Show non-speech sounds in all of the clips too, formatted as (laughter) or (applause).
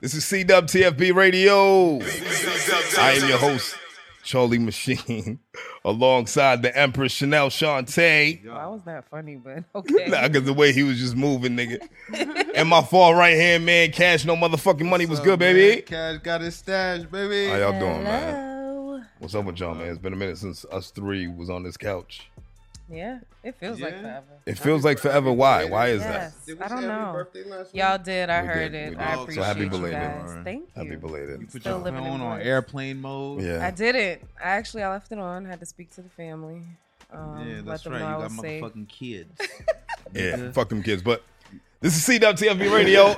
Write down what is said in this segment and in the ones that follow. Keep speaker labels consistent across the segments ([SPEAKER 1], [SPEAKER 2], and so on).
[SPEAKER 1] This is CWTFB
[SPEAKER 2] (laughs)
[SPEAKER 1] Radio. I am your host, Charlie Machine, (laughs) alongside the Empress Chanel Shantae.
[SPEAKER 2] Well, I was not funny, but (laughs) okay.
[SPEAKER 1] Oh. (laughs) Nah, cause the way he was just moving, nigga. and my far right hand man, Cash No Motherfucking Money was good, baby.
[SPEAKER 3] Cash got his stash, baby.
[SPEAKER 1] How y'all doing, man?
[SPEAKER 2] Hello.
[SPEAKER 1] What's up with y'all, man? It's been a minute since us three was on this couch.
[SPEAKER 2] Yeah, it feels like
[SPEAKER 3] Yeah.
[SPEAKER 2] forever.
[SPEAKER 1] It feels like forever. Why? Why is that?
[SPEAKER 2] Yes,
[SPEAKER 3] Did we
[SPEAKER 2] I
[SPEAKER 3] say
[SPEAKER 2] don't
[SPEAKER 3] happy
[SPEAKER 2] know.
[SPEAKER 3] birthday last
[SPEAKER 2] Y'all
[SPEAKER 3] week?
[SPEAKER 2] did. I
[SPEAKER 1] We
[SPEAKER 2] heard
[SPEAKER 1] did,
[SPEAKER 2] it.
[SPEAKER 1] we
[SPEAKER 2] I
[SPEAKER 1] did.
[SPEAKER 3] So
[SPEAKER 2] appreciate
[SPEAKER 1] happy
[SPEAKER 2] you
[SPEAKER 1] belated.
[SPEAKER 2] guys.
[SPEAKER 3] Alright.
[SPEAKER 2] Thank you.
[SPEAKER 1] Happy belated.
[SPEAKER 3] You put
[SPEAKER 2] Still
[SPEAKER 3] your
[SPEAKER 2] living in
[SPEAKER 3] phone on
[SPEAKER 2] bliss.
[SPEAKER 3] airplane mode.
[SPEAKER 1] Yeah.
[SPEAKER 2] I didn't. I actually I left it on. Had to speak to the family. Um,
[SPEAKER 3] yeah,
[SPEAKER 2] let
[SPEAKER 3] that's
[SPEAKER 2] them
[SPEAKER 3] right. You
[SPEAKER 2] know I
[SPEAKER 3] got
[SPEAKER 2] was safe.
[SPEAKER 3] motherfucking kids.
[SPEAKER 2] (laughs)
[SPEAKER 1] Yeah,
[SPEAKER 3] Nigga.
[SPEAKER 1] fuck them kids. But this is CWTFB Radio,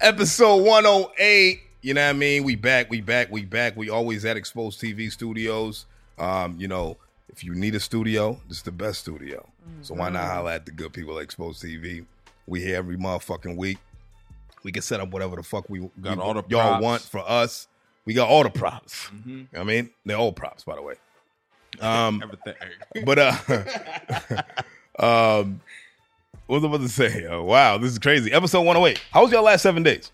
[SPEAKER 1] episode 108. You know what I mean? We back, we back, we back. We always at Exposed TV Studios. Um, you know, if you need a studio, this is the best studio. So why not holla at the good people at Exposed TV? We here every motherfucking week. We can set up whatever the fuck we
[SPEAKER 3] Got
[SPEAKER 1] we-
[SPEAKER 3] all the
[SPEAKER 1] y'all
[SPEAKER 3] props.
[SPEAKER 1] want for us. We got all the props.
[SPEAKER 3] Mhm.
[SPEAKER 1] You know what I mean, they're all props, by the
[SPEAKER 3] (laughs)
[SPEAKER 1] way. Um,
[SPEAKER 3] Everything.
[SPEAKER 1] but uh (laughs) um what was I about to say? Oh, wow, this is crazy. Episode 108. How was y'all last seven days?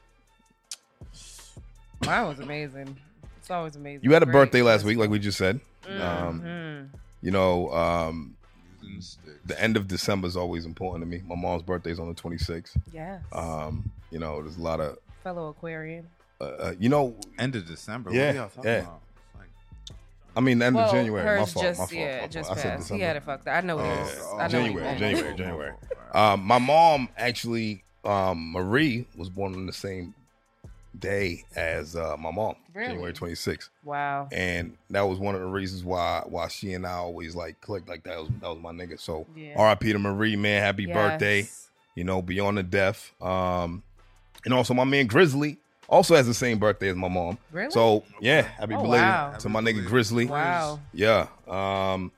[SPEAKER 2] Mine was amazing. It's always amazing.
[SPEAKER 1] You had a
[SPEAKER 2] Great.
[SPEAKER 1] birthday last week, like we just said. Um,
[SPEAKER 2] Mhm.
[SPEAKER 1] You know, um,
[SPEAKER 3] Using the sticks.
[SPEAKER 1] the end of December is always important to me. My mom's birthday is on the 26th.
[SPEAKER 2] Yes.
[SPEAKER 1] Um, you know, there's a lot of,
[SPEAKER 2] Fellow Aquarian.
[SPEAKER 1] uh, uh, you know,
[SPEAKER 3] End of December.
[SPEAKER 1] Yeah,
[SPEAKER 3] What are y'all talking
[SPEAKER 1] yeah.
[SPEAKER 3] about? It's like-
[SPEAKER 1] I mean, the end
[SPEAKER 2] well,
[SPEAKER 1] of January.
[SPEAKER 2] Hers
[SPEAKER 1] My fault.
[SPEAKER 2] just
[SPEAKER 1] my fault.
[SPEAKER 2] yeah,
[SPEAKER 1] my fault.
[SPEAKER 2] just
[SPEAKER 1] I said
[SPEAKER 2] passed. He
[SPEAKER 1] December.
[SPEAKER 2] had it fucked up. I know
[SPEAKER 1] Oh,
[SPEAKER 2] it is. I know
[SPEAKER 1] January,
[SPEAKER 2] He
[SPEAKER 1] January,
[SPEAKER 3] Oh,
[SPEAKER 1] January.
[SPEAKER 3] oh, oh, oh.
[SPEAKER 1] Um, my mom actually, um, Marie was born on the same day as uh, my mom,
[SPEAKER 2] Really?
[SPEAKER 1] January 26th,
[SPEAKER 2] Wow.
[SPEAKER 1] and that was one of the reasons why why she and I always like clicked like that was that was my nigga. So
[SPEAKER 2] Yeah.
[SPEAKER 1] R.I.P. to Marie, man, happy birthday,
[SPEAKER 2] Yes.
[SPEAKER 1] you know, beyond the death. Um, and also my man Grizzly also has the same birthday as my mom.
[SPEAKER 2] Really?
[SPEAKER 1] So yeah, happy
[SPEAKER 2] Oh,
[SPEAKER 1] belated
[SPEAKER 2] wow.
[SPEAKER 1] to my
[SPEAKER 3] Happy
[SPEAKER 1] nigga
[SPEAKER 3] belated.
[SPEAKER 1] Grizzly.
[SPEAKER 2] Wow.
[SPEAKER 1] Yeah. Um,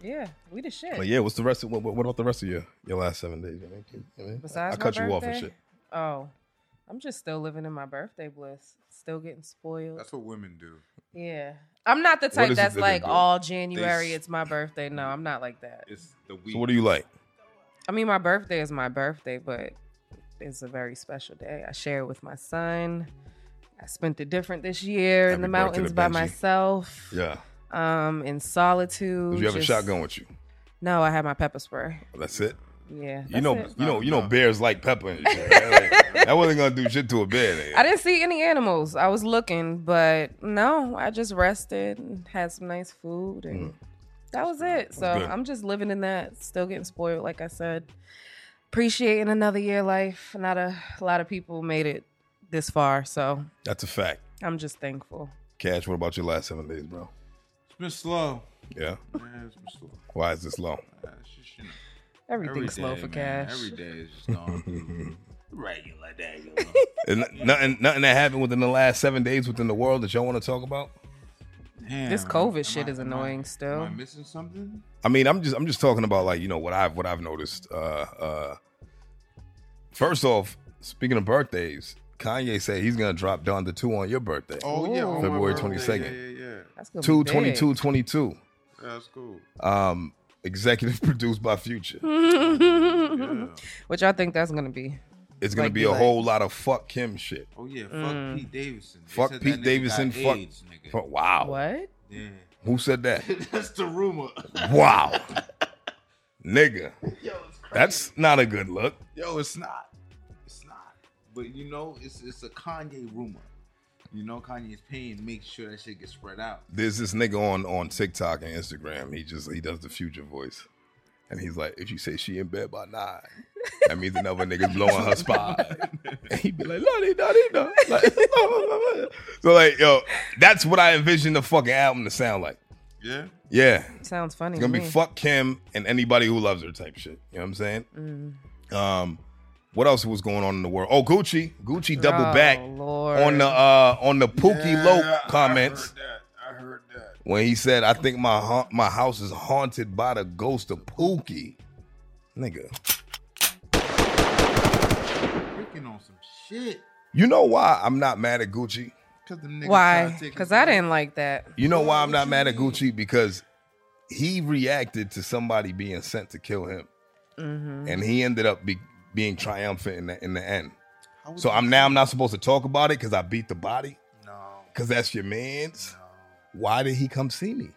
[SPEAKER 2] Yeah, we the shit.
[SPEAKER 1] but yeah, what's the rest of what, what about the rest of your your last seven days? man? You know what I mean?
[SPEAKER 2] Besides
[SPEAKER 1] I cut
[SPEAKER 2] my
[SPEAKER 1] you off and
[SPEAKER 2] birthday,
[SPEAKER 1] shit.
[SPEAKER 2] Oh, I'm just still living in my birthday bliss. Still getting spoiled.
[SPEAKER 3] That's what women do.
[SPEAKER 2] yeah. I'm not the type
[SPEAKER 1] is it
[SPEAKER 2] that's
[SPEAKER 1] that they
[SPEAKER 2] like
[SPEAKER 1] do?
[SPEAKER 2] all January,
[SPEAKER 3] They s-
[SPEAKER 2] it's my birthday. No, I'm not like that.
[SPEAKER 3] It's the week.
[SPEAKER 1] So what do you like?
[SPEAKER 2] I mean, my birthday is my birthday, but it's a very special day. I share it with my son. I spent it different this year in
[SPEAKER 1] Happy birthday
[SPEAKER 2] the
[SPEAKER 1] to
[SPEAKER 2] mountains by
[SPEAKER 1] Benji.
[SPEAKER 2] myself,
[SPEAKER 1] Yeah.
[SPEAKER 2] um, in solitude.
[SPEAKER 1] Did you have a
[SPEAKER 2] just-
[SPEAKER 1] shotgun with you?
[SPEAKER 2] No, I had my pepper spray.
[SPEAKER 1] That's it.
[SPEAKER 2] Yeah,
[SPEAKER 1] you
[SPEAKER 2] that's
[SPEAKER 1] know,
[SPEAKER 2] it.
[SPEAKER 1] you know, you know,
[SPEAKER 3] No.
[SPEAKER 1] bears like pepper. And (laughs) shit, right? Like, that wasn't gonna do shit to a bear. nigga.
[SPEAKER 2] I didn't see any animals. I was looking, but no, I just rested and had some nice food, and that was it. So
[SPEAKER 1] Mm. good.
[SPEAKER 2] I'm just living in that, still getting spoiled, like I said. Appreciating another year of life. Not a, a lot of people made it this far, so
[SPEAKER 1] That's a fact.
[SPEAKER 2] I'm just thankful.
[SPEAKER 1] Cash, what about your last seven days, bro?
[SPEAKER 3] It's been slow.
[SPEAKER 1] Yeah.
[SPEAKER 3] Man, it's been slow.
[SPEAKER 1] Why is this long?
[SPEAKER 3] Uh, it's just, you know,
[SPEAKER 2] Everything's
[SPEAKER 3] every
[SPEAKER 2] slow
[SPEAKER 3] day,
[SPEAKER 2] for
[SPEAKER 3] man,
[SPEAKER 2] cash.
[SPEAKER 3] Every day is just
[SPEAKER 1] (laughs)
[SPEAKER 3] going through regular, regular.
[SPEAKER 1] And n- nothing, nothing that happened within the last seven days within the world that y'all want to talk about.
[SPEAKER 3] Damn,
[SPEAKER 2] This
[SPEAKER 3] am
[SPEAKER 2] COVID
[SPEAKER 3] I-
[SPEAKER 2] shit
[SPEAKER 3] am I-
[SPEAKER 2] is
[SPEAKER 3] am I-
[SPEAKER 2] annoying still.
[SPEAKER 3] Am I missing something?
[SPEAKER 1] I mean, I'm just, I'm just talking about like you know what I've, what I've noticed. Uh, uh, first off, speaking of birthdays, Kanye said he's gonna drop down to two on your birthday.
[SPEAKER 3] Oh yeah,
[SPEAKER 2] Ooh.
[SPEAKER 3] on my
[SPEAKER 1] February
[SPEAKER 3] birthday.
[SPEAKER 1] 22nd.
[SPEAKER 3] Yeah, yeah, yeah.
[SPEAKER 2] That's gonna
[SPEAKER 1] Two
[SPEAKER 2] be
[SPEAKER 1] twenty
[SPEAKER 2] big.
[SPEAKER 1] two twenty two.
[SPEAKER 3] That's cool.
[SPEAKER 1] Um, executive (laughs) produced by Future.
[SPEAKER 2] Hmm. (laughs)
[SPEAKER 3] Yeah.
[SPEAKER 2] Which I think that's gonna be.
[SPEAKER 1] It's gonna
[SPEAKER 2] Like,
[SPEAKER 1] be
[SPEAKER 2] be
[SPEAKER 1] a
[SPEAKER 2] like-
[SPEAKER 1] whole lot of fuck Kim shit.
[SPEAKER 3] Oh yeah, fuck
[SPEAKER 2] Mm.
[SPEAKER 3] Pete Davidson. They
[SPEAKER 1] Fuck
[SPEAKER 3] said that
[SPEAKER 1] Pete
[SPEAKER 3] nigga
[SPEAKER 1] Davidson,
[SPEAKER 3] got
[SPEAKER 1] fuck-
[SPEAKER 3] AIDS, nigga.
[SPEAKER 1] But Oh, wow.
[SPEAKER 2] What?
[SPEAKER 3] Yeah. (laughs)
[SPEAKER 1] Who said that?
[SPEAKER 3] That's the rumor. (laughs)
[SPEAKER 1] Wow. Nigga,
[SPEAKER 3] Yo, it's crazy.
[SPEAKER 1] that's not a good look.
[SPEAKER 3] Yo, it's not. It's not. But you know, it's it's a Kanye rumor. You know, Kanye's paying makes sure that shit gets spread out.
[SPEAKER 1] There's this nigga on on TikTok and Instagram. He just he does the future voice. And he's like, if you say she in bed by nine, that means another nigga blowing her spot. And he'd be like, la di da di da. Like, (laughs) So like, yo, that's what I envision the fucking album to sound like.
[SPEAKER 3] Yeah.
[SPEAKER 1] Yeah.
[SPEAKER 2] Sounds funny.
[SPEAKER 1] It's gonna
[SPEAKER 2] to
[SPEAKER 1] be
[SPEAKER 2] me.
[SPEAKER 1] fuck Kim and anybody who loves her type shit. You know what I'm saying? Um, what else was going on in the world? Oh, Gucci, Gucci double
[SPEAKER 2] Oh,
[SPEAKER 1] back
[SPEAKER 2] Lord.
[SPEAKER 1] on the uh on the Pookie Loke comments
[SPEAKER 3] I heard that. I heard that.
[SPEAKER 1] when he said, "I think my ha- my house is haunted by the ghost of Pookie." Nigga,
[SPEAKER 3] Freaking on some shit.
[SPEAKER 1] you know why I'm not mad at Gucci?
[SPEAKER 3] Cause the nigga tried
[SPEAKER 2] Why?
[SPEAKER 3] to take his
[SPEAKER 2] Because I
[SPEAKER 3] life.
[SPEAKER 2] didn't like that.
[SPEAKER 1] You know why I'm
[SPEAKER 3] What
[SPEAKER 1] not
[SPEAKER 3] you
[SPEAKER 1] mad at
[SPEAKER 3] mean?
[SPEAKER 1] Gucci because he reacted to somebody being sent to kill him, and he ended up be- being triumphant in the in the end.
[SPEAKER 3] I was
[SPEAKER 1] So I'm now I'm not supposed to talk about it because I beat the body
[SPEAKER 3] No,
[SPEAKER 1] because that's your man's.
[SPEAKER 3] no.
[SPEAKER 1] Why did he come see me?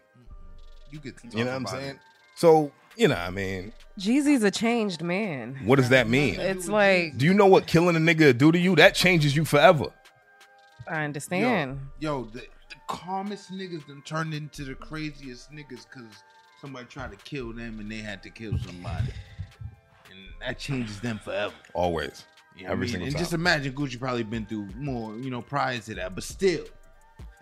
[SPEAKER 3] You get to talk
[SPEAKER 1] You know what I'm
[SPEAKER 3] about
[SPEAKER 1] saying?
[SPEAKER 3] it.
[SPEAKER 1] So you know, I mean,
[SPEAKER 2] Jeezy's a changed man.
[SPEAKER 1] what does that mean?
[SPEAKER 2] It's like
[SPEAKER 1] Do you know what killing a nigga do to you? That changes you forever.
[SPEAKER 2] I understand.
[SPEAKER 3] Yo, the, the calmest niggas done turned into the craziest niggas because somebody tried to kill them and they had to kill somebody. And that changes them forever.
[SPEAKER 1] Always.
[SPEAKER 3] You know
[SPEAKER 1] Every
[SPEAKER 3] what I mean?
[SPEAKER 1] single
[SPEAKER 3] And
[SPEAKER 1] time.
[SPEAKER 3] just imagine Gucci probably been through more, you know, prior to that. But still,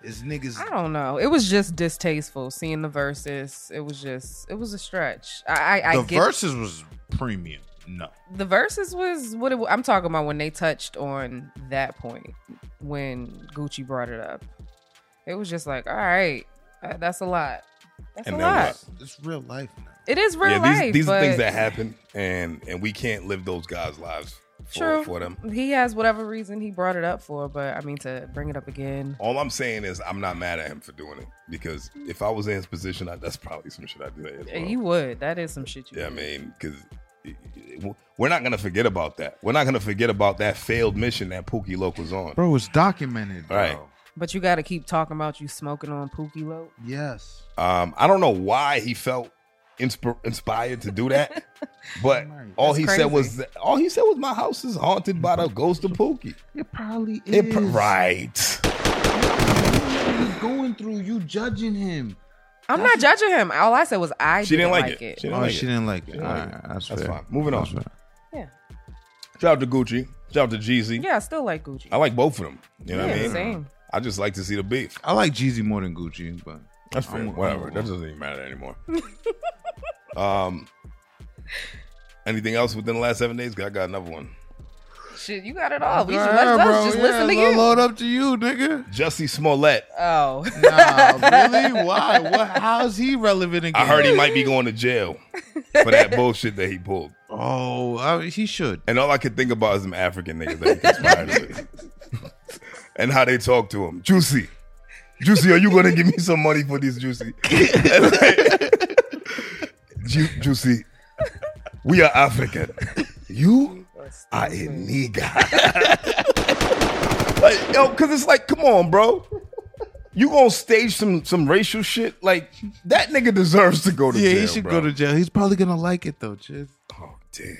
[SPEAKER 3] it's niggas.
[SPEAKER 2] I don't know. It was just distasteful seeing the verses. It was just it was a stretch. I I, I
[SPEAKER 3] the
[SPEAKER 2] get
[SPEAKER 3] verses was premium. No.
[SPEAKER 2] the verses was what it, wa- I'm talking about when they touched on that point when Gucci brought it up. It was just like, all right, uh, that's a lot. That's
[SPEAKER 1] And
[SPEAKER 2] a
[SPEAKER 1] then
[SPEAKER 2] lot.
[SPEAKER 1] what?
[SPEAKER 3] It's, it's real life now.
[SPEAKER 2] It is real
[SPEAKER 1] yeah, these,
[SPEAKER 2] life.
[SPEAKER 1] these are
[SPEAKER 2] but
[SPEAKER 1] things that happen, and and we can't live those guys' lives for,
[SPEAKER 2] True.
[SPEAKER 1] for them.
[SPEAKER 2] He has whatever reason he brought it up for, but I mean to bring it up again.
[SPEAKER 1] All I'm saying is I'm not mad at him for doing it because if I was in his position, I, that's probably some shit I'd do. As well.
[SPEAKER 2] Yeah, You would. That is some shit. You
[SPEAKER 1] Yeah, I
[SPEAKER 2] would.
[SPEAKER 1] mean, because we're not gonna forget about that. We're not gonna forget about that failed mission that Pookie Loke was on.
[SPEAKER 3] Bro, it's documented. Bro.
[SPEAKER 1] Right.
[SPEAKER 2] But you got to keep talking about you smoking on Pookie Lope.
[SPEAKER 3] Yes.
[SPEAKER 1] Um, I don't know why he felt insp- inspired to do
[SPEAKER 2] (laughs)
[SPEAKER 1] that, but
[SPEAKER 3] Right.
[SPEAKER 1] all
[SPEAKER 2] That's
[SPEAKER 1] he
[SPEAKER 2] crazy.
[SPEAKER 1] said was that- all he said was my house is haunted by the ghost of Pookie.
[SPEAKER 3] It probably is.
[SPEAKER 1] It, right.
[SPEAKER 3] He's going through you judging him.
[SPEAKER 2] I'm not judging him. All I said was I
[SPEAKER 1] She didn't like,
[SPEAKER 2] like
[SPEAKER 1] it. She didn't
[SPEAKER 3] oh,
[SPEAKER 1] like
[SPEAKER 3] she
[SPEAKER 1] it.
[SPEAKER 3] didn't like it.
[SPEAKER 1] didn't
[SPEAKER 3] All
[SPEAKER 1] like
[SPEAKER 3] right,
[SPEAKER 1] it.
[SPEAKER 3] that's,
[SPEAKER 1] That's
[SPEAKER 3] fair.
[SPEAKER 1] fine. Moving on.
[SPEAKER 3] That's fair.
[SPEAKER 2] Yeah,
[SPEAKER 1] Shout out to Gucci. Shout out to Jeezy.
[SPEAKER 2] yeah. I still like Gucci.
[SPEAKER 1] I like both of them. You know
[SPEAKER 2] yeah,
[SPEAKER 1] what I mean?
[SPEAKER 2] same.
[SPEAKER 1] I just like to see the beef.
[SPEAKER 3] I like Jeezy more than Gucci, but
[SPEAKER 1] That's fair.
[SPEAKER 3] I'm-
[SPEAKER 1] Whatever.
[SPEAKER 3] I'm-
[SPEAKER 1] that doesn't even matter
[SPEAKER 2] (laughs)
[SPEAKER 1] anymore. um, anything else within the last seven days? 'Cause I got another one.
[SPEAKER 2] Shit, you got it all. Oh, We should
[SPEAKER 3] Yeah,
[SPEAKER 2] let us
[SPEAKER 3] bro,
[SPEAKER 2] just
[SPEAKER 3] yeah,
[SPEAKER 2] listen to
[SPEAKER 3] it's
[SPEAKER 2] you.
[SPEAKER 3] all Load up to you, nigga.
[SPEAKER 1] Jussie Smollett.
[SPEAKER 2] Oh,
[SPEAKER 3] Nah, (laughs) really? Why? What? How's he relevant again?
[SPEAKER 1] I heard he might be going to jail for
[SPEAKER 3] (laughs)
[SPEAKER 1] that bullshit that he pulled.
[SPEAKER 3] Oh, I, he should.
[SPEAKER 1] And all I could think about is them African niggas that he conspired with.
[SPEAKER 3] (laughs)
[SPEAKER 1] and how they talk to him. Juicy. Juicy, are you gonna give me some money for this
[SPEAKER 3] (laughs)
[SPEAKER 1] juicy? Ju- juicy. We are African. You
[SPEAKER 2] Oh.
[SPEAKER 3] (laughs)
[SPEAKER 1] are a nigga. like, yo, cause it's like, come on, bro. You gonna stage some some racial shit? Like that nigga deserves to go to
[SPEAKER 3] Yeah,
[SPEAKER 1] jail.
[SPEAKER 3] he should
[SPEAKER 1] bro.
[SPEAKER 3] go to jail. He's probably gonna like it though, Chiz.
[SPEAKER 1] Oh damn.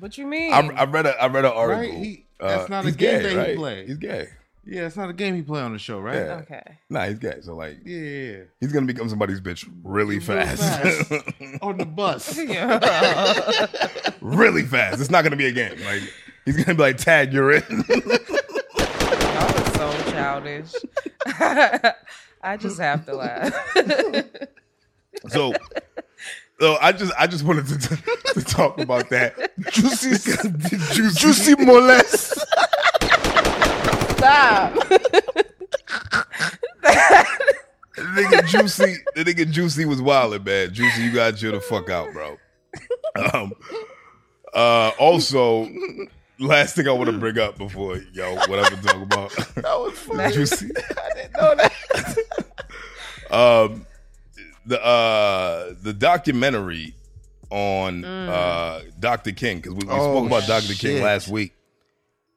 [SPEAKER 2] what you mean?
[SPEAKER 1] I, I read a I read an article. Uh,
[SPEAKER 3] Right, he- that's not a
[SPEAKER 1] he's
[SPEAKER 3] game
[SPEAKER 1] gay,
[SPEAKER 3] that he
[SPEAKER 1] right?
[SPEAKER 3] played.
[SPEAKER 1] He's gay.
[SPEAKER 3] Yeah, it's not a game he play on the show, right?
[SPEAKER 1] Yeah.
[SPEAKER 2] okay. (laughs)
[SPEAKER 1] Nah, he's gay. So like,
[SPEAKER 3] Yeah, yeah,
[SPEAKER 1] he's gonna become somebody's bitch really fast,
[SPEAKER 3] fast. yeah. on the
[SPEAKER 2] (laughs)
[SPEAKER 3] bus.
[SPEAKER 2] Yeah.
[SPEAKER 1] (laughs) really fast. It's not gonna be a game. Like he's gonna be like, Tad, you're in. (laughs)
[SPEAKER 2] Y'all are so childish. (laughs) I just have
[SPEAKER 1] (laughs)
[SPEAKER 2] to laugh.
[SPEAKER 1] so, so I just I just wanted to, (laughs) t- to talk about that. Juicy, (laughs) juicy, (laughs)
[SPEAKER 3] Juicy molest.
[SPEAKER 2] Stop.
[SPEAKER 1] the nigga juicy. The nigga juicy was wilding, man. Juicy, you got you the fuck out, bro. Um. Uh. Also, last thing I want to bring up before yo whatever talk about.
[SPEAKER 3] that was funny.
[SPEAKER 1] juicy.
[SPEAKER 3] I didn't know that.
[SPEAKER 1] Um, the uh, the documentary on
[SPEAKER 2] Mm.
[SPEAKER 1] uh, Dr. King because we, we
[SPEAKER 3] Oh,
[SPEAKER 1] spoke about Dr. King
[SPEAKER 3] shit.
[SPEAKER 1] last week.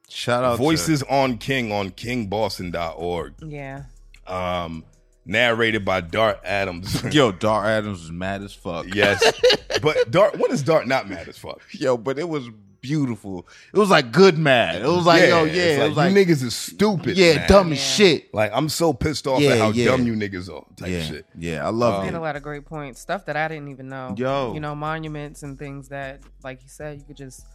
[SPEAKER 3] Shout out
[SPEAKER 1] Voices on King on KingBoston.org.
[SPEAKER 2] Yeah.
[SPEAKER 1] Um, narrated by Dart Adams. (laughs)
[SPEAKER 3] to yo. Dar Adams was mad as fuck.
[SPEAKER 1] yes,
[SPEAKER 3] (laughs)
[SPEAKER 1] but Dart. When is Dart not mad as fuck?
[SPEAKER 3] yo, but it was beautiful. It was like good mad. It was like yo, yeah,
[SPEAKER 1] it's
[SPEAKER 3] it was like
[SPEAKER 1] you niggas is stupid.
[SPEAKER 3] yeah,
[SPEAKER 1] man.
[SPEAKER 3] dumb
[SPEAKER 2] Yeah.
[SPEAKER 3] as shit.
[SPEAKER 1] Like I'm so pissed off
[SPEAKER 3] Yeah,
[SPEAKER 1] at how
[SPEAKER 3] yeah.
[SPEAKER 1] dumb you niggas are. Type
[SPEAKER 3] yeah,
[SPEAKER 1] shit.
[SPEAKER 3] yeah, I
[SPEAKER 1] Um,
[SPEAKER 3] love
[SPEAKER 2] Made a
[SPEAKER 3] it.
[SPEAKER 2] lot of great points. Stuff that I didn't even know.
[SPEAKER 3] Yo.
[SPEAKER 2] You know, monuments and things that, like you said, you could just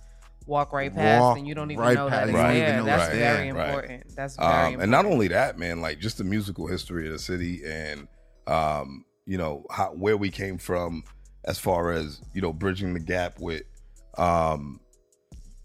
[SPEAKER 2] walk right past
[SPEAKER 3] Walk
[SPEAKER 2] and you don't even
[SPEAKER 3] right
[SPEAKER 2] know
[SPEAKER 3] past.
[SPEAKER 2] that. it's
[SPEAKER 1] You don't
[SPEAKER 2] there.
[SPEAKER 3] even know
[SPEAKER 2] that's
[SPEAKER 1] it's
[SPEAKER 2] very
[SPEAKER 1] there. Right.
[SPEAKER 2] important. That's very
[SPEAKER 1] um,
[SPEAKER 2] important.
[SPEAKER 1] and not only that, man, like just the musical history of the city and um, you know how, where we came from, as far as you know, bridging the gap with, um,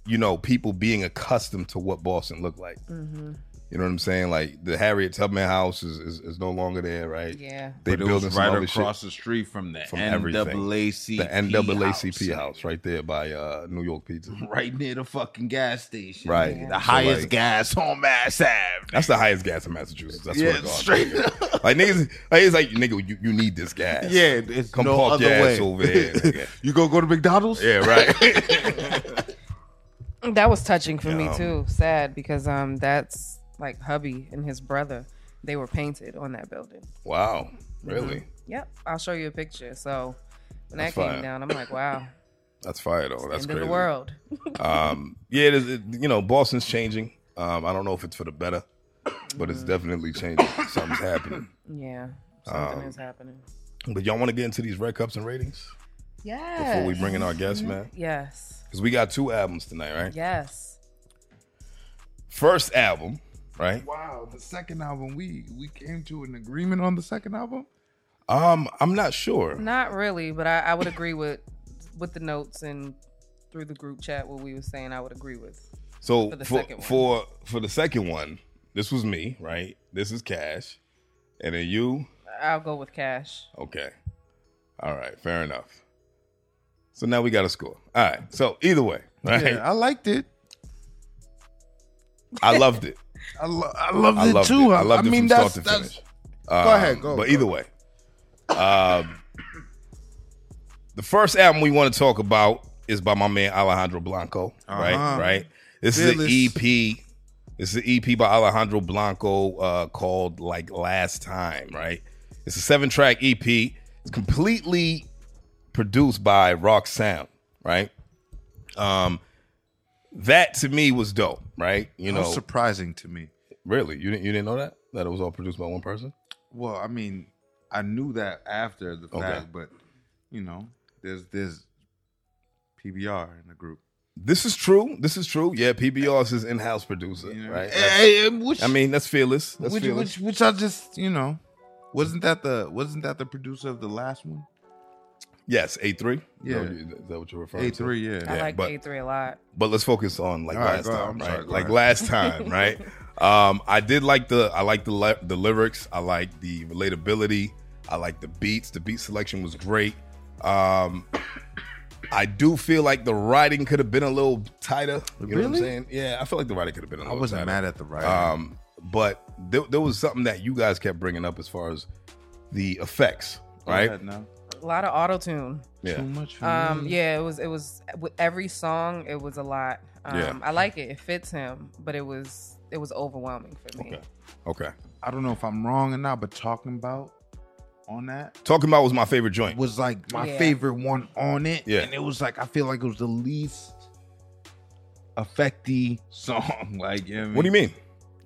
[SPEAKER 1] you know, people being accustomed to what Boston looked like.
[SPEAKER 2] Mhm.
[SPEAKER 1] You know what I'm saying? Like the Harriet Tubman House is is, is no longer there, right?
[SPEAKER 2] Yeah.
[SPEAKER 1] They
[SPEAKER 3] But it
[SPEAKER 1] building
[SPEAKER 3] was
[SPEAKER 1] some
[SPEAKER 3] right
[SPEAKER 1] other
[SPEAKER 3] across
[SPEAKER 1] shit.
[SPEAKER 3] the street from the
[SPEAKER 1] From everything.
[SPEAKER 3] NAACP,
[SPEAKER 1] The NAACP
[SPEAKER 3] house. Mm-hmm.
[SPEAKER 1] house. right there by uh, New York Pizza.
[SPEAKER 3] (laughs) right near the fucking gas station,
[SPEAKER 1] Right.
[SPEAKER 2] Yeah.
[SPEAKER 3] The
[SPEAKER 1] So,
[SPEAKER 3] highest
[SPEAKER 1] like,
[SPEAKER 3] gas on Mass Ave.
[SPEAKER 1] That's the highest gas in Massachusetts. That's
[SPEAKER 3] yeah,
[SPEAKER 1] what it's (laughs)
[SPEAKER 3] straight up.
[SPEAKER 1] Like niggas, like, it's like nigga, you, you need this gas.
[SPEAKER 3] Yeah, it's
[SPEAKER 1] Come
[SPEAKER 3] no
[SPEAKER 1] park
[SPEAKER 3] other (laughs)
[SPEAKER 1] your ass
[SPEAKER 3] way.
[SPEAKER 1] over here, nigga.
[SPEAKER 3] (laughs) Mm-hmm. you gonna go to McDonald's?
[SPEAKER 1] Yeah, right.
[SPEAKER 2] That was touching for
[SPEAKER 1] Yeah.
[SPEAKER 2] me too. Sad because um that's like hubby and his brother. They were painted on that building.
[SPEAKER 1] Wow, really?
[SPEAKER 3] Mm-hmm.
[SPEAKER 2] Yep. I'll show you a picture. So when
[SPEAKER 1] That's
[SPEAKER 2] that came
[SPEAKER 1] fine.
[SPEAKER 2] down, I'm like, wow,
[SPEAKER 1] That's fire though. (laughs) That's
[SPEAKER 2] end
[SPEAKER 1] crazy.
[SPEAKER 2] of the world.
[SPEAKER 1] Um, yeah, it is, it, you know, Boston's changing. Um, I don't know if it's for the better, but it's definitely changing. Something's happening.
[SPEAKER 2] Yeah. Something
[SPEAKER 1] Um,
[SPEAKER 2] is happening.
[SPEAKER 1] But y'all want to get into these red cups and ratings
[SPEAKER 2] Yes.
[SPEAKER 1] before we bring in our guests, man?
[SPEAKER 2] Yes.
[SPEAKER 1] Because we got two albums tonight, right?
[SPEAKER 2] Yes.
[SPEAKER 1] First album, right?
[SPEAKER 3] Wow, the second album we we came to an agreement on the second album.
[SPEAKER 1] Um, I'm not sure.
[SPEAKER 2] Not really, but I, I would agree with with the notes and through the group chat what we were saying I would agree with.
[SPEAKER 1] So for
[SPEAKER 2] For the
[SPEAKER 1] for,
[SPEAKER 2] second one.
[SPEAKER 1] for the second one, this was me, right? This is Cash, and then you.
[SPEAKER 2] I'll go with cash.
[SPEAKER 1] Okay, all right, fair enough. So now we got a score. All right. So either way, right?
[SPEAKER 3] Yeah, I liked it.
[SPEAKER 1] I loved it.
[SPEAKER 3] I, lo- I loved
[SPEAKER 1] I
[SPEAKER 3] it
[SPEAKER 1] loved
[SPEAKER 3] too.
[SPEAKER 1] it. I loved it
[SPEAKER 3] mean,
[SPEAKER 1] from
[SPEAKER 3] that's,
[SPEAKER 1] start to
[SPEAKER 3] that's-
[SPEAKER 1] finish. Um,
[SPEAKER 3] ahead, go,
[SPEAKER 1] But
[SPEAKER 3] go.
[SPEAKER 1] either way, um, the first album we want to talk about is by my man Alejandro Blanco. Right,
[SPEAKER 3] Uh-huh.
[SPEAKER 1] right. This
[SPEAKER 3] Fearless.
[SPEAKER 1] is an EP. This is an EP by Alejandro Blanco uh, called like Last Time. Right. It's a seven-track EP. It's completely produced by Rock Sound. Right. Um, that to me was dope. Right. You
[SPEAKER 3] That
[SPEAKER 1] know,
[SPEAKER 3] was surprising to me.
[SPEAKER 1] really, you didn't you didn't know that that it was all produced by one person.
[SPEAKER 3] Well, I mean, I knew that after the
[SPEAKER 1] Okay.
[SPEAKER 3] fact, but you know, there's there's PBR in the group.
[SPEAKER 1] This is true. This is true. Yeah, PBR is his in-house producer,
[SPEAKER 3] You know?
[SPEAKER 1] right? That's-
[SPEAKER 3] Eh, eh, which,
[SPEAKER 1] I mean, that's fearless. That's
[SPEAKER 3] which,
[SPEAKER 1] fearless.
[SPEAKER 3] which which I just you know, wasn't that the wasn't that the producer of the last one?
[SPEAKER 1] yes, A three.
[SPEAKER 3] Yeah.
[SPEAKER 1] is that what you're referring
[SPEAKER 3] A
[SPEAKER 1] to?
[SPEAKER 3] three, yeah.
[SPEAKER 2] I
[SPEAKER 1] Yeah,
[SPEAKER 2] like
[SPEAKER 1] but-
[SPEAKER 2] A three a lot.
[SPEAKER 1] But let's focus on like
[SPEAKER 3] All right,
[SPEAKER 1] last
[SPEAKER 3] go ahead.
[SPEAKER 1] time,
[SPEAKER 3] I'm
[SPEAKER 1] right?
[SPEAKER 3] sorry, go
[SPEAKER 1] like
[SPEAKER 3] ahead.
[SPEAKER 1] last
[SPEAKER 3] (laughs)
[SPEAKER 1] time, right? Um, I did like the I like the li- the lyrics. I like the relatability. I like the beats. The beat selection was great. Um, I do feel like the writing could have been a little tighter. You know what I'm
[SPEAKER 3] Really?
[SPEAKER 1] saying? Yeah, I feel like the writing could have been a
[SPEAKER 3] I
[SPEAKER 1] little.
[SPEAKER 3] wasn't
[SPEAKER 1] tighter.
[SPEAKER 3] mad at the writer.
[SPEAKER 1] Um, but there, there was something that you guys kept bringing up as far as the effects,
[SPEAKER 3] Go
[SPEAKER 1] right?
[SPEAKER 3] ahead now.
[SPEAKER 2] A lot of auto tune.
[SPEAKER 1] Yeah.
[SPEAKER 3] Too much for
[SPEAKER 2] Um,
[SPEAKER 1] Mm.
[SPEAKER 3] me.
[SPEAKER 2] yeah, it was. It was with every song. It was a lot. Um,
[SPEAKER 1] Yeah.
[SPEAKER 2] I like it. It fits him, but it was it was overwhelming for me.
[SPEAKER 1] Okay.
[SPEAKER 3] Mm-hmm.
[SPEAKER 1] Okay.
[SPEAKER 3] I don't know if I'm wrong or not, but talking about on that
[SPEAKER 1] Talking about was my favorite joint.
[SPEAKER 3] was like my
[SPEAKER 2] Yeah.
[SPEAKER 3] favorite one on it.
[SPEAKER 1] Yeah.
[SPEAKER 3] And it was like I feel like it was the least affecty song. (laughs) Like you know
[SPEAKER 1] What do you mean?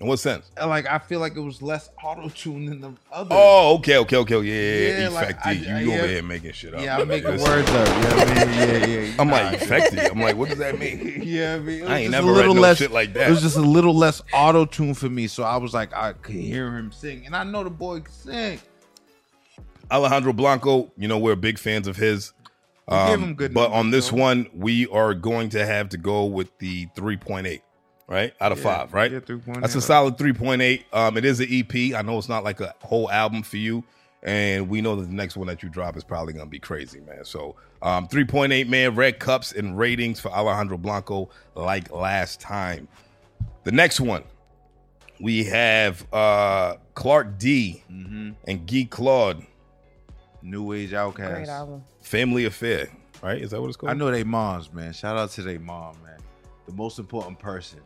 [SPEAKER 1] In what sense?
[SPEAKER 3] mean? Uh, Like I feel like it was less auto tuned than the other.
[SPEAKER 1] Oh, okay, okay, okay, yeah, yeah,
[SPEAKER 3] Yeah,
[SPEAKER 1] yeah.
[SPEAKER 3] like, I-
[SPEAKER 1] effecty.
[SPEAKER 3] I-
[SPEAKER 1] you
[SPEAKER 3] yeah.
[SPEAKER 1] over here making shit up.
[SPEAKER 3] yeah, I'm making
[SPEAKER 1] Listen,
[SPEAKER 3] words up. Yeah, yeah, yeah.
[SPEAKER 1] (laughs) I'm like effecty. I'm like, what does that mean?
[SPEAKER 3] (laughs) Yeah, I mean, it was
[SPEAKER 1] I ain't
[SPEAKER 3] just
[SPEAKER 1] never
[SPEAKER 3] a
[SPEAKER 1] read
[SPEAKER 3] little
[SPEAKER 1] no
[SPEAKER 3] less.
[SPEAKER 1] shit like
[SPEAKER 3] It was
[SPEAKER 1] that.
[SPEAKER 3] just a little less auto tune for me, so I was like, I could hear him sing, and I know the boy can sing.
[SPEAKER 1] Alejandro Blanco, you know, we're big fans of his. Um,
[SPEAKER 3] We give him good
[SPEAKER 1] but
[SPEAKER 3] numbers,
[SPEAKER 1] on this
[SPEAKER 3] though.
[SPEAKER 1] one, we are going to have to go with the 3.8, right? Out of
[SPEAKER 3] Yeah,
[SPEAKER 1] five, right?
[SPEAKER 3] yeah, 3.8.
[SPEAKER 1] That's a solid 3.8. Um, it is an EP. I know it's not like a whole album for you. And we know that the next one that you drop is probably going to be crazy, man. So um, 3.8, man, red cups and ratings for Alejandro Blanco like last time. The next one, we have uh, Clark D
[SPEAKER 3] Mm-hmm.
[SPEAKER 1] and Guy Claude,
[SPEAKER 3] New Age
[SPEAKER 2] Great
[SPEAKER 3] Outcast.
[SPEAKER 2] album.
[SPEAKER 1] Family Affair, right? Is that what it's called?
[SPEAKER 3] I know they moms, man. Shout out to they mom, man. The most important person.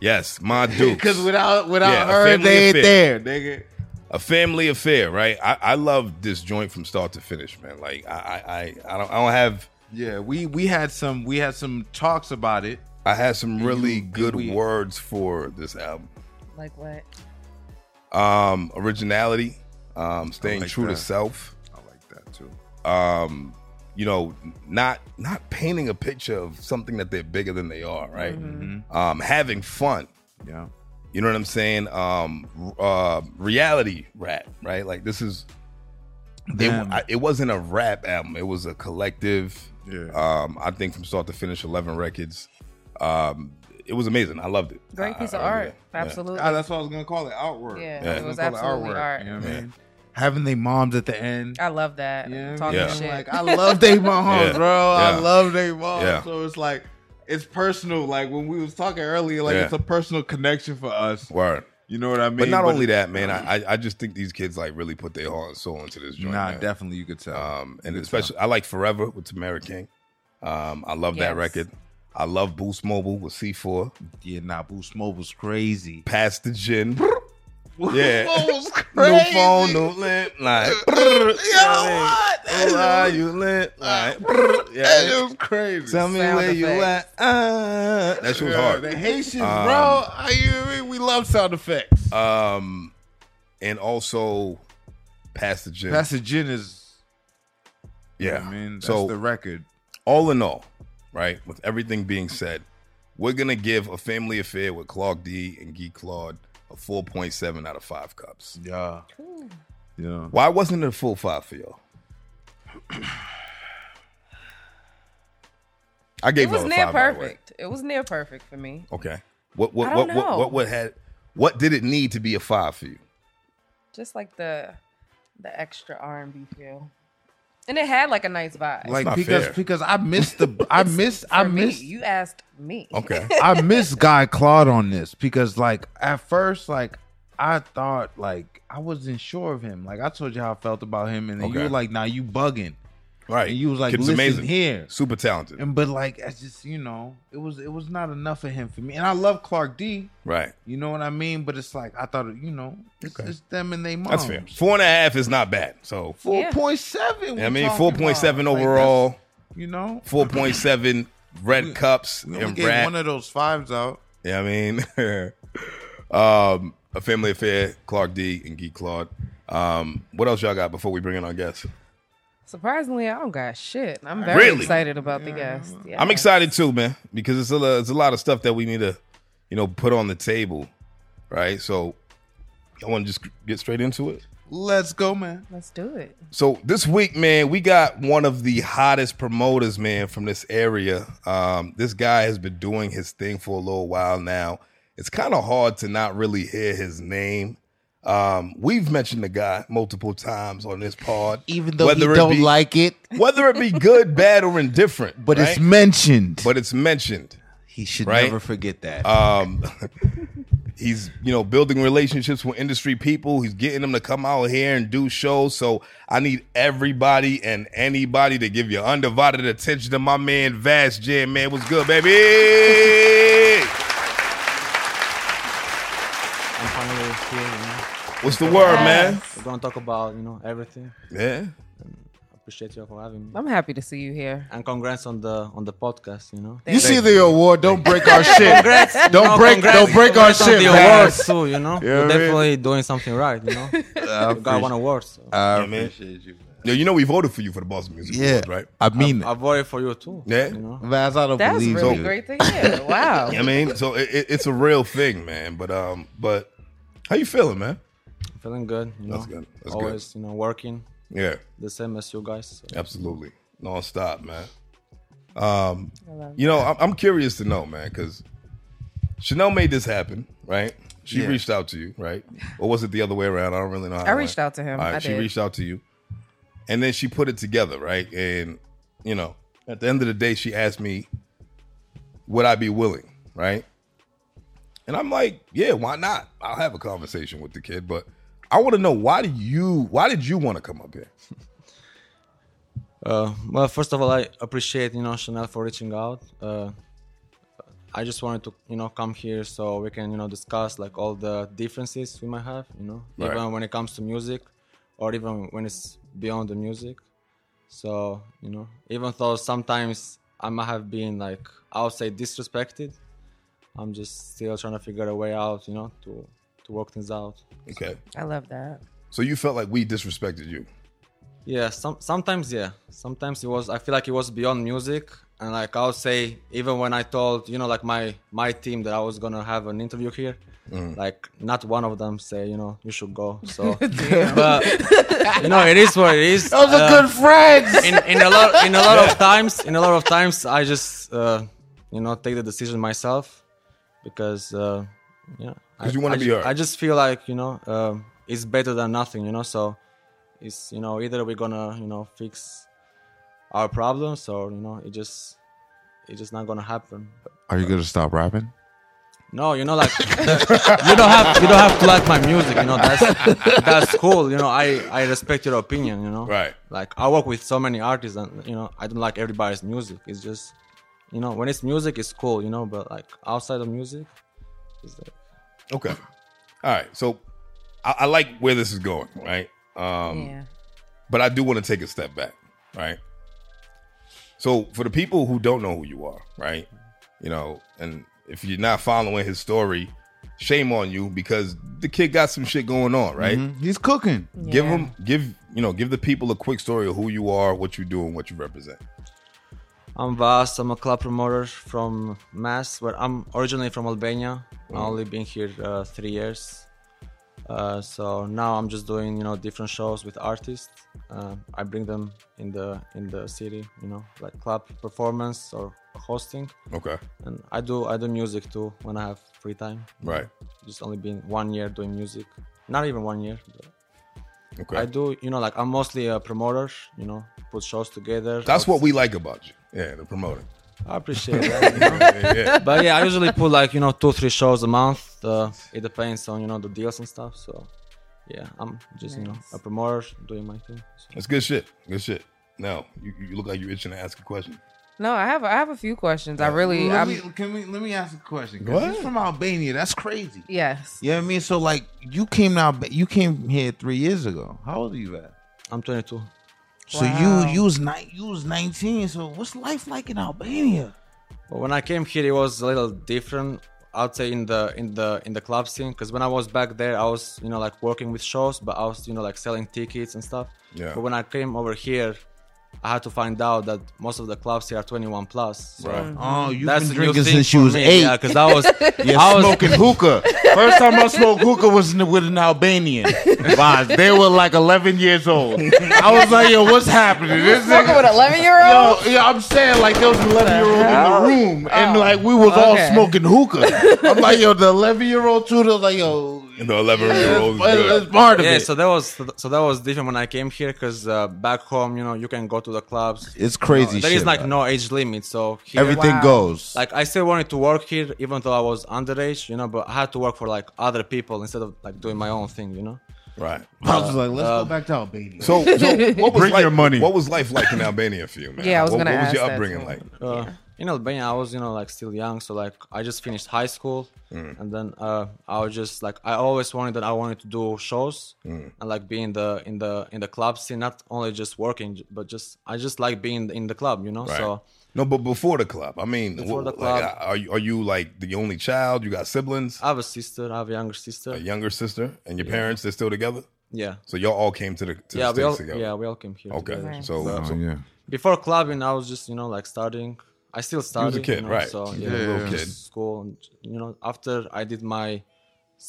[SPEAKER 1] Yes,
[SPEAKER 3] (laughs)
[SPEAKER 1] my dude.
[SPEAKER 3] Because without without
[SPEAKER 1] Yeah, a
[SPEAKER 3] her,
[SPEAKER 1] family
[SPEAKER 3] they ain't
[SPEAKER 1] affair.
[SPEAKER 3] there, nigga.
[SPEAKER 1] a family affair, right? I, I love this joint from start to finish, man. Like I, I, I, I don't, I don't have.
[SPEAKER 3] Yeah, we we had some we had some talks about it.
[SPEAKER 1] I had some really
[SPEAKER 3] you-
[SPEAKER 1] good
[SPEAKER 3] we-
[SPEAKER 1] words for this album.
[SPEAKER 2] Like what?
[SPEAKER 1] Um, originality, um, staying
[SPEAKER 3] like
[SPEAKER 1] true to
[SPEAKER 3] that.
[SPEAKER 1] self.
[SPEAKER 3] I like that too.
[SPEAKER 1] Um, you know, not not painting a picture of something that they're bigger than they are, right?
[SPEAKER 2] Mm-hmm.
[SPEAKER 1] Um, having fun.
[SPEAKER 3] Mm-hmm. Yeah.
[SPEAKER 1] You know what I'm saying? Um, r- uh, reality rap, right? Like this is it,
[SPEAKER 3] Them.
[SPEAKER 1] I- it wasn't a rap album. It was a collective.
[SPEAKER 3] Yeah.
[SPEAKER 1] Um, I think from start to finish, eleven records. Um, it was amazing. I loved it.
[SPEAKER 2] Great
[SPEAKER 1] I-
[SPEAKER 2] piece
[SPEAKER 1] I-
[SPEAKER 2] of
[SPEAKER 1] I
[SPEAKER 2] art.
[SPEAKER 1] really- yeah.
[SPEAKER 2] Absolutely.
[SPEAKER 3] Ah, that's what I was gonna call it. Artwork.
[SPEAKER 2] Yeah,
[SPEAKER 1] Yeah. it
[SPEAKER 3] I was
[SPEAKER 2] was
[SPEAKER 3] gonna call
[SPEAKER 2] absolutely art.
[SPEAKER 3] You know what
[SPEAKER 1] Yeah.
[SPEAKER 3] I mean? Having they moms at the end.
[SPEAKER 2] I love that.
[SPEAKER 3] You know what I
[SPEAKER 2] Talking
[SPEAKER 3] mean?
[SPEAKER 1] Yeah.
[SPEAKER 2] shit.
[SPEAKER 3] Like I love
[SPEAKER 2] (laughs)
[SPEAKER 3] they moms,
[SPEAKER 1] Yeah.
[SPEAKER 3] bro.
[SPEAKER 1] Yeah.
[SPEAKER 3] I love they moms.
[SPEAKER 1] Yeah.
[SPEAKER 3] So it's like it's personal. Like when we was talking earlier, like
[SPEAKER 1] Yeah.
[SPEAKER 3] it's a personal connection for us.
[SPEAKER 1] Word.
[SPEAKER 3] You know what I mean?
[SPEAKER 1] But not only that, man. I I- I just think these kids like really put their heart and soul into this joint.
[SPEAKER 3] Nah,
[SPEAKER 1] man.
[SPEAKER 3] definitely you could tell.
[SPEAKER 1] Um, and
[SPEAKER 3] Good
[SPEAKER 1] especially I like Forever with Tamara King. Um, I love that
[SPEAKER 2] Yes.
[SPEAKER 1] record. I love Boost Mobile with C4.
[SPEAKER 3] Yeah, nah, Boost Mobile's crazy.
[SPEAKER 1] Pass the gin.
[SPEAKER 3] (laughs) Boost Mobile's crazy.
[SPEAKER 1] New phone,
[SPEAKER 3] (laughs)
[SPEAKER 1] new lint. Like,
[SPEAKER 3] Yo, what?
[SPEAKER 1] oh, are you lit? Like, yeah.
[SPEAKER 3] That is crazy.
[SPEAKER 1] Tell me
[SPEAKER 2] Sound
[SPEAKER 1] where you at.
[SPEAKER 2] effects.
[SPEAKER 1] Uh, that shit was
[SPEAKER 3] Yeah,
[SPEAKER 1] hard.
[SPEAKER 3] The Haitians,
[SPEAKER 1] Um,
[SPEAKER 3] bro. I, you- we love sound effects.
[SPEAKER 1] Um, and also Pass the Gym.
[SPEAKER 3] That's the gin is.
[SPEAKER 1] yeah.
[SPEAKER 3] I mean, that's
[SPEAKER 1] so
[SPEAKER 3] the record.
[SPEAKER 1] all in all, right, with everything being said, we're gonna give a family affair with Clark D and Guy Claude a 4.7 out of five cups.
[SPEAKER 3] Yeah, yeah.
[SPEAKER 1] Why wasn't it a full five for y'all? I
[SPEAKER 2] It
[SPEAKER 1] gave
[SPEAKER 2] was
[SPEAKER 1] y'all a
[SPEAKER 2] near
[SPEAKER 1] five, by the way.
[SPEAKER 2] perfect. It was near perfect for me.
[SPEAKER 1] Okay. What what
[SPEAKER 2] I
[SPEAKER 1] what,
[SPEAKER 2] don't
[SPEAKER 1] what
[SPEAKER 2] know.
[SPEAKER 1] what what had what did it need to be a five for you?
[SPEAKER 2] Just like the the extra R and B feel, and it had like a nice vibe.
[SPEAKER 3] Like
[SPEAKER 1] not
[SPEAKER 3] because
[SPEAKER 1] fair.
[SPEAKER 3] because I missed the
[SPEAKER 1] (laughs)
[SPEAKER 3] I missed I
[SPEAKER 2] For me.
[SPEAKER 3] missed
[SPEAKER 2] You asked me.
[SPEAKER 1] Okay.
[SPEAKER 3] I miss Guy Claude on this because like at first like I thought like I wasn't sure of him. Like I told you how I felt about him, and then you
[SPEAKER 1] Okay.
[SPEAKER 3] were like, "Nah, you bugging."
[SPEAKER 1] right.
[SPEAKER 3] And you was like,
[SPEAKER 1] Kid's
[SPEAKER 3] "Listen
[SPEAKER 1] amazing.
[SPEAKER 3] here."
[SPEAKER 1] Super talented.
[SPEAKER 3] And but like I just you know it was it was not enough of him for me. And I love Clark D.
[SPEAKER 1] right.
[SPEAKER 3] You know what I mean? But it's like I thought you know it's,
[SPEAKER 1] Okay.
[SPEAKER 3] it's them and they mom.
[SPEAKER 1] That's fair. Four and a half is not bad. So
[SPEAKER 3] Four point seven.
[SPEAKER 1] I mean four point seven overall.
[SPEAKER 3] you know,
[SPEAKER 1] 4.7 red cups
[SPEAKER 3] we only
[SPEAKER 1] and
[SPEAKER 3] gave
[SPEAKER 1] rat.
[SPEAKER 3] one of those fives out.
[SPEAKER 1] yeah, I mean, (laughs) um, a family affair. Clark D and Guy Claude. Um, what else y'all got before we bring in our guests?
[SPEAKER 2] (laughs) Surprisingly, I don't got shit. I'm very
[SPEAKER 1] Really?
[SPEAKER 2] excited about the guest. Yeah.
[SPEAKER 1] I'm excited too, man, because it's a lo- it's a lot of stuff that we need to, you know, put on the table, right? So, I want to just get straight into it.
[SPEAKER 3] Let's go, man.
[SPEAKER 2] Let's do it.
[SPEAKER 1] So this week, man, we got one of the hottest promoters, man, from this area. Um, this guy has been doing his thing for a little while now. It's kind of hard to not really hear his name. Um, we've mentioned the guy multiple times on this pod,
[SPEAKER 3] Even though
[SPEAKER 1] Whether
[SPEAKER 3] you
[SPEAKER 1] it
[SPEAKER 3] don't
[SPEAKER 1] be-
[SPEAKER 3] like it,
[SPEAKER 1] whether it be good, bad, or indifferent.
[SPEAKER 3] (laughs) but it's
[SPEAKER 1] right?
[SPEAKER 3] mentioned.
[SPEAKER 1] but it's mentioned.
[SPEAKER 3] He should
[SPEAKER 1] Right?
[SPEAKER 3] never forget that.
[SPEAKER 1] Um, (laughs) he's you know building relationships with industry people. He's getting them to come out here and do shows. So I need everybody and anybody to give your undivided attention to my man Vast Jam. Man, what's good, baby?
[SPEAKER 4] I'm finally here. You know.
[SPEAKER 1] What's the word, man?
[SPEAKER 2] Yes.
[SPEAKER 4] We're gonna talk about you know everything.
[SPEAKER 1] Yeah,
[SPEAKER 4] Appreciate you for having me.
[SPEAKER 2] I'm happy to see you here.
[SPEAKER 4] And congrats on the on the podcast. You know.
[SPEAKER 3] you see the award. Don't break our shit.
[SPEAKER 4] Congrats.
[SPEAKER 3] Don't
[SPEAKER 4] no,
[SPEAKER 3] break-
[SPEAKER 4] Congrats,
[SPEAKER 3] don't break our
[SPEAKER 4] congrats on
[SPEAKER 3] shit,
[SPEAKER 4] The
[SPEAKER 3] man.
[SPEAKER 4] awards too. You know.
[SPEAKER 3] Yeah,
[SPEAKER 4] You're
[SPEAKER 3] man.
[SPEAKER 4] definitely doing something right.
[SPEAKER 3] (laughs)
[SPEAKER 4] You know.
[SPEAKER 3] I
[SPEAKER 4] you got one award. So.
[SPEAKER 3] I
[SPEAKER 1] Yeah, man.
[SPEAKER 3] appreciate you, man.
[SPEAKER 1] Yo, you know we voted for you for the Boston Music
[SPEAKER 3] Yeah,
[SPEAKER 1] Awards, right?
[SPEAKER 3] I mean,
[SPEAKER 4] I voted for you too.
[SPEAKER 1] Yeah.
[SPEAKER 4] You know.
[SPEAKER 3] Vaz, I don't
[SPEAKER 2] That's
[SPEAKER 3] believe
[SPEAKER 2] really
[SPEAKER 3] you.
[SPEAKER 2] great to
[SPEAKER 1] (laughs)
[SPEAKER 2] hear. Wow.
[SPEAKER 1] I mean, so it, it, it's a real thing, man. But um, but how you feeling, man?
[SPEAKER 4] I'm feeling good. You know?
[SPEAKER 1] That's good. That's good.
[SPEAKER 4] Always you know working
[SPEAKER 1] Yeah,
[SPEAKER 4] the same as you guys. So.
[SPEAKER 1] absolutely, nonstop, man. Um,
[SPEAKER 2] I love
[SPEAKER 1] You know, I'm, I'm curious to know, man, because Chanel made this happen, right? She
[SPEAKER 3] Yeah.
[SPEAKER 1] reached out to you, right? Or was it the other way around? I don't really know. How
[SPEAKER 2] I reached out to him. I
[SPEAKER 1] she
[SPEAKER 2] did.
[SPEAKER 1] reached out to you, and then she put it together, right? And you know, at the end of the day, she asked me, "Would I be willing?" Right? And I'm like, "Yeah, why not? I'll have a conversation with the kid." But I want to know why do you? Why did you want to come up here?
[SPEAKER 4] Uh, well, first of all, I appreciate you know Chanel for reaching out. Uh, I just wanted to you know come here so we can you know discuss like all the differences we might have, you know,
[SPEAKER 1] Right.
[SPEAKER 4] even when it comes to music, or even when it's beyond the music. So you know, even though sometimes I might have been like I would say disrespected, I'm just still trying to figure a way out, you know, to to work things out.
[SPEAKER 1] Okay,
[SPEAKER 2] I love that.
[SPEAKER 1] so you felt like we disrespected you.
[SPEAKER 4] Yeah, some sometimes yeah. Sometimes it was I feel like it was beyond music and like I would say even when I told, you know, like my my team that I was going to have an interview here, like not one of them say, you know, you should go. So but you know, it is what it is.
[SPEAKER 3] Those are
[SPEAKER 4] Uh,
[SPEAKER 3] good friends.
[SPEAKER 4] (laughs) in, in a lot in a lot of times in a lot of times I just uh, you know take the decision myself because uh, yeah
[SPEAKER 1] 'Cause
[SPEAKER 4] I-
[SPEAKER 1] you wanna
[SPEAKER 4] I
[SPEAKER 1] be
[SPEAKER 4] ju-
[SPEAKER 1] heard.
[SPEAKER 4] I just feel like you know um, it's better than nothing you know so it's you know either we're gonna you know fix our problems or you know it just it's just not gonna happen. But
[SPEAKER 3] (laughs) Are you gonna stop rapping?
[SPEAKER 4] no, you know, like (laughs) you don't have you don't have to like my music. You know, that's that's cool. You know, I I respect your opinion. You know,
[SPEAKER 1] Right.
[SPEAKER 4] like I work with so many artists, and you know, I don't like everybody's music. It's just you know, when it's music, it's cool, you know, but like outside of music, it's like,
[SPEAKER 1] Okay. All right. So I, I like where this is going, right? Um,
[SPEAKER 2] yeah.
[SPEAKER 1] But I do want to take a step back, right? So for the people who don't know who you are, right? You know, and if you're not following his story, shame on you because the kid got some shit going on, right?
[SPEAKER 4] Mm-hmm.
[SPEAKER 3] Mhm. He's cooking.
[SPEAKER 1] Give
[SPEAKER 2] Yeah.
[SPEAKER 1] him, give you know, give the people a quick story of who you are, what you do, and what you represent.
[SPEAKER 4] I'm Vas, I'm a club promoter from Mass, where I'm originally from Albania.
[SPEAKER 1] Mm.
[SPEAKER 4] i only been here uh, three years. Uh, so now I'm just doing, you know, different shows with artists. Uh, I bring them in the in the city, you know, like club performance or hosting.
[SPEAKER 1] Okay,
[SPEAKER 4] And I do I do music too when I have free time.
[SPEAKER 1] right?
[SPEAKER 4] Just only been one year doing music, not even one year. But
[SPEAKER 1] Okay,
[SPEAKER 4] I do, you know, like I'm mostly a promoter. You know, put shows together.
[SPEAKER 1] that's what we like about you. Yeah, the promoter.
[SPEAKER 4] I
[SPEAKER 3] (laughs)
[SPEAKER 4] appreciate that. you know.
[SPEAKER 1] yeah, yeah.
[SPEAKER 4] but yeah, I usually put like you know two three shows a month. Uh, it depends on you know the deals and stuff. So yeah, I'm just you know
[SPEAKER 2] Nice.
[SPEAKER 4] a promoter doing my thing. So.
[SPEAKER 1] That's good shit. Good shit. Now you, you look like you're itching to ask a question.
[SPEAKER 2] No, I have I have a few questions. I really
[SPEAKER 3] let,
[SPEAKER 2] I'm
[SPEAKER 3] me, can we, let me ask a question. 'cause
[SPEAKER 1] What?
[SPEAKER 3] He's from Albania. That's crazy.
[SPEAKER 2] yes.
[SPEAKER 3] You know what I mean? So like, you came now. You came here three years ago. How old are you at?
[SPEAKER 4] I'm 22.
[SPEAKER 3] So
[SPEAKER 2] Wow.
[SPEAKER 3] you you was ni- you was nineteen. So what's life like in Albania?
[SPEAKER 4] But when I came here, it was a little different. I'd say in the in the in the club scene, because when I was back there, I was you know like working with shows, but I was you know like selling tickets and stuff.
[SPEAKER 1] Yeah.
[SPEAKER 4] But when I came over here, I had to find out that most of the clubs here are 21 plus. So
[SPEAKER 1] Right.
[SPEAKER 3] Oh, you've been
[SPEAKER 4] that's a new
[SPEAKER 3] drinking
[SPEAKER 4] thing
[SPEAKER 3] since you
[SPEAKER 4] for
[SPEAKER 3] was
[SPEAKER 4] me,
[SPEAKER 3] eight.
[SPEAKER 4] Yeah, because
[SPEAKER 3] (laughs)
[SPEAKER 4] I was
[SPEAKER 3] You're
[SPEAKER 4] I
[SPEAKER 3] (laughs)
[SPEAKER 4] was
[SPEAKER 3] smoking hookah. First time I smoked hookah was in- with an Albanian. Vaz. They were like 11 years (laughs) old. I was like, yo, what's happening? This
[SPEAKER 2] Fucking with
[SPEAKER 3] nigga.
[SPEAKER 2] an 11 year old?
[SPEAKER 3] Yo, yeah, I'm saying like there was an 11 year old in the Oh. room, and like we was
[SPEAKER 2] okay.
[SPEAKER 3] all smoking (laughs) hookah. I'm like, yo, the 11 year old too. They're like, yo,
[SPEAKER 1] And the 11 year old.
[SPEAKER 3] it's- it's part of
[SPEAKER 4] yeah,
[SPEAKER 3] it.
[SPEAKER 4] so that was so that was different when I came here because uh, back home, you know, you can go to the clubs.
[SPEAKER 3] it's crazy.
[SPEAKER 4] There
[SPEAKER 3] shit,
[SPEAKER 4] is like
[SPEAKER 3] bro.
[SPEAKER 4] no age limit, so here,
[SPEAKER 3] everything
[SPEAKER 2] Wow.
[SPEAKER 3] goes.
[SPEAKER 4] Like I still wanted to work here, even though I was underage, you know. But I had to work for like other people instead of like doing my own thing, you know.
[SPEAKER 1] Right.
[SPEAKER 3] I
[SPEAKER 4] uh,
[SPEAKER 3] was like, let's go back to Albania.
[SPEAKER 1] So, so what was
[SPEAKER 3] Bring
[SPEAKER 1] life,
[SPEAKER 3] your money.
[SPEAKER 1] What was life like in Albania for you, man?
[SPEAKER 2] Yeah, I was
[SPEAKER 1] what,
[SPEAKER 2] gonna
[SPEAKER 1] What was
[SPEAKER 2] ask
[SPEAKER 1] your
[SPEAKER 2] that
[SPEAKER 1] upbringing
[SPEAKER 2] too.
[SPEAKER 1] like?
[SPEAKER 4] Uh, in Albania, I was you know like still young, so like I just finished high school,
[SPEAKER 3] Mm.
[SPEAKER 4] and then uh, I was just like I always wanted that I wanted to do shows
[SPEAKER 3] Mm.
[SPEAKER 4] and like be in the in the in the club scene, not only just working, but just I just like being in the club, you know.
[SPEAKER 1] Right.
[SPEAKER 4] So
[SPEAKER 1] no, but before the club, I mean,
[SPEAKER 4] Before
[SPEAKER 1] what-
[SPEAKER 4] the club.
[SPEAKER 1] like, are you are you like the only child? You got siblings,
[SPEAKER 4] I have a sister, I have a younger sister.
[SPEAKER 1] a younger sister, and your parents? They're still together,
[SPEAKER 4] Yeah.
[SPEAKER 1] so y'all all came to the to
[SPEAKER 4] Yeah,
[SPEAKER 1] the
[SPEAKER 4] we
[SPEAKER 1] states
[SPEAKER 4] all
[SPEAKER 1] together.
[SPEAKER 4] yeah we all came here.
[SPEAKER 1] Okay,
[SPEAKER 4] together.
[SPEAKER 2] Nice.
[SPEAKER 1] so, so
[SPEAKER 3] yeah.
[SPEAKER 4] Before clubbing, I was just you know like starting. I still started.
[SPEAKER 1] kid,
[SPEAKER 4] you know,
[SPEAKER 1] right.
[SPEAKER 4] So
[SPEAKER 1] You
[SPEAKER 4] yeah,
[SPEAKER 1] were a little
[SPEAKER 4] just
[SPEAKER 1] kid.
[SPEAKER 4] School, and, you know. After I did my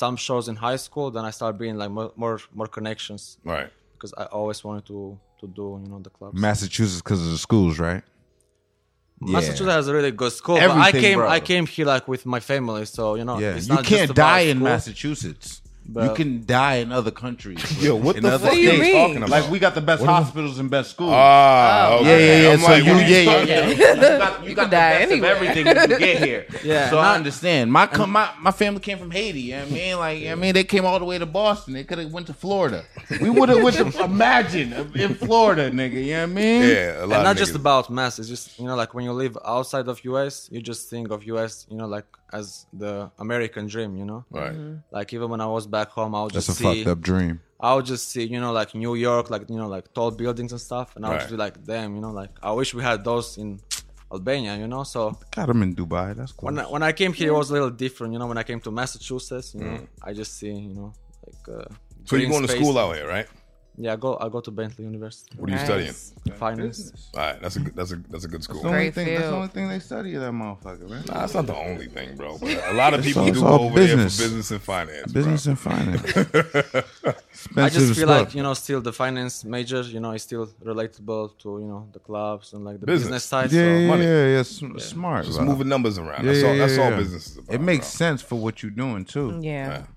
[SPEAKER 4] some shows in high school, then I started being like more more, more connections
[SPEAKER 1] right,
[SPEAKER 4] because I always wanted to to do you know the clubs.
[SPEAKER 3] Massachusetts because of the schools, right?
[SPEAKER 4] Massachusetts has a really good school, but I
[SPEAKER 3] Everything,
[SPEAKER 4] came
[SPEAKER 3] bro.
[SPEAKER 4] I came here like with my family, so you know
[SPEAKER 3] Yeah,
[SPEAKER 4] it's
[SPEAKER 3] you
[SPEAKER 4] not just
[SPEAKER 3] can't
[SPEAKER 4] about
[SPEAKER 3] die in
[SPEAKER 4] school.
[SPEAKER 3] Massachusetts. you
[SPEAKER 4] but-
[SPEAKER 3] can die in other countries.
[SPEAKER 1] Yo, what
[SPEAKER 3] in
[SPEAKER 1] the
[SPEAKER 3] other
[SPEAKER 1] fuck
[SPEAKER 2] are you
[SPEAKER 3] states.
[SPEAKER 2] talking
[SPEAKER 1] about?
[SPEAKER 3] Like we got the best hospitals and best schools.
[SPEAKER 1] ah,
[SPEAKER 3] Oh. yeah,
[SPEAKER 1] okay.
[SPEAKER 3] yeah, yeah.
[SPEAKER 1] I'm
[SPEAKER 3] so
[SPEAKER 1] like,
[SPEAKER 3] you,
[SPEAKER 1] what
[SPEAKER 3] yeah, yeah,
[SPEAKER 1] talking-
[SPEAKER 3] yeah. You
[SPEAKER 2] (laughs)
[SPEAKER 3] got, you got
[SPEAKER 2] can
[SPEAKER 3] the
[SPEAKER 2] die
[SPEAKER 3] best
[SPEAKER 2] anywhere.
[SPEAKER 3] of everything when you get (laughs) here.
[SPEAKER 4] Yeah,
[SPEAKER 3] so I
[SPEAKER 4] not-
[SPEAKER 3] understand. My com- my my family came from Haiti. You know what I mean, like you know what I mean, they came all the way to Boston. They could have went to Florida. We would have went to (laughs) imagine in Florida, nigga. You know what I mean?
[SPEAKER 1] Yeah, a lot
[SPEAKER 4] and
[SPEAKER 1] of
[SPEAKER 4] not just
[SPEAKER 1] niggas.
[SPEAKER 4] about mass it's just you know like when you live outside of us you just think of us you know like as the american dream you know
[SPEAKER 1] right.
[SPEAKER 4] like even when i was back home i would
[SPEAKER 5] That's
[SPEAKER 4] just
[SPEAKER 5] a
[SPEAKER 4] see
[SPEAKER 5] fucked up dream.
[SPEAKER 4] i would just see you know like new york like you know like tall buildings and stuff and i would
[SPEAKER 1] Right.
[SPEAKER 4] just be like damn you know like i wish we had those in albania you know so
[SPEAKER 5] Got him in Dubai. That's cool.
[SPEAKER 4] when I, when i came here it was a little different you know when i came to massachusetts you know i just see you know like uh,
[SPEAKER 1] Mm. So you
[SPEAKER 4] green
[SPEAKER 1] going to
[SPEAKER 4] space.
[SPEAKER 1] school out here, right?
[SPEAKER 4] yeah i go i go to bentley university
[SPEAKER 1] What are you
[SPEAKER 2] Nice.
[SPEAKER 1] studying?
[SPEAKER 4] finance
[SPEAKER 1] All right, that's a good- that's a that's a good school.
[SPEAKER 3] That's the only
[SPEAKER 2] Great
[SPEAKER 3] thing. That's
[SPEAKER 2] field.
[SPEAKER 3] the only thing they study in that motherfucker, man.
[SPEAKER 1] Nah, that's not the only thing, bro. But a lot of people
[SPEAKER 5] all-
[SPEAKER 1] do
[SPEAKER 5] it's
[SPEAKER 1] go
[SPEAKER 5] all
[SPEAKER 1] over
[SPEAKER 5] business.
[SPEAKER 1] there for business and finance. bro.
[SPEAKER 5] Business and finance.
[SPEAKER 4] I
[SPEAKER 5] Expensive
[SPEAKER 4] just
[SPEAKER 5] as
[SPEAKER 4] feel
[SPEAKER 5] fuck.
[SPEAKER 4] like you know, still the finance major, you know, is still relatable to you know the clubs and like the
[SPEAKER 1] Business.
[SPEAKER 4] business, side.
[SPEAKER 5] yeah, yeah,
[SPEAKER 4] so
[SPEAKER 5] yeah,
[SPEAKER 1] money.
[SPEAKER 5] yeah, s- Smart.
[SPEAKER 1] (laughs) Just
[SPEAKER 5] bro.
[SPEAKER 1] moving numbers around.
[SPEAKER 5] Yeah,
[SPEAKER 1] that's all.
[SPEAKER 5] yeah,
[SPEAKER 1] That's
[SPEAKER 5] yeah,
[SPEAKER 1] all
[SPEAKER 5] yeah.
[SPEAKER 1] business is about.
[SPEAKER 5] It makes
[SPEAKER 1] bro.
[SPEAKER 5] sense for what you're doing too.
[SPEAKER 2] Yeah.
[SPEAKER 1] Yeah.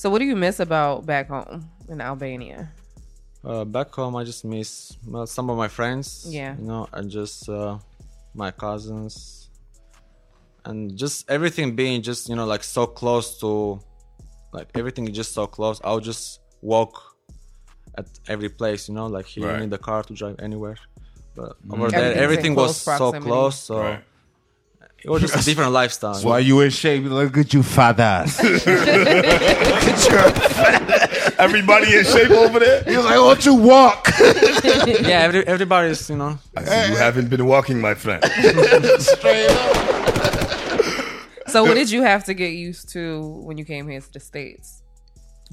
[SPEAKER 2] So what do you miss about back home in
[SPEAKER 1] (laughs)
[SPEAKER 2] Albania?
[SPEAKER 4] Uh, back home, I just miss well, some of my friends.
[SPEAKER 2] Yeah.
[SPEAKER 4] you know, and just uh, my cousins, and just everything being just you know like so close to, like everything is just so close. I'll just walk at every place, you know, like here
[SPEAKER 1] Right.
[SPEAKER 4] you need the car to drive anywhere, but over there
[SPEAKER 2] Everything's in
[SPEAKER 4] everything was
[SPEAKER 2] close
[SPEAKER 4] so
[SPEAKER 2] proximity.
[SPEAKER 4] close. So
[SPEAKER 1] Right.
[SPEAKER 4] It was just a different lifestyle.
[SPEAKER 5] Why you in shape? Look at you, fat (laughs) ass.
[SPEAKER 1] Everybody in shape over
[SPEAKER 5] (laughs)
[SPEAKER 1] there.
[SPEAKER 5] He's like, "What
[SPEAKER 4] (laughs)
[SPEAKER 5] you walk?"
[SPEAKER 4] yeah, every, everybody's you know.
[SPEAKER 1] I see you haven't been walking, my
[SPEAKER 5] (laughs)
[SPEAKER 1] friend.
[SPEAKER 2] So what did you have to get used to when you came here to the states?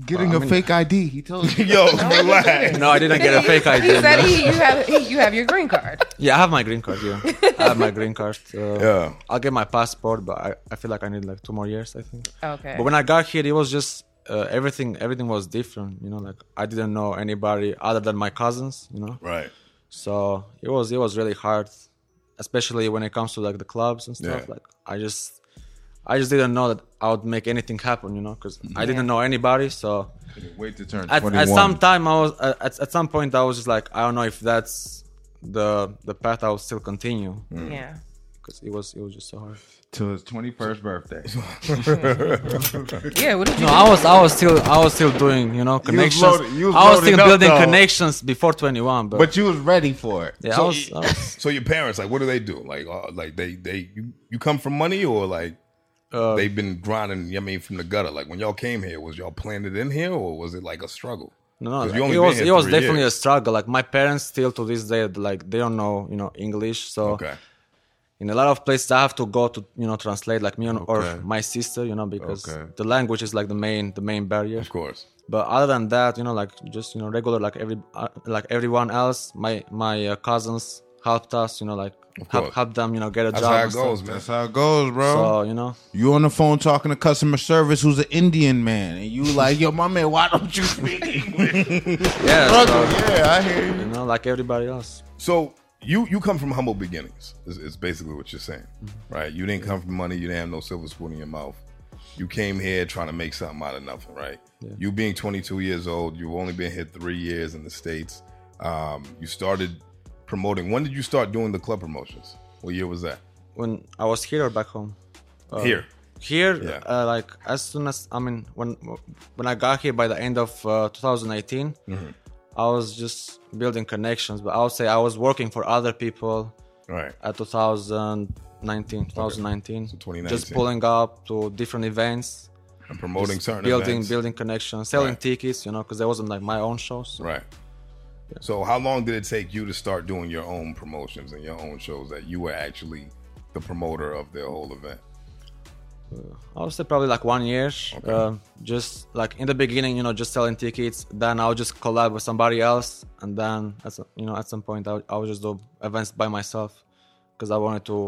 [SPEAKER 5] Getting a fake ID. He told you.
[SPEAKER 1] Yo, (laughs) relax.
[SPEAKER 4] (laughs) No, I didn't get a fake
[SPEAKER 2] He
[SPEAKER 4] ID.
[SPEAKER 2] said
[SPEAKER 4] no.
[SPEAKER 2] he, you have he, you have your green card.
[SPEAKER 4] Yeah, I have my green card. Yeah, I have my green card. (laughs) Uh,
[SPEAKER 1] Yeah.
[SPEAKER 4] I'll get my passport, but I, I feel like I need like two more years. I think.
[SPEAKER 2] Okay.
[SPEAKER 4] But when I got here, it was just uh, everything. Everything was different. You know, like I didn't know anybody other than my cousins. You know,
[SPEAKER 1] Right.
[SPEAKER 4] so it was it was really hard, especially when it comes to like the clubs and stuff.
[SPEAKER 1] Yeah.
[SPEAKER 4] Like I just I just didn't know that I would make anything happen. You know, because I didn't know anybody. So
[SPEAKER 5] Wait to turn
[SPEAKER 4] at,
[SPEAKER 5] twenty-one.
[SPEAKER 4] at some time I was uh, at, at some point I was just like I don't know if that's the the path I will still continue
[SPEAKER 2] yeah.
[SPEAKER 4] because it was it was just so hard.
[SPEAKER 5] (laughs) to his twenty-first birthday.
[SPEAKER 2] Yeah. What did you?
[SPEAKER 4] No, I was I was still I was still doing you know connections.
[SPEAKER 5] loaded- you was
[SPEAKER 4] I was
[SPEAKER 5] loaded
[SPEAKER 4] still
[SPEAKER 5] up,
[SPEAKER 4] building
[SPEAKER 5] though.
[SPEAKER 4] connections before 21, but,
[SPEAKER 5] (laughs) But you was ready for it.
[SPEAKER 4] yeah, I
[SPEAKER 1] so-
[SPEAKER 4] was, I was,
[SPEAKER 1] (laughs) So your parents, like, what do they do? Like, uh, like they they you, you come from money or like
[SPEAKER 4] uh,
[SPEAKER 1] they've been grinding? I mean, from the gutter. Like when y'all came here, was y'all planted in here or was it like a struggle?
[SPEAKER 4] no, no,
[SPEAKER 1] 'Cause you
[SPEAKER 4] like,
[SPEAKER 1] only
[SPEAKER 4] it
[SPEAKER 1] been
[SPEAKER 4] was
[SPEAKER 1] here
[SPEAKER 4] it was
[SPEAKER 1] three
[SPEAKER 4] definitely
[SPEAKER 1] years.
[SPEAKER 4] a struggle. Like my parents still to this day like they don't know you know English, so
[SPEAKER 1] Okay.
[SPEAKER 4] in a lot of places I have to go to you know translate like me and or
[SPEAKER 5] Okay.
[SPEAKER 4] my sister you know because
[SPEAKER 5] Okay.
[SPEAKER 4] the language is like the main the main barrier.
[SPEAKER 1] Of course.
[SPEAKER 4] but other than that you know like just you know regular like every uh, like everyone else my my uh, cousins helped us you know like help,
[SPEAKER 1] course.
[SPEAKER 4] help them you know get a
[SPEAKER 1] That's
[SPEAKER 4] job
[SPEAKER 1] how
[SPEAKER 4] and
[SPEAKER 1] it
[SPEAKER 4] stuff.
[SPEAKER 1] goes, man.
[SPEAKER 5] That's how it goes, bro.
[SPEAKER 4] so you know
[SPEAKER 5] You on the phone talking to customer service who's an Indian man, and you like, yo, my man, why don't you speak English?
[SPEAKER 4] yeah
[SPEAKER 5] Struggle.
[SPEAKER 4] so,
[SPEAKER 5] Yeah, I hear you.
[SPEAKER 4] you know like everybody else
[SPEAKER 1] So you you come from humble beginnings. Is, is basically what you're saying,
[SPEAKER 5] Mm-hmm.
[SPEAKER 1] right? You didn't come from money. You didn't have no silver spoon in your mouth. You came here trying to make something out of nothing, right? You being 22 years old, you've only been here three years in the states. Um, you started promoting. When did you start doing the club promotions? What year was that?
[SPEAKER 4] when I was here or back home Uh,
[SPEAKER 1] here.
[SPEAKER 4] here
[SPEAKER 1] Yeah.
[SPEAKER 4] uh, like as soon as I mean when when I got here by the end of uh, 2018
[SPEAKER 1] Mm-hmm.
[SPEAKER 4] I was just building connections but I would say I was working for other people
[SPEAKER 1] Right.
[SPEAKER 4] at 2019 2019 just
[SPEAKER 1] 2019.
[SPEAKER 4] pulling up to different events
[SPEAKER 1] And promoting certain
[SPEAKER 4] building
[SPEAKER 1] events.
[SPEAKER 4] building connections selling
[SPEAKER 1] Right.
[SPEAKER 4] tickets you know because there wasn't like my own shows
[SPEAKER 1] Right. So how long did it take you to start doing your own promotions and your own shows that you were actually the promoter of the whole event?
[SPEAKER 4] i would say probably like one year
[SPEAKER 1] Okay.
[SPEAKER 4] uh, just like in the beginning you know just selling tickets then i'll just collab with somebody else and then at some, you know at some point i'll, I'll just do events by myself because i wanted to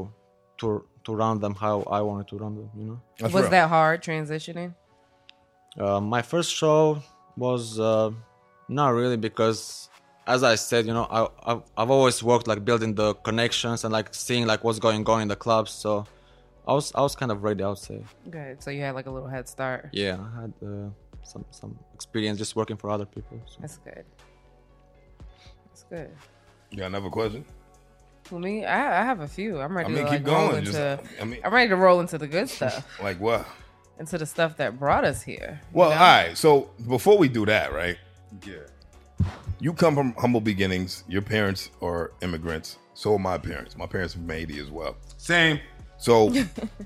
[SPEAKER 4] to to run them how i wanted to run them you know
[SPEAKER 1] That's
[SPEAKER 2] was
[SPEAKER 1] real.
[SPEAKER 2] that hard transitioning?
[SPEAKER 4] Uh, my first show was uh, not really because, as I said, you know, I, I've, I've always worked like building the connections and like seeing like what's going on in the clubs. So I was I was kind of ready, I would say.
[SPEAKER 2] Good. So you had like a little head start.
[SPEAKER 4] Yeah, I had uh, some some experience just working for other people. So.
[SPEAKER 2] That's good. That's good.
[SPEAKER 1] You got another question?
[SPEAKER 2] For me, I, I have a few. I'm ready
[SPEAKER 1] I mean,
[SPEAKER 2] to
[SPEAKER 1] keep
[SPEAKER 2] like, roll
[SPEAKER 1] going.
[SPEAKER 2] into.
[SPEAKER 1] Just, I mean,
[SPEAKER 2] I'm ready to roll into the good stuff,
[SPEAKER 1] like what?
[SPEAKER 2] into the stuff that brought us here.
[SPEAKER 1] Well, all right. So before we do that, right?
[SPEAKER 5] Yeah.
[SPEAKER 1] You come from humble beginnings. Your parents are immigrants. So are my parents. My parents are from Haiti as well.
[SPEAKER 5] (laughs) Same.
[SPEAKER 1] So,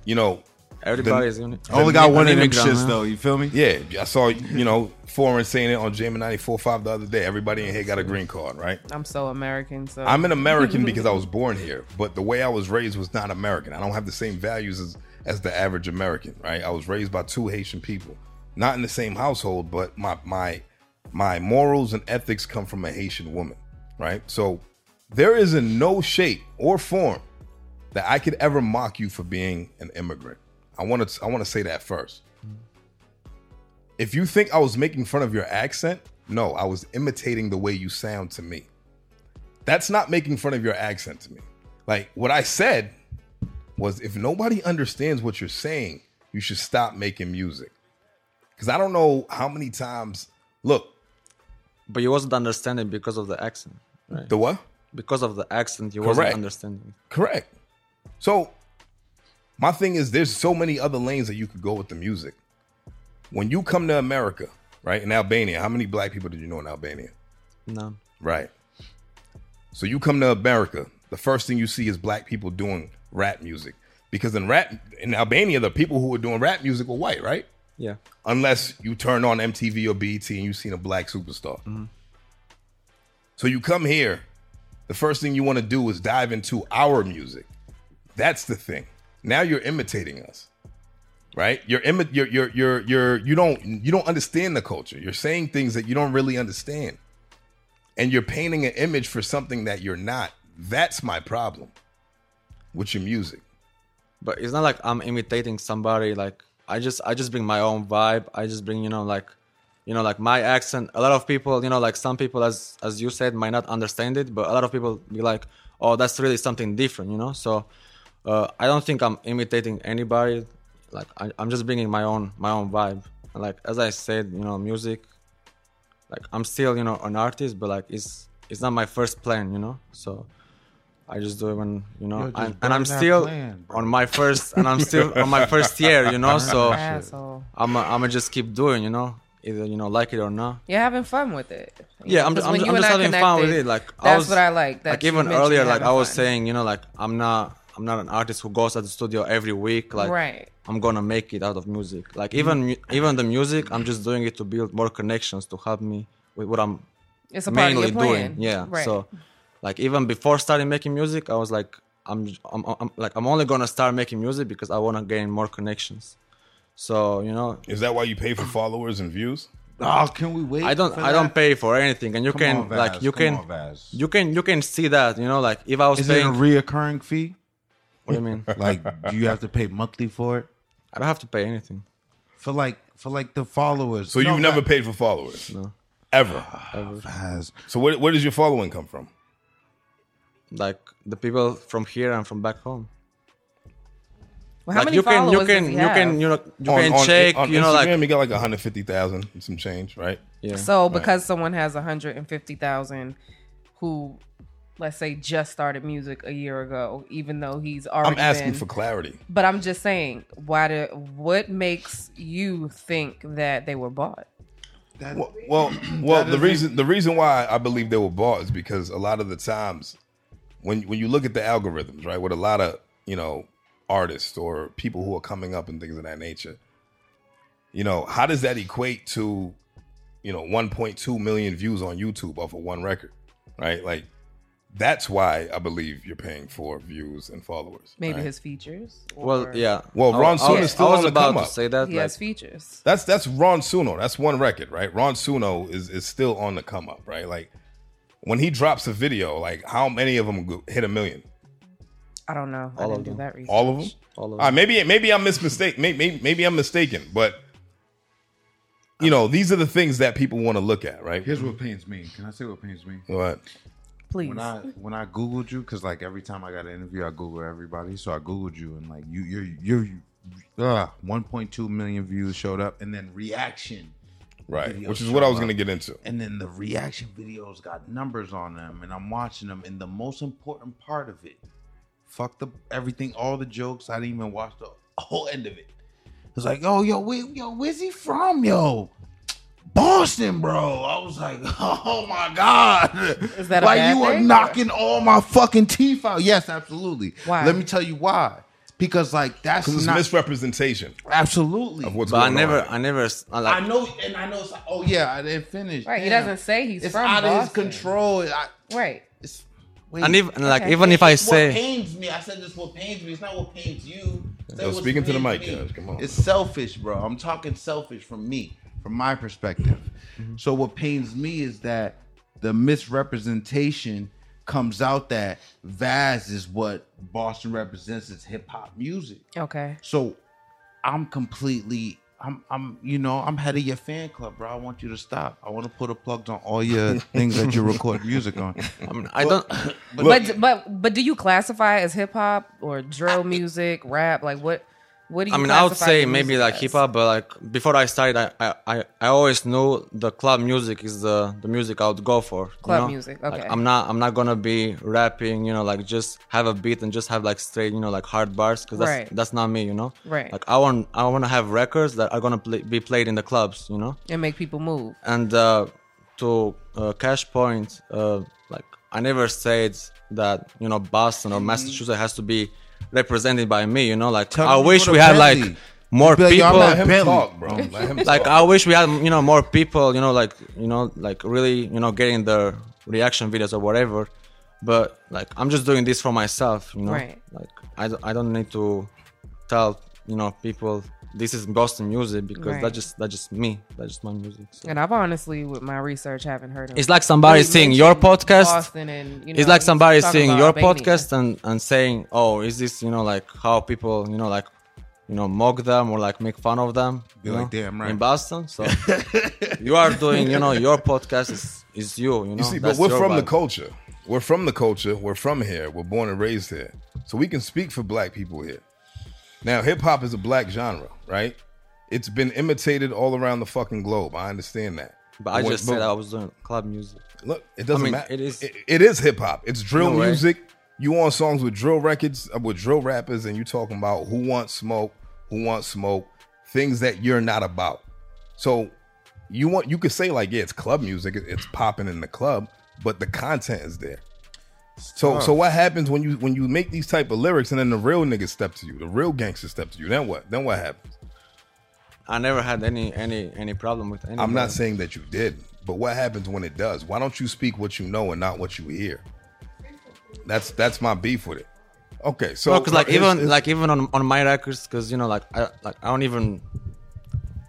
[SPEAKER 1] you know,
[SPEAKER 4] Everybody is uni-
[SPEAKER 5] Only got one of
[SPEAKER 4] an
[SPEAKER 5] them
[SPEAKER 4] immigrant,
[SPEAKER 5] shits
[SPEAKER 4] huh?
[SPEAKER 5] though. You feel me?
[SPEAKER 1] yeah, I saw you know foreign saying it on Jamie ninety four five the other day. Everybody in here got a green card, right?
[SPEAKER 2] I'm so American, so
[SPEAKER 1] I'm an American because I was born here, but the way I was raised was not American. I don't have the same values as, as the average American, right? I was raised by two Haitian people, not in the same household, but my my my morals and ethics come from a Haitian woman, right? So there is in no shape or form that I could ever mock you for being an immigrant. I want to I want to say that first. If you think I was making fun of your accent, no, I was imitating the way you sound to me that's not making fun of your accent to me. Like what I said was if nobody understands what you're saying, you should stop making music. Cause I don't know how many times look,
[SPEAKER 4] But you wasn't understanding because of the accent, right?
[SPEAKER 1] the what?
[SPEAKER 4] because of the accent, you
[SPEAKER 1] Correct.
[SPEAKER 4] wasn't understanding.
[SPEAKER 1] Correct. So my thing is there's so many other lanes that you could go with the music. When you come to America, right? In Albania, how many black people did you know in Albania?
[SPEAKER 4] No.
[SPEAKER 1] Right. So you come to America, the first thing you see is black people doing rap music. because in rap in Albania, the people who were doing rap music were white, right?
[SPEAKER 4] Yeah.
[SPEAKER 1] Unless you turned on MTV or BET and you seen a black superstar. So you come here, the first thing you want to do is dive into our music. That's the thing. Now you're imitating us. Right? You're imi- you're you're you're you're you don't you don't understand the culture. You're saying things that you don't really understand. And you're painting an image for something that you're not. That's my problem with your music.
[SPEAKER 4] but it's not like I'm imitating somebody. Like I just I just bring my own vibe. I just bring you know like you know like my accent. A lot of people you know like some people as as you said might not understand it, but a lot of people be like, oh, that's really something different, you know. So uh, I don't think I'm imitating anybody. Like I, I'm just bringing my own my own vibe. And like as I said, you know, music. Like I'm still you know an artist, but like it's it's not my first plan, you know. So. I just do it when you know,
[SPEAKER 3] Yo, just
[SPEAKER 4] and, and
[SPEAKER 3] burn
[SPEAKER 4] I'm
[SPEAKER 3] that
[SPEAKER 4] still
[SPEAKER 3] plan, bro.
[SPEAKER 4] on my first and I'm still on my first year, you know.
[SPEAKER 2] (laughs)
[SPEAKER 4] So
[SPEAKER 2] Asshole.
[SPEAKER 4] I'm i I'm gonna just keep doing, you know, either you know like it or not.
[SPEAKER 2] You're having fun with it.
[SPEAKER 4] Yeah, I'm,
[SPEAKER 2] Because
[SPEAKER 4] just I'm,
[SPEAKER 2] when
[SPEAKER 4] just-
[SPEAKER 2] you
[SPEAKER 4] I'm
[SPEAKER 2] and
[SPEAKER 4] just
[SPEAKER 2] I
[SPEAKER 4] having fun with
[SPEAKER 2] connected,
[SPEAKER 4] it. Like I
[SPEAKER 2] that's
[SPEAKER 4] was,
[SPEAKER 2] what I like. That
[SPEAKER 4] like
[SPEAKER 2] you
[SPEAKER 4] even
[SPEAKER 2] mentioned
[SPEAKER 4] earlier,
[SPEAKER 2] you're
[SPEAKER 4] like I
[SPEAKER 2] having
[SPEAKER 4] was
[SPEAKER 2] fun.
[SPEAKER 4] saying, you know, like I'm not I'm not an artist who goes at the studio every week. Like
[SPEAKER 2] Right. Mm-hmm.
[SPEAKER 4] I'm gonna make it out of music. Like even mu- even the music, I'm just doing it to build more connections to help me with what I'm
[SPEAKER 2] it's a part of
[SPEAKER 4] mainly
[SPEAKER 2] your plan.
[SPEAKER 4] doing. Yeah.
[SPEAKER 2] Right.
[SPEAKER 4] So, like even before starting making music, I was like, I'm, I'm, I'm like, I'm only gonna start making music because I wanna gain more connections. So you know,
[SPEAKER 1] Is that why you pay for followers and views?
[SPEAKER 3] Oh, can we wait?
[SPEAKER 4] I don't,
[SPEAKER 3] for
[SPEAKER 4] I don't
[SPEAKER 3] that?
[SPEAKER 4] pay for anything, and you
[SPEAKER 3] Come
[SPEAKER 4] can
[SPEAKER 3] on, Vaz,
[SPEAKER 4] like you
[SPEAKER 3] come
[SPEAKER 4] can
[SPEAKER 3] on, Vaz.
[SPEAKER 4] you can you can see that you know like if I was
[SPEAKER 3] Is it a
[SPEAKER 4] paying,
[SPEAKER 3] reoccurring fee?
[SPEAKER 4] what do you
[SPEAKER 1] (laughs)
[SPEAKER 4] mean?
[SPEAKER 3] Like, do you have to
[SPEAKER 4] (laughs)
[SPEAKER 3] pay monthly for it?
[SPEAKER 4] I don't have to pay anything.
[SPEAKER 3] For like, for like the followers.
[SPEAKER 1] So you've never paid for followers?
[SPEAKER 4] No.
[SPEAKER 1] Ever.
[SPEAKER 3] Vaz.
[SPEAKER 1] So where, where does your following come from?
[SPEAKER 4] Like the people from here and from back home.
[SPEAKER 2] Well, how
[SPEAKER 4] like
[SPEAKER 2] many
[SPEAKER 4] you can you
[SPEAKER 2] followers
[SPEAKER 4] can
[SPEAKER 2] does he
[SPEAKER 4] you can
[SPEAKER 2] have?
[SPEAKER 4] you know you can check
[SPEAKER 1] on
[SPEAKER 4] you know
[SPEAKER 1] Instagram,
[SPEAKER 4] like
[SPEAKER 1] you got like 150,000 and some change, right?
[SPEAKER 4] yeah.
[SPEAKER 2] So because someone has 150,000 who let's say just started music a year ago, even though he's already
[SPEAKER 1] I'm asking
[SPEAKER 2] been-
[SPEAKER 1] for clarity.
[SPEAKER 2] But I'm just saying, why do what makes you think that they were bought?
[SPEAKER 1] Well, (clears throat) well, well the reason the reason why I believe they were bought is because a lot of the times when when you look at the algorithms, right, with a lot of you know artists or people who are coming up and things of that nature, you know, how does that equate to you know 1.2 million views on YouTube off of one record, right? Like that's why I believe you're paying for views and followers.
[SPEAKER 2] Maybe
[SPEAKER 1] right?
[SPEAKER 2] his features.
[SPEAKER 4] Well,
[SPEAKER 2] or-
[SPEAKER 4] yeah.
[SPEAKER 1] Well,
[SPEAKER 4] I-
[SPEAKER 1] Ron
[SPEAKER 4] I-
[SPEAKER 1] Soon is still
[SPEAKER 4] I was
[SPEAKER 1] on the
[SPEAKER 4] about
[SPEAKER 1] come
[SPEAKER 4] to
[SPEAKER 1] up.
[SPEAKER 4] say that.
[SPEAKER 2] He
[SPEAKER 4] like,
[SPEAKER 2] has features.
[SPEAKER 1] That's that's Ron Suno. That's one record, right? Ron Suno is is still on the come up, right? Like when he drops a video, like how many of them go- hit a million?
[SPEAKER 2] I don't know. I
[SPEAKER 4] All
[SPEAKER 2] didn't
[SPEAKER 4] of
[SPEAKER 2] do
[SPEAKER 4] them.
[SPEAKER 2] that research.
[SPEAKER 1] All of them?
[SPEAKER 4] all of
[SPEAKER 1] All right, maybe maybe I'm mismistake. Maybe, maybe maybe I'm mistaken, but you know these are the things that people want to look at, right?
[SPEAKER 3] Here's what pains me. Can I say what pains me?
[SPEAKER 1] What?
[SPEAKER 2] Please.
[SPEAKER 3] When I when I googled you, because like every time I got an interview, I Google everybody. So I googled you, and like you, you're you're uh, 1.2 million views showed up, and then reaction,
[SPEAKER 1] Right?
[SPEAKER 3] Video
[SPEAKER 1] Which is what I was
[SPEAKER 3] show
[SPEAKER 1] going to
[SPEAKER 3] up.
[SPEAKER 1] get into.
[SPEAKER 3] and then the reaction videos got numbers on them, and I'm watching them. And the most important part of it, fuck the everything, all the jokes. I didn't even watch the whole end of it. It's like, oh yo, where, yo, where's he from, yo? Boston, bro. I was like, (laughs) oh my god.
[SPEAKER 2] Is that a
[SPEAKER 3] like
[SPEAKER 2] bad
[SPEAKER 3] you are
[SPEAKER 2] thing, or-
[SPEAKER 3] knocking all my fucking teeth out? Yes, absolutely.
[SPEAKER 2] Why?
[SPEAKER 3] Let me tell you why. Because like that's
[SPEAKER 1] Because it's
[SPEAKER 3] not
[SPEAKER 1] misrepresentation
[SPEAKER 3] absolutely.
[SPEAKER 1] of what's
[SPEAKER 4] But I
[SPEAKER 1] going
[SPEAKER 4] never,
[SPEAKER 1] on.
[SPEAKER 4] I never, s- I like,
[SPEAKER 3] I know, and I know. It's like, oh yeah, I didn't finish.
[SPEAKER 2] right. He
[SPEAKER 3] Damn.
[SPEAKER 2] doesn't say he's
[SPEAKER 3] It's
[SPEAKER 2] from
[SPEAKER 3] out of his
[SPEAKER 2] Boston.
[SPEAKER 3] control. I,
[SPEAKER 2] Right.
[SPEAKER 3] it's,
[SPEAKER 4] and even and like,
[SPEAKER 2] Okay.
[SPEAKER 4] even if I
[SPEAKER 3] It's what
[SPEAKER 4] say,
[SPEAKER 3] pains me. I said this what pains me. It's not what pains you. It's
[SPEAKER 1] Yo,
[SPEAKER 3] what's
[SPEAKER 1] speaking to the
[SPEAKER 3] pains
[SPEAKER 1] mic,
[SPEAKER 3] me.
[SPEAKER 1] guys. Come on.
[SPEAKER 3] It's selfish, bro. I'm talking selfish from me, from my perspective.
[SPEAKER 2] Mm-hmm.
[SPEAKER 3] So what pains me is that the misrepresentation comes out that Vaz is what Boston represents is hip hop music.
[SPEAKER 2] Okay.
[SPEAKER 3] So I'm completely I'm I'm you know, I'm head of your fan club, bro. I want you to stop. I want to put a plug on all your
[SPEAKER 5] (laughs)
[SPEAKER 3] things that you record music on.
[SPEAKER 4] I'm- I don't,
[SPEAKER 2] but but but do you classify as hip hop or drill music, rap? Like what? What do you?
[SPEAKER 4] (coughs) I mean, I would
[SPEAKER 2] classify
[SPEAKER 4] say
[SPEAKER 2] your
[SPEAKER 4] maybe
[SPEAKER 2] music
[SPEAKER 4] like
[SPEAKER 2] as?
[SPEAKER 4] hip hop, but like before I started, I, I, I, I always knew the club music is the the music I would go for. you
[SPEAKER 2] Club
[SPEAKER 4] know?
[SPEAKER 2] music,
[SPEAKER 4] Like,
[SPEAKER 2] okay.
[SPEAKER 4] I'm not, I'm not gonna be rapping, you know, like just have a beat and just have like straight, you know, like hard bars, because that's
[SPEAKER 2] Right.
[SPEAKER 4] that's not me, you know.
[SPEAKER 2] Right.
[SPEAKER 4] Like I want, I want to have records that are gonna play, be played in the clubs, you know.
[SPEAKER 2] and make people move.
[SPEAKER 4] and uh, to uh, cash point uh, like i never said that you know boston or massachusetts has to be represented by me. You know, like
[SPEAKER 5] Tell
[SPEAKER 4] I
[SPEAKER 5] him to
[SPEAKER 4] wish
[SPEAKER 5] go to
[SPEAKER 4] we had
[SPEAKER 5] Bentley.
[SPEAKER 4] like more
[SPEAKER 5] Be like, yo, I'm
[SPEAKER 4] people.
[SPEAKER 5] not
[SPEAKER 1] Let him
[SPEAKER 5] Bentley.
[SPEAKER 1] talk, bro. Let him
[SPEAKER 4] like
[SPEAKER 1] talk.
[SPEAKER 4] I wish we had you know more people you know like you know like really you know getting the reaction videos or whatever but like I'm just doing this for myself you know
[SPEAKER 2] Right.
[SPEAKER 4] like I, don't- I don't need to tell you know people this is Boston music because
[SPEAKER 2] Right.
[SPEAKER 4] that's just that's just me that's just my music so.
[SPEAKER 2] And I've honestly, with my research, haven't heard of
[SPEAKER 4] it's like somebody
[SPEAKER 2] really
[SPEAKER 4] seeing your
[SPEAKER 2] mentioned
[SPEAKER 4] podcast
[SPEAKER 2] Boston and, you know,
[SPEAKER 4] it's like
[SPEAKER 2] he's
[SPEAKER 4] somebody
[SPEAKER 2] talking
[SPEAKER 4] seeing
[SPEAKER 2] about
[SPEAKER 4] your
[SPEAKER 2] Albania.
[SPEAKER 4] podcast and, and saying, "Oh, is this you know like how people you know like you know mock them or like make fun of them?"
[SPEAKER 5] Be
[SPEAKER 4] you
[SPEAKER 5] like,
[SPEAKER 4] know,
[SPEAKER 5] "Damn right."
[SPEAKER 4] in Boston.
[SPEAKER 1] (laughs)
[SPEAKER 4] So you are doing you know your podcast is is you. You know,
[SPEAKER 1] You see, but
[SPEAKER 4] that's
[SPEAKER 1] we're
[SPEAKER 4] your
[SPEAKER 1] from the
[SPEAKER 4] vibe.
[SPEAKER 1] culture. We're from the culture. We're from here. We're born and raised here. So we can speak for black people here. Now, hip hop is a black genre, right? It's been imitated all around the fucking globe. I understand that.
[SPEAKER 4] But I
[SPEAKER 1] What-
[SPEAKER 4] just said I was doing club music.
[SPEAKER 1] Look, it doesn't
[SPEAKER 4] I mean,
[SPEAKER 1] matter.
[SPEAKER 4] it is-
[SPEAKER 1] It, it is hip hop. It's drill
[SPEAKER 4] No way.
[SPEAKER 1] music. You on songs with drill records uh, with drill rappers, and you talking about who wants smoke, who wants smoke, things that you're not about. So you want you could say like, yeah, it's club music. it- It's popping in the club, but the content is there. So so what happens when you when you make these type of lyrics and then the real niggas step to you, the real gangsters step to you? Then what? Then what happens?
[SPEAKER 4] I never had any any any problem with any.
[SPEAKER 1] I'm not saying that you did, but what happens when it does? Why don't you speak what you know and not what you hear? That's that's my beef with it. Okay, so
[SPEAKER 4] because like
[SPEAKER 1] it's-
[SPEAKER 4] even
[SPEAKER 1] it's-
[SPEAKER 4] like even on on my records, because you know like I like I don't even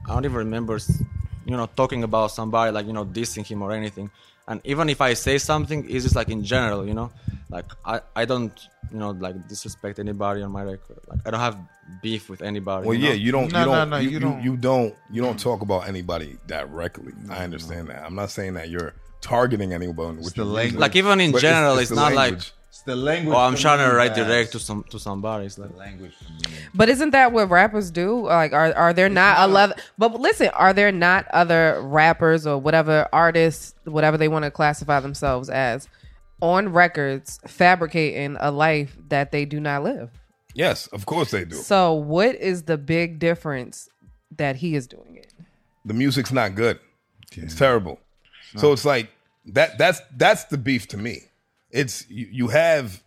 [SPEAKER 4] I don't even remember s- you know talking about somebody like you know dissing him or anything. And even if I say something, it's just like in general, you know, like I I don't you know like disrespect anybody on my record. Like I don't have beef with anybody.
[SPEAKER 1] well,
[SPEAKER 4] you know? Mm.
[SPEAKER 1] yeah, you don't,
[SPEAKER 5] No,
[SPEAKER 1] you
[SPEAKER 5] no,
[SPEAKER 1] don't,
[SPEAKER 5] no,
[SPEAKER 1] you,
[SPEAKER 5] you
[SPEAKER 1] you-
[SPEAKER 5] don't.
[SPEAKER 1] you don't, you don't talk about anybody directly. I understand that. I'm not saying that you're targeting anyone. With
[SPEAKER 5] the
[SPEAKER 1] your
[SPEAKER 5] language.
[SPEAKER 1] music,
[SPEAKER 4] Like even in
[SPEAKER 1] but
[SPEAKER 4] general, it's,
[SPEAKER 1] the
[SPEAKER 4] not
[SPEAKER 1] language.
[SPEAKER 5] It's the language.
[SPEAKER 4] like oh I'm
[SPEAKER 5] for
[SPEAKER 4] trying to
[SPEAKER 5] me,
[SPEAKER 4] write
[SPEAKER 5] guys.
[SPEAKER 4] direct to some to somebody. It's like
[SPEAKER 5] The language. for me.
[SPEAKER 2] But isn't that what rappers do? Like, are are there not a lot? But listen, are there not other rappers or whatever artists, whatever they want to classify themselves as, on records fabricating a life that they do not live?
[SPEAKER 1] yes, of course they do.
[SPEAKER 2] So, what is the big difference that he is doing it?
[SPEAKER 1] the music's not good. It's terrible. so it's like that. That's that's the beef to me. It's you, you have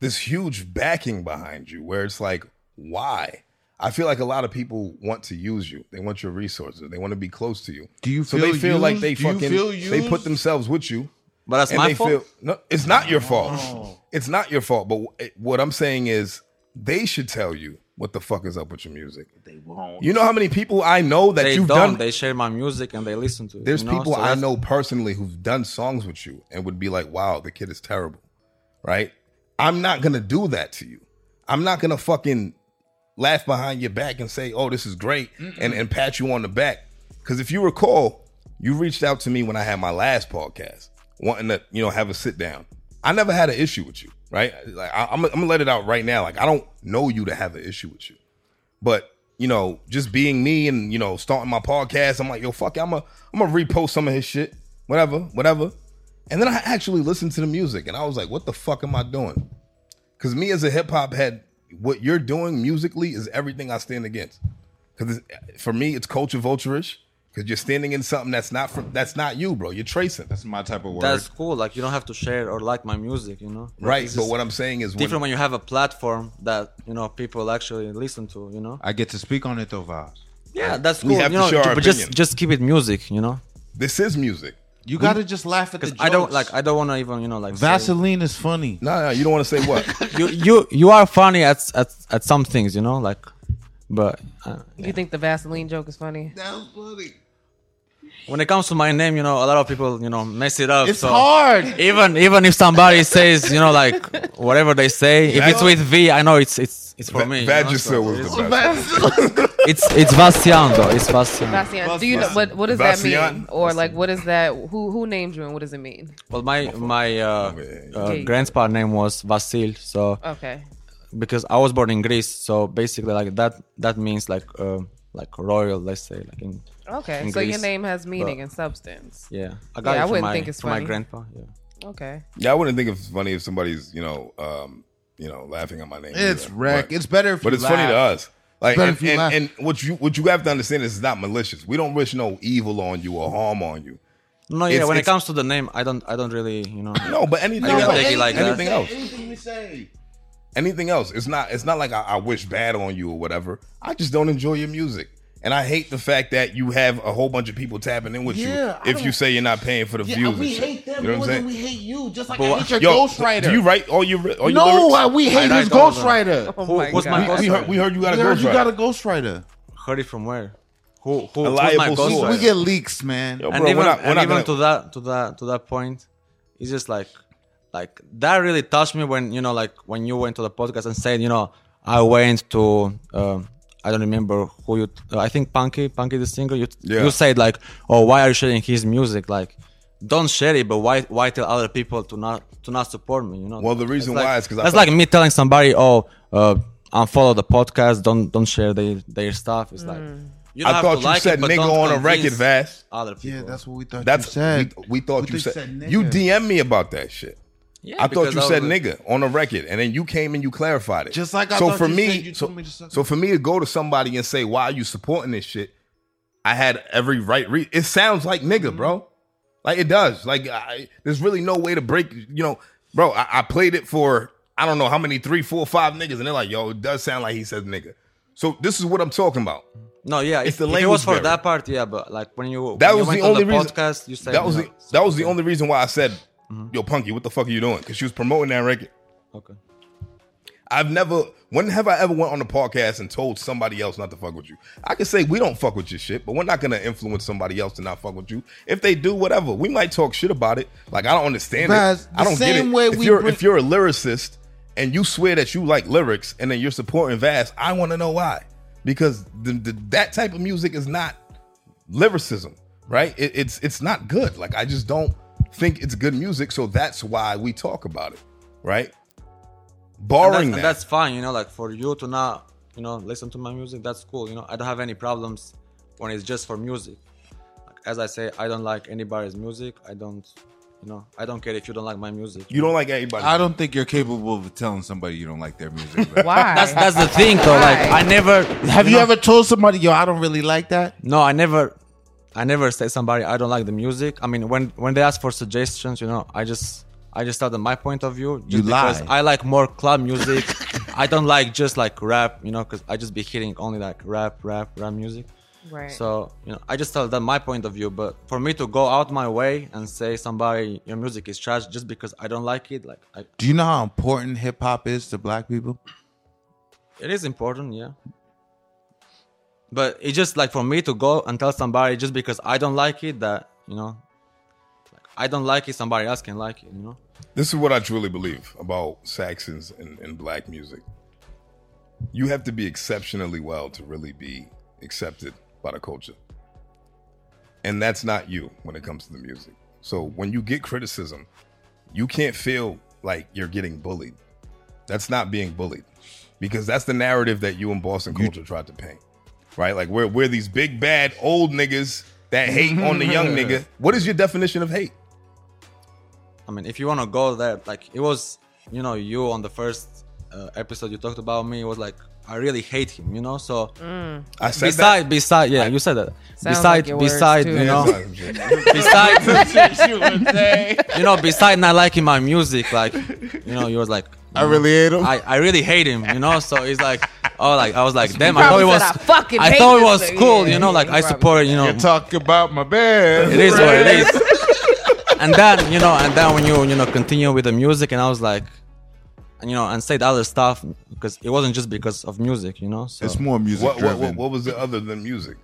[SPEAKER 1] this huge backing behind you, where it's like, why? I feel like a lot of people want to use you. They want your resources. They want to be close to you.
[SPEAKER 5] Do you
[SPEAKER 1] So
[SPEAKER 5] feel
[SPEAKER 1] they feel like they
[SPEAKER 5] used? Do you
[SPEAKER 1] fucking
[SPEAKER 5] feel
[SPEAKER 1] they
[SPEAKER 5] used?
[SPEAKER 1] put themselves with you.
[SPEAKER 4] but that's
[SPEAKER 1] And
[SPEAKER 4] my
[SPEAKER 1] they
[SPEAKER 4] fault.
[SPEAKER 1] feel no, it's not your fault. It's not your fault. But wh- it- what I'm saying is, they should tell you what the fuck is up with your music.
[SPEAKER 3] They won't.
[SPEAKER 1] You know how many people I know that
[SPEAKER 4] they
[SPEAKER 1] you've
[SPEAKER 4] don't.
[SPEAKER 1] done
[SPEAKER 4] They share my music and they listen to it.
[SPEAKER 1] there's
[SPEAKER 4] you know?
[SPEAKER 1] people
[SPEAKER 4] So
[SPEAKER 1] I
[SPEAKER 4] that's-
[SPEAKER 1] know personally who've done songs with you and would be like, wow, the kid is terrible. Right? I'm not going to do that to you. I'm not going to fucking laugh behind your back and say, oh, this is great and, and pat you on the back. Because if you recall, you reached out to me when I had my last podcast, wanting to, you know, have a sit down. I never had an issue with you, right? Like I, I'm, I'm gonna let it out right now. Like I don't know you to have an issue with you but you know, just being me and you know, starting my podcast, I'm like, yo, fuck, it, I'm a, I'm gonna repost some of his shit, whatever, whatever. And then I actually listened to the music, and I was like, what the fuck am I doing? Because me as a hip hop head, what you're doing musically is everything I stand against. Because for me, it's culture vulturish. Because you're standing in something that's not from, that's not you, bro. You're tracing,
[SPEAKER 5] That's my type of word.
[SPEAKER 4] that's cool. Like you don't have to share or like my music, you know. Like,
[SPEAKER 1] right?
[SPEAKER 4] it's
[SPEAKER 1] But
[SPEAKER 4] just
[SPEAKER 1] what I'm saying is, when,
[SPEAKER 4] different when you have a platform that you know people actually listen to, you know.
[SPEAKER 5] I get to speak on it though, Vaz.
[SPEAKER 4] Yeah, that's cool.
[SPEAKER 1] we have
[SPEAKER 4] you
[SPEAKER 1] to
[SPEAKER 4] know,
[SPEAKER 1] share
[SPEAKER 4] ju-
[SPEAKER 1] our
[SPEAKER 4] but just
[SPEAKER 1] opinion.
[SPEAKER 4] just keep it music, you know.
[SPEAKER 1] this is music.
[SPEAKER 5] You gotta just laugh at the
[SPEAKER 4] Because
[SPEAKER 5] jokes.
[SPEAKER 4] I don't like I don't want to even you know like say-
[SPEAKER 5] Vaseline is funny.
[SPEAKER 1] No, no, you don't want to say what.
[SPEAKER 4] (laughs) you you you are funny at at at some things, you know, like. But uh,
[SPEAKER 2] You think the Vaseline joke is funny?
[SPEAKER 3] That was funny.
[SPEAKER 4] when it comes to my name, you know, a lot of people you know mess it up.
[SPEAKER 5] It's
[SPEAKER 1] (laughs)
[SPEAKER 4] so
[SPEAKER 5] hard.
[SPEAKER 4] Even even if somebody says you know like whatever they say, if
[SPEAKER 1] Vag-
[SPEAKER 4] it's with V, I know it's it's it's for
[SPEAKER 1] Va-
[SPEAKER 4] me. you know, so
[SPEAKER 1] Vagisil was
[SPEAKER 4] it's-
[SPEAKER 1] the best.
[SPEAKER 4] It's it's Bastian though. It's Bastian.
[SPEAKER 2] Vaseline. Do you know what? What does that mean?
[SPEAKER 1] Vaseline?
[SPEAKER 2] Or like, what is that? Who who named you and what does it mean?
[SPEAKER 4] Well, my my uh,
[SPEAKER 1] yeah,
[SPEAKER 4] uh,
[SPEAKER 2] yeah.
[SPEAKER 4] grandpa name was Vasil, so
[SPEAKER 2] Okay.
[SPEAKER 4] because I was born in Greece, so basically like that that means like uh, like royal, let's say like in
[SPEAKER 2] Okay.
[SPEAKER 4] in
[SPEAKER 2] So your
[SPEAKER 4] Greece.
[SPEAKER 2] name has meaning
[SPEAKER 4] but-
[SPEAKER 2] and substance.
[SPEAKER 4] yeah. I
[SPEAKER 2] Yeah, I
[SPEAKER 4] from
[SPEAKER 2] wouldn't
[SPEAKER 4] my,
[SPEAKER 2] think it's
[SPEAKER 4] from
[SPEAKER 2] funny.
[SPEAKER 4] my grandpa. Yeah.
[SPEAKER 2] Okay.
[SPEAKER 1] Yeah, I wouldn't think it's funny if somebody's, you know, um, you know, laughing at my name.
[SPEAKER 5] It's
[SPEAKER 1] either.
[SPEAKER 5] wreck.
[SPEAKER 1] But,
[SPEAKER 5] It's better if
[SPEAKER 1] but
[SPEAKER 5] you
[SPEAKER 1] it's funny to
[SPEAKER 5] laugh.
[SPEAKER 1] us. Like
[SPEAKER 5] better
[SPEAKER 1] and,
[SPEAKER 5] if you
[SPEAKER 1] and,
[SPEAKER 5] laugh.
[SPEAKER 1] and what you what you have to understand is it's not malicious. We don't wish no evil on you or harm on you.
[SPEAKER 4] No, yeah.
[SPEAKER 1] It's-
[SPEAKER 4] when it
[SPEAKER 1] it's-
[SPEAKER 4] comes to the name, I don't I don't really you know.
[SPEAKER 1] No, but anything
[SPEAKER 4] I don't
[SPEAKER 1] else,
[SPEAKER 4] take it like
[SPEAKER 1] anything
[SPEAKER 4] that.
[SPEAKER 1] else.
[SPEAKER 3] Anything we say.
[SPEAKER 1] anything else. It's not it's not like I, I wish bad on you or whatever. I just don't enjoy your music. And I hate the fact that you have a whole bunch of people tapping in with
[SPEAKER 5] Yeah, I
[SPEAKER 1] you if you
[SPEAKER 5] don't-
[SPEAKER 1] say you're not paying for the
[SPEAKER 5] Yeah,
[SPEAKER 1] views.
[SPEAKER 5] we
[SPEAKER 1] and shit.
[SPEAKER 5] hate them
[SPEAKER 1] you know
[SPEAKER 5] more
[SPEAKER 1] what I'm
[SPEAKER 5] than
[SPEAKER 1] saying?
[SPEAKER 5] we hate you. Just like
[SPEAKER 4] But
[SPEAKER 5] I hate your
[SPEAKER 1] Yo,
[SPEAKER 5] ghostwriter.
[SPEAKER 1] do Oh, you write all your all your
[SPEAKER 5] no,
[SPEAKER 1] lyrics?
[SPEAKER 5] I- we hate
[SPEAKER 4] I- I
[SPEAKER 5] his
[SPEAKER 4] don't know.
[SPEAKER 5] ghostwriter.
[SPEAKER 2] Oh
[SPEAKER 4] Who-
[SPEAKER 2] my
[SPEAKER 4] who's
[SPEAKER 2] god.
[SPEAKER 4] my boss?
[SPEAKER 1] we heard we heard you got a
[SPEAKER 5] We heard you
[SPEAKER 1] ghostwriter.
[SPEAKER 5] got a ghostwriter.
[SPEAKER 4] Heard it from where? Who? Who? who's
[SPEAKER 1] Reliable
[SPEAKER 4] my
[SPEAKER 1] source.
[SPEAKER 4] ghostwriter?
[SPEAKER 5] We get leaks, man.
[SPEAKER 1] Yo,
[SPEAKER 4] and
[SPEAKER 1] bro,
[SPEAKER 4] even,
[SPEAKER 1] we're not- we're
[SPEAKER 4] and
[SPEAKER 1] not
[SPEAKER 4] even
[SPEAKER 1] gonna-
[SPEAKER 4] to that to that to that point, it's just like like that really touched me when you know like when you went to the podcast and said you know I went to um, I don't remember who you uh, I think Punky Punky the singer you
[SPEAKER 1] Yeah.
[SPEAKER 4] you said like oh why are you sharing his music like don't share it but why why tell other people to not to not support me you know
[SPEAKER 1] Well, the reason
[SPEAKER 4] That's
[SPEAKER 1] why
[SPEAKER 4] like-
[SPEAKER 1] is 'cause I
[SPEAKER 4] that's
[SPEAKER 1] felt-
[SPEAKER 4] like me telling somebody oh uh, unfollow the podcast don't don't share their their stuff it's like you
[SPEAKER 1] I
[SPEAKER 4] don't have
[SPEAKER 1] thought
[SPEAKER 4] to
[SPEAKER 1] you
[SPEAKER 4] like
[SPEAKER 1] said
[SPEAKER 4] it, but
[SPEAKER 1] nigga
[SPEAKER 4] don't
[SPEAKER 1] on a record,
[SPEAKER 4] convince
[SPEAKER 1] Vass.
[SPEAKER 4] Other people.
[SPEAKER 5] Yeah, that's what we thought you
[SPEAKER 1] That's
[SPEAKER 5] said.
[SPEAKER 1] we, we thought you
[SPEAKER 5] you
[SPEAKER 1] said,
[SPEAKER 5] said
[SPEAKER 1] you
[SPEAKER 5] nigga.
[SPEAKER 1] DM me about that shit.
[SPEAKER 4] Yeah,
[SPEAKER 1] I thought
[SPEAKER 4] because
[SPEAKER 1] you
[SPEAKER 4] that
[SPEAKER 1] said
[SPEAKER 4] was a-
[SPEAKER 1] nigga on a record, and then you came and you clarified it.
[SPEAKER 5] Just like I
[SPEAKER 1] so
[SPEAKER 5] thought
[SPEAKER 1] for
[SPEAKER 5] you
[SPEAKER 1] me,
[SPEAKER 5] said you
[SPEAKER 1] so,
[SPEAKER 5] told me to suck
[SPEAKER 1] so for me to go to somebody and say why are you supporting this shit, I had every right. Re- it sounds like nigga,
[SPEAKER 5] Mm-hmm.
[SPEAKER 1] bro. Like it does. Like I, there's really no way to break. You know, bro. I, I played it for I don't know how many three, four, five niggas, and they're like, yo, it does sound like he says nigga. So this is what I'm talking about.
[SPEAKER 4] No, yeah, if,
[SPEAKER 1] the
[SPEAKER 4] if it was
[SPEAKER 1] language
[SPEAKER 4] for
[SPEAKER 1] barrier.
[SPEAKER 4] that part, yeah, but like when you
[SPEAKER 1] That was
[SPEAKER 4] when you went
[SPEAKER 1] the
[SPEAKER 4] on
[SPEAKER 1] only
[SPEAKER 4] the
[SPEAKER 1] reason.
[SPEAKER 4] podcast, you said
[SPEAKER 1] that was
[SPEAKER 4] no.
[SPEAKER 1] the, that was the only reason why I said, yo, Punky, what the fuck are you doing? Because she was promoting that record.
[SPEAKER 4] okay.
[SPEAKER 1] I've never. When have I ever went on a podcast and told somebody else not to fuck with you? I can say we don't fuck with your shit, but we're not gonna influence somebody else to not fuck with you. If they do, whatever. We might talk shit about it. Like I don't understand
[SPEAKER 5] Guys,
[SPEAKER 1] it. I
[SPEAKER 5] the
[SPEAKER 1] don't get
[SPEAKER 5] same
[SPEAKER 1] it.
[SPEAKER 5] way
[SPEAKER 1] if
[SPEAKER 5] we
[SPEAKER 1] you're
[SPEAKER 5] bring-
[SPEAKER 1] if you're a lyricist and you swear that you like lyrics and then you're supporting Vaz, I want to know why. Because the, the, that type of music is not lyricism, right? It, it's it's not good. Like I just don't think it's good music. So that's why we talk about it, right?
[SPEAKER 4] And
[SPEAKER 1] Barring
[SPEAKER 4] that's, and
[SPEAKER 1] that.
[SPEAKER 4] that's fine, you know, like for you to not, you know, listen to my music, that's cool. You know, I don't have any problems when it's just for music. Like, As I say, I don't like anybody's music. I don't, you know, I don't care if you don't like my music.
[SPEAKER 1] You don't like anybody.
[SPEAKER 6] I don't think you're capable of telling somebody you don't like their music. but-
[SPEAKER 2] (laughs) Why?
[SPEAKER 4] That's that's the thing, though. Like I never
[SPEAKER 5] Have you
[SPEAKER 4] know-
[SPEAKER 5] ever told somebody, yo, I don't really like that?
[SPEAKER 4] No, I never, I never said somebody I don't like the music. I mean, when when they ask for suggestions, you know, I just I just tell them my point of view. Just
[SPEAKER 5] You
[SPEAKER 4] because
[SPEAKER 5] lie.
[SPEAKER 4] I like more club music. (laughs) I don't like just like rap, you know, because I just be hitting only like rap, rap, rap music.
[SPEAKER 2] right.
[SPEAKER 4] So you know, I just tell them my point of view. But for me to go out my way and say somebody your music is trash just because I don't like it, like I,
[SPEAKER 5] Do you know how important hip hop is to black people?
[SPEAKER 4] It is important, yeah. But it's just like for me to go and tell somebody just because I don't like it that you know, like I don't like it, somebody else can like it, you know.
[SPEAKER 1] This is what I truly believe about Saxons and, and black music. You have to be exceptionally well to really be accepted by the culture. And that's not you when it comes to the music. So when you get criticism, you can't feel like you're getting bullied. That's not being bullied because that's the narrative that you and Boston culture tried to paint, right? Like we're, we're these big, bad old niggas that hate on the
[SPEAKER 4] (laughs)
[SPEAKER 1] young nigga. What is your definition of hate?
[SPEAKER 4] I mean, if you want to go there, like it was, you know, you on the first uh, episode you talked about me it was like I really hate him, you know. So
[SPEAKER 1] I said that.
[SPEAKER 4] beside, beside, yeah, you said that.
[SPEAKER 2] Mm. Sounds
[SPEAKER 4] Beside,
[SPEAKER 2] like your words,
[SPEAKER 4] beside,
[SPEAKER 2] too.
[SPEAKER 4] you
[SPEAKER 5] (laughs)
[SPEAKER 4] know,
[SPEAKER 1] Yeah,
[SPEAKER 4] beside, you know, beside not liking my music, like you know, you was like,
[SPEAKER 5] I really hate him.
[SPEAKER 4] I, I really hate him, you
[SPEAKER 2] (laughs)
[SPEAKER 4] know. So it's like, oh, like I was like, damn, I thought
[SPEAKER 2] probably
[SPEAKER 4] it was,
[SPEAKER 2] said, "I fucking
[SPEAKER 4] I
[SPEAKER 2] hate
[SPEAKER 4] thought it
[SPEAKER 2] this
[SPEAKER 4] was
[SPEAKER 2] nigga."
[SPEAKER 4] cool,
[SPEAKER 2] Yeah,
[SPEAKER 4] you know.
[SPEAKER 2] he
[SPEAKER 4] Like I
[SPEAKER 2] probably
[SPEAKER 4] support, you know, it
[SPEAKER 6] Talk about my band.
[SPEAKER 4] is what it is. (laughs) and then you know, and then when you you know continue with the music, and I was like, and you know, and said other stuff because it wasn't just because of music, you know. So
[SPEAKER 6] It's more music
[SPEAKER 1] What, what,
[SPEAKER 6] driven.
[SPEAKER 1] what, what was it other than music?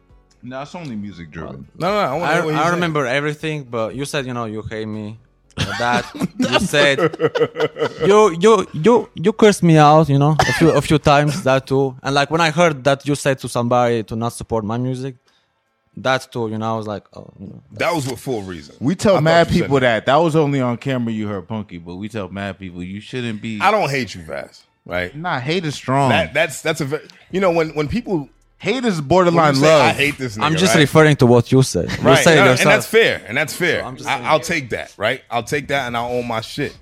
[SPEAKER 6] No, it's only music driven.
[SPEAKER 1] No, no, I want to
[SPEAKER 4] I,
[SPEAKER 1] know what he
[SPEAKER 4] I
[SPEAKER 1] said.
[SPEAKER 4] remember everything, but you said you know you hate me. for That you
[SPEAKER 1] (laughs)
[SPEAKER 4] said you you you you cursed me out, you know, a few a few times that too. And like when I heard that you said to somebody to not support my music, that too, you know, I was like, oh, you know,
[SPEAKER 1] That was with full reason.
[SPEAKER 5] We tell
[SPEAKER 1] I
[SPEAKER 5] mad
[SPEAKER 1] thought you said
[SPEAKER 5] people that. That was only on camera you heard Punky, but we tell mad people you shouldn't be.
[SPEAKER 1] I don't hate you, Vaz. Right?
[SPEAKER 5] Nah, hate is strong.
[SPEAKER 1] That that's that's a very you know when when people
[SPEAKER 5] hate is
[SPEAKER 1] when
[SPEAKER 5] borderline
[SPEAKER 1] you say,
[SPEAKER 5] love.
[SPEAKER 1] I hate this. Nigga,
[SPEAKER 4] I'm just
[SPEAKER 1] right?
[SPEAKER 4] referring to what you said. You
[SPEAKER 1] Right,
[SPEAKER 4] said
[SPEAKER 1] no,
[SPEAKER 4] yourself.
[SPEAKER 1] and that's fair, and that's fair.
[SPEAKER 4] I'm just saying-
[SPEAKER 1] I, will take that, right? I'll take that, and I'll own my shit.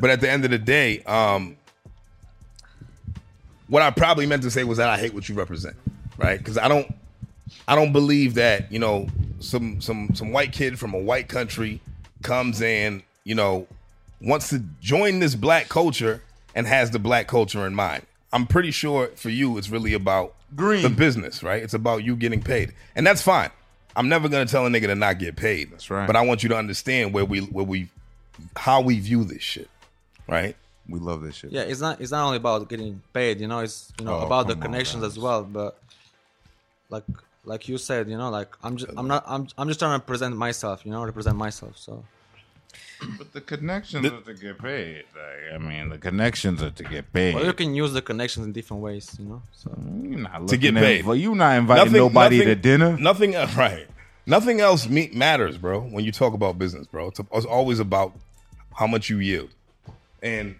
[SPEAKER 1] But at the end of the day, um, what I probably meant to say was that I hate what you represent, right? Because I don't, I don't believe that you know some some some white kid from a white country comes in, you know, wants to join this black culture and has the black culture in mind. I'm pretty sure for you, it's really about
[SPEAKER 5] Green.
[SPEAKER 1] the business, right? It's about you getting paid, and that's fine. I'm never gonna tell a nigga to not get paid. That's
[SPEAKER 5] right.
[SPEAKER 1] But I want you to understand where we, where we, how we view this shit, right?
[SPEAKER 5] We love this shit.
[SPEAKER 4] yeah it's not it's not only about getting paid you know it's you know
[SPEAKER 5] Oh,
[SPEAKER 4] about the
[SPEAKER 5] come on,
[SPEAKER 4] connections
[SPEAKER 5] guys.
[SPEAKER 4] as well but like like you said you know like i'm just
[SPEAKER 1] Uh,
[SPEAKER 4] i'm not I'm, I'm just trying to present myself you know represent myself so
[SPEAKER 6] But the connections are to get paid. Like, I mean, the connections are to get paid.
[SPEAKER 4] or you can use the connections in different ways you know so
[SPEAKER 6] You're not
[SPEAKER 1] To get
[SPEAKER 6] looking at-
[SPEAKER 1] paid.
[SPEAKER 6] Well, you're not inviting nobody to dinner.
[SPEAKER 1] Nothing uh, (laughs) right. Nothing else me- matters, bro. When you talk about business, bro, it's, it's always about how much you yield, and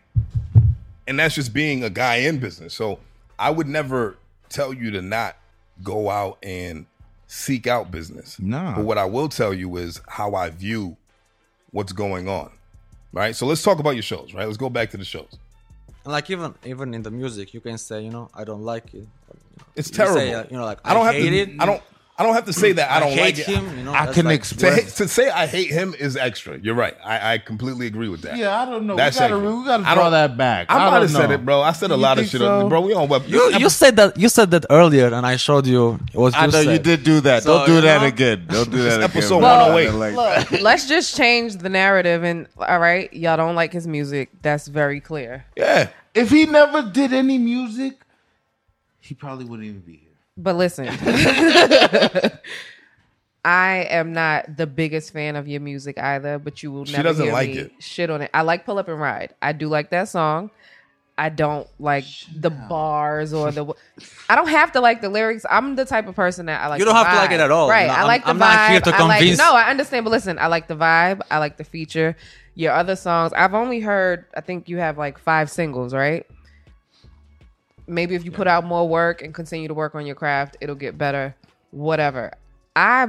[SPEAKER 1] and that's just being a guy in business. So I would never tell you to not go out and seek out business.
[SPEAKER 5] Nah.
[SPEAKER 1] But what I will tell you is how I view what's going on. Right. So let's talk about your shows. Right. Let's go back to the shows.
[SPEAKER 4] and like even even in the music you can say you know i don't like it
[SPEAKER 1] It's
[SPEAKER 4] You
[SPEAKER 1] terrible.
[SPEAKER 4] say, uh, you know, like,
[SPEAKER 1] I don't
[SPEAKER 4] I
[SPEAKER 1] have
[SPEAKER 4] hate
[SPEAKER 1] to.
[SPEAKER 4] it.
[SPEAKER 1] I don't. I don't have to say that I don't
[SPEAKER 4] hate
[SPEAKER 1] like it.
[SPEAKER 4] him you know
[SPEAKER 5] I
[SPEAKER 4] that's
[SPEAKER 5] can
[SPEAKER 4] like-
[SPEAKER 5] express-
[SPEAKER 1] to, ha-
[SPEAKER 5] Right.
[SPEAKER 1] to say I hate him is extra. You're right. I, I completely agree with that.
[SPEAKER 5] Yeah, I don't know.
[SPEAKER 1] That's
[SPEAKER 5] we gotta,
[SPEAKER 1] sexy.
[SPEAKER 5] we gotta
[SPEAKER 1] I
[SPEAKER 5] draw
[SPEAKER 1] don't-
[SPEAKER 5] that back.
[SPEAKER 1] I,
[SPEAKER 5] don't
[SPEAKER 1] might have said
[SPEAKER 5] know.
[SPEAKER 1] it, bro. I said a
[SPEAKER 5] You
[SPEAKER 1] lot of
[SPEAKER 5] think
[SPEAKER 1] shit,
[SPEAKER 5] so?
[SPEAKER 1] bro. We on web.
[SPEAKER 4] you, you said that you said that earlier and i showed you it was
[SPEAKER 6] I know you
[SPEAKER 4] said.
[SPEAKER 6] did do that.
[SPEAKER 4] So,
[SPEAKER 6] Don't do
[SPEAKER 4] you
[SPEAKER 6] that
[SPEAKER 4] know-
[SPEAKER 6] again. Don't do that again.
[SPEAKER 1] episode
[SPEAKER 6] bro.
[SPEAKER 1] 108.
[SPEAKER 6] Like that.
[SPEAKER 1] (laughs)
[SPEAKER 2] Look, let's just change the narrative and all right, y'all don't like his music. That's very clear.
[SPEAKER 1] yeah.
[SPEAKER 5] If he never did any music, he probably wouldn't even be here.
[SPEAKER 2] But listen, (laughs) I am not the biggest fan of your music either, but you will
[SPEAKER 1] She
[SPEAKER 2] never
[SPEAKER 1] doesn't
[SPEAKER 2] hear
[SPEAKER 1] like
[SPEAKER 2] me
[SPEAKER 1] it.
[SPEAKER 2] shit on it. I like Pull Up and Ride. I do like that song. I don't like the bars or the. I don't have to like the lyrics. I'm the type of person that I like.
[SPEAKER 4] You don't
[SPEAKER 2] the
[SPEAKER 4] have to like
[SPEAKER 2] vibe.
[SPEAKER 4] it at all.
[SPEAKER 2] right?
[SPEAKER 4] No,
[SPEAKER 2] I
[SPEAKER 4] I'm-
[SPEAKER 2] like the
[SPEAKER 4] I'm
[SPEAKER 2] vibe.
[SPEAKER 4] not here to
[SPEAKER 2] I like-
[SPEAKER 4] convince-
[SPEAKER 2] no, I understand, but listen, I like the vibe. I like the feature. Your other songs, I've only heard. I think you have like five singles, right? maybe if you put out more work and continue to work on your craft, it'll get better. Whatever. I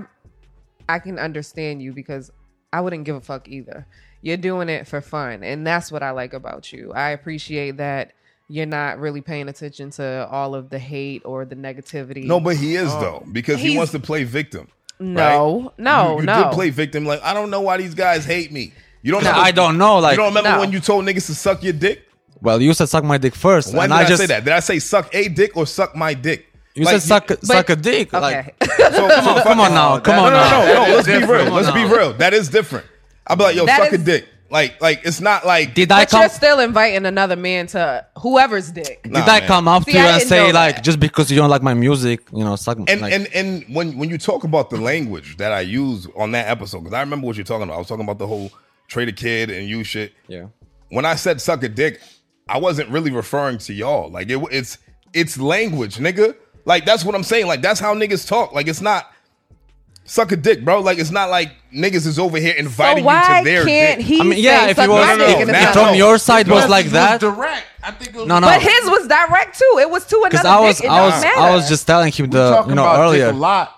[SPEAKER 2] I can understand you because I wouldn't give a fuck either. You're doing it for fun, and that's what I like about you. I appreciate that you're not really paying attention to all of the hate or the negativity.
[SPEAKER 1] No, but he
[SPEAKER 5] Oh.
[SPEAKER 1] is though because he
[SPEAKER 2] He's-
[SPEAKER 1] wants to play victim.
[SPEAKER 2] no,
[SPEAKER 1] right?
[SPEAKER 2] no,
[SPEAKER 1] you, you
[SPEAKER 2] no.
[SPEAKER 1] did play victim. Like I don't know why these guys hate me. You don't.
[SPEAKER 4] No,
[SPEAKER 1] remember-
[SPEAKER 4] I don't know, like-
[SPEAKER 1] you don't remember
[SPEAKER 2] No.
[SPEAKER 1] when you told niggas to suck your dick.
[SPEAKER 4] well you said suck my dick first
[SPEAKER 1] When
[SPEAKER 4] and
[SPEAKER 1] did I,
[SPEAKER 4] i just
[SPEAKER 1] say that? Did I say suck a dick or suck my dick?
[SPEAKER 4] you
[SPEAKER 1] Like,
[SPEAKER 4] said suck suck a dick like (laughs)
[SPEAKER 2] okay.
[SPEAKER 1] So, so
[SPEAKER 4] come on now come on
[SPEAKER 1] no,
[SPEAKER 4] now
[SPEAKER 1] no, no, no. Let's be
[SPEAKER 4] Come
[SPEAKER 1] real.
[SPEAKER 4] on
[SPEAKER 1] Let's be
[SPEAKER 4] now.
[SPEAKER 1] real. That is different. I'll be like, yo,
[SPEAKER 2] That
[SPEAKER 1] suck
[SPEAKER 2] is-
[SPEAKER 1] a dick. Like, like it's not like
[SPEAKER 4] did i
[SPEAKER 2] but you're
[SPEAKER 4] come
[SPEAKER 2] still inviting another man to whoever's dick.
[SPEAKER 1] Nah,
[SPEAKER 4] Did I
[SPEAKER 1] man.
[SPEAKER 4] come up
[SPEAKER 2] See,
[SPEAKER 4] to you
[SPEAKER 2] I
[SPEAKER 4] and
[SPEAKER 2] didn't
[SPEAKER 4] say
[SPEAKER 2] know
[SPEAKER 4] like
[SPEAKER 2] that.
[SPEAKER 4] just because you don't like my music, you know, suck?
[SPEAKER 1] and
[SPEAKER 4] like,
[SPEAKER 1] and and when when you talk about the language that I use on that episode, because I remember what you're talking about. I was talking about the whole trade a kid and you shit.
[SPEAKER 4] yeah,
[SPEAKER 1] When I said suck a dick, I wasn't really referring to y'all. Like it, it's it's language, nigga. Like that's what I'm saying. Like that's how niggas talk. Like it's not suck a dick, bro. Like it's not like niggas is over here
[SPEAKER 2] So
[SPEAKER 1] (laughs) inviting
[SPEAKER 2] why
[SPEAKER 1] you to their
[SPEAKER 2] can't
[SPEAKER 1] dick.
[SPEAKER 2] he?
[SPEAKER 4] I mean, yeah.
[SPEAKER 2] say,
[SPEAKER 4] If
[SPEAKER 2] "Suck
[SPEAKER 4] you was,
[SPEAKER 2] my
[SPEAKER 1] no,
[SPEAKER 2] dick,"
[SPEAKER 1] no,
[SPEAKER 2] and
[SPEAKER 1] no,
[SPEAKER 2] it's
[SPEAKER 1] now-
[SPEAKER 2] not
[SPEAKER 4] if, if from
[SPEAKER 1] no.
[SPEAKER 4] your side was like that,
[SPEAKER 5] direct. I think it was
[SPEAKER 4] no, no.
[SPEAKER 2] But his was direct too. It was to
[SPEAKER 4] because
[SPEAKER 2] another
[SPEAKER 4] I was,
[SPEAKER 2] dick. It
[SPEAKER 4] I
[SPEAKER 2] don't
[SPEAKER 4] was,
[SPEAKER 2] matter.
[SPEAKER 4] I was
[SPEAKER 1] (laughs)
[SPEAKER 4] just telling him the,
[SPEAKER 5] talking
[SPEAKER 4] you know,
[SPEAKER 5] about dick
[SPEAKER 4] earlier.
[SPEAKER 5] a lot.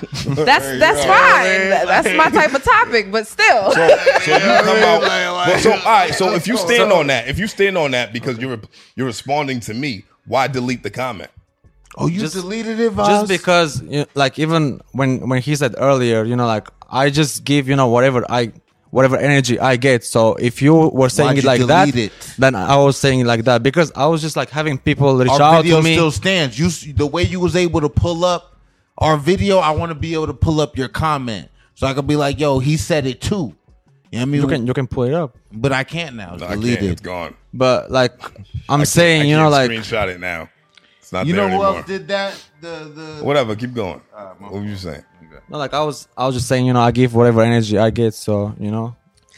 [SPEAKER 2] That's that's fine. That- That's my type of topic. But still,
[SPEAKER 1] So
[SPEAKER 3] (laughs)
[SPEAKER 1] you come out. but so all right. So if you stand on that, if you stand on that because you're you're responding to me, why delete the comment?
[SPEAKER 5] Oh, you
[SPEAKER 4] Just-
[SPEAKER 5] deleted it, Vaz?
[SPEAKER 4] Just because, you know, like, even when when he said earlier, you know, like, I just give, you know, whatever I, whatever energy I get. So if you were saying
[SPEAKER 5] Why'd
[SPEAKER 4] it
[SPEAKER 5] you
[SPEAKER 4] like that,
[SPEAKER 5] delete it?
[SPEAKER 4] then I was saying it like that because I was just like having people reach
[SPEAKER 5] our
[SPEAKER 4] out
[SPEAKER 5] video
[SPEAKER 4] to me.
[SPEAKER 5] still stands. You s- the way you was able to pull up our video, I want to be able to pull up your comment so I could be like, "Yo, he said it too." You know what I mean?
[SPEAKER 4] you can you can pull it up,
[SPEAKER 5] but I can't now. It's
[SPEAKER 1] No, I
[SPEAKER 5] deleted.
[SPEAKER 1] can't. It's gone.
[SPEAKER 4] but like, I'm
[SPEAKER 1] I
[SPEAKER 4] saying, you know,
[SPEAKER 1] can't
[SPEAKER 4] like,
[SPEAKER 1] screenshot it now. It's not
[SPEAKER 5] You
[SPEAKER 1] there
[SPEAKER 5] know who
[SPEAKER 1] anymore.
[SPEAKER 5] else did that? The the
[SPEAKER 1] Whatever. Keep going. what were you saying?
[SPEAKER 4] No, like I was, I was just saying, you know, I give whatever energy I get. So you know,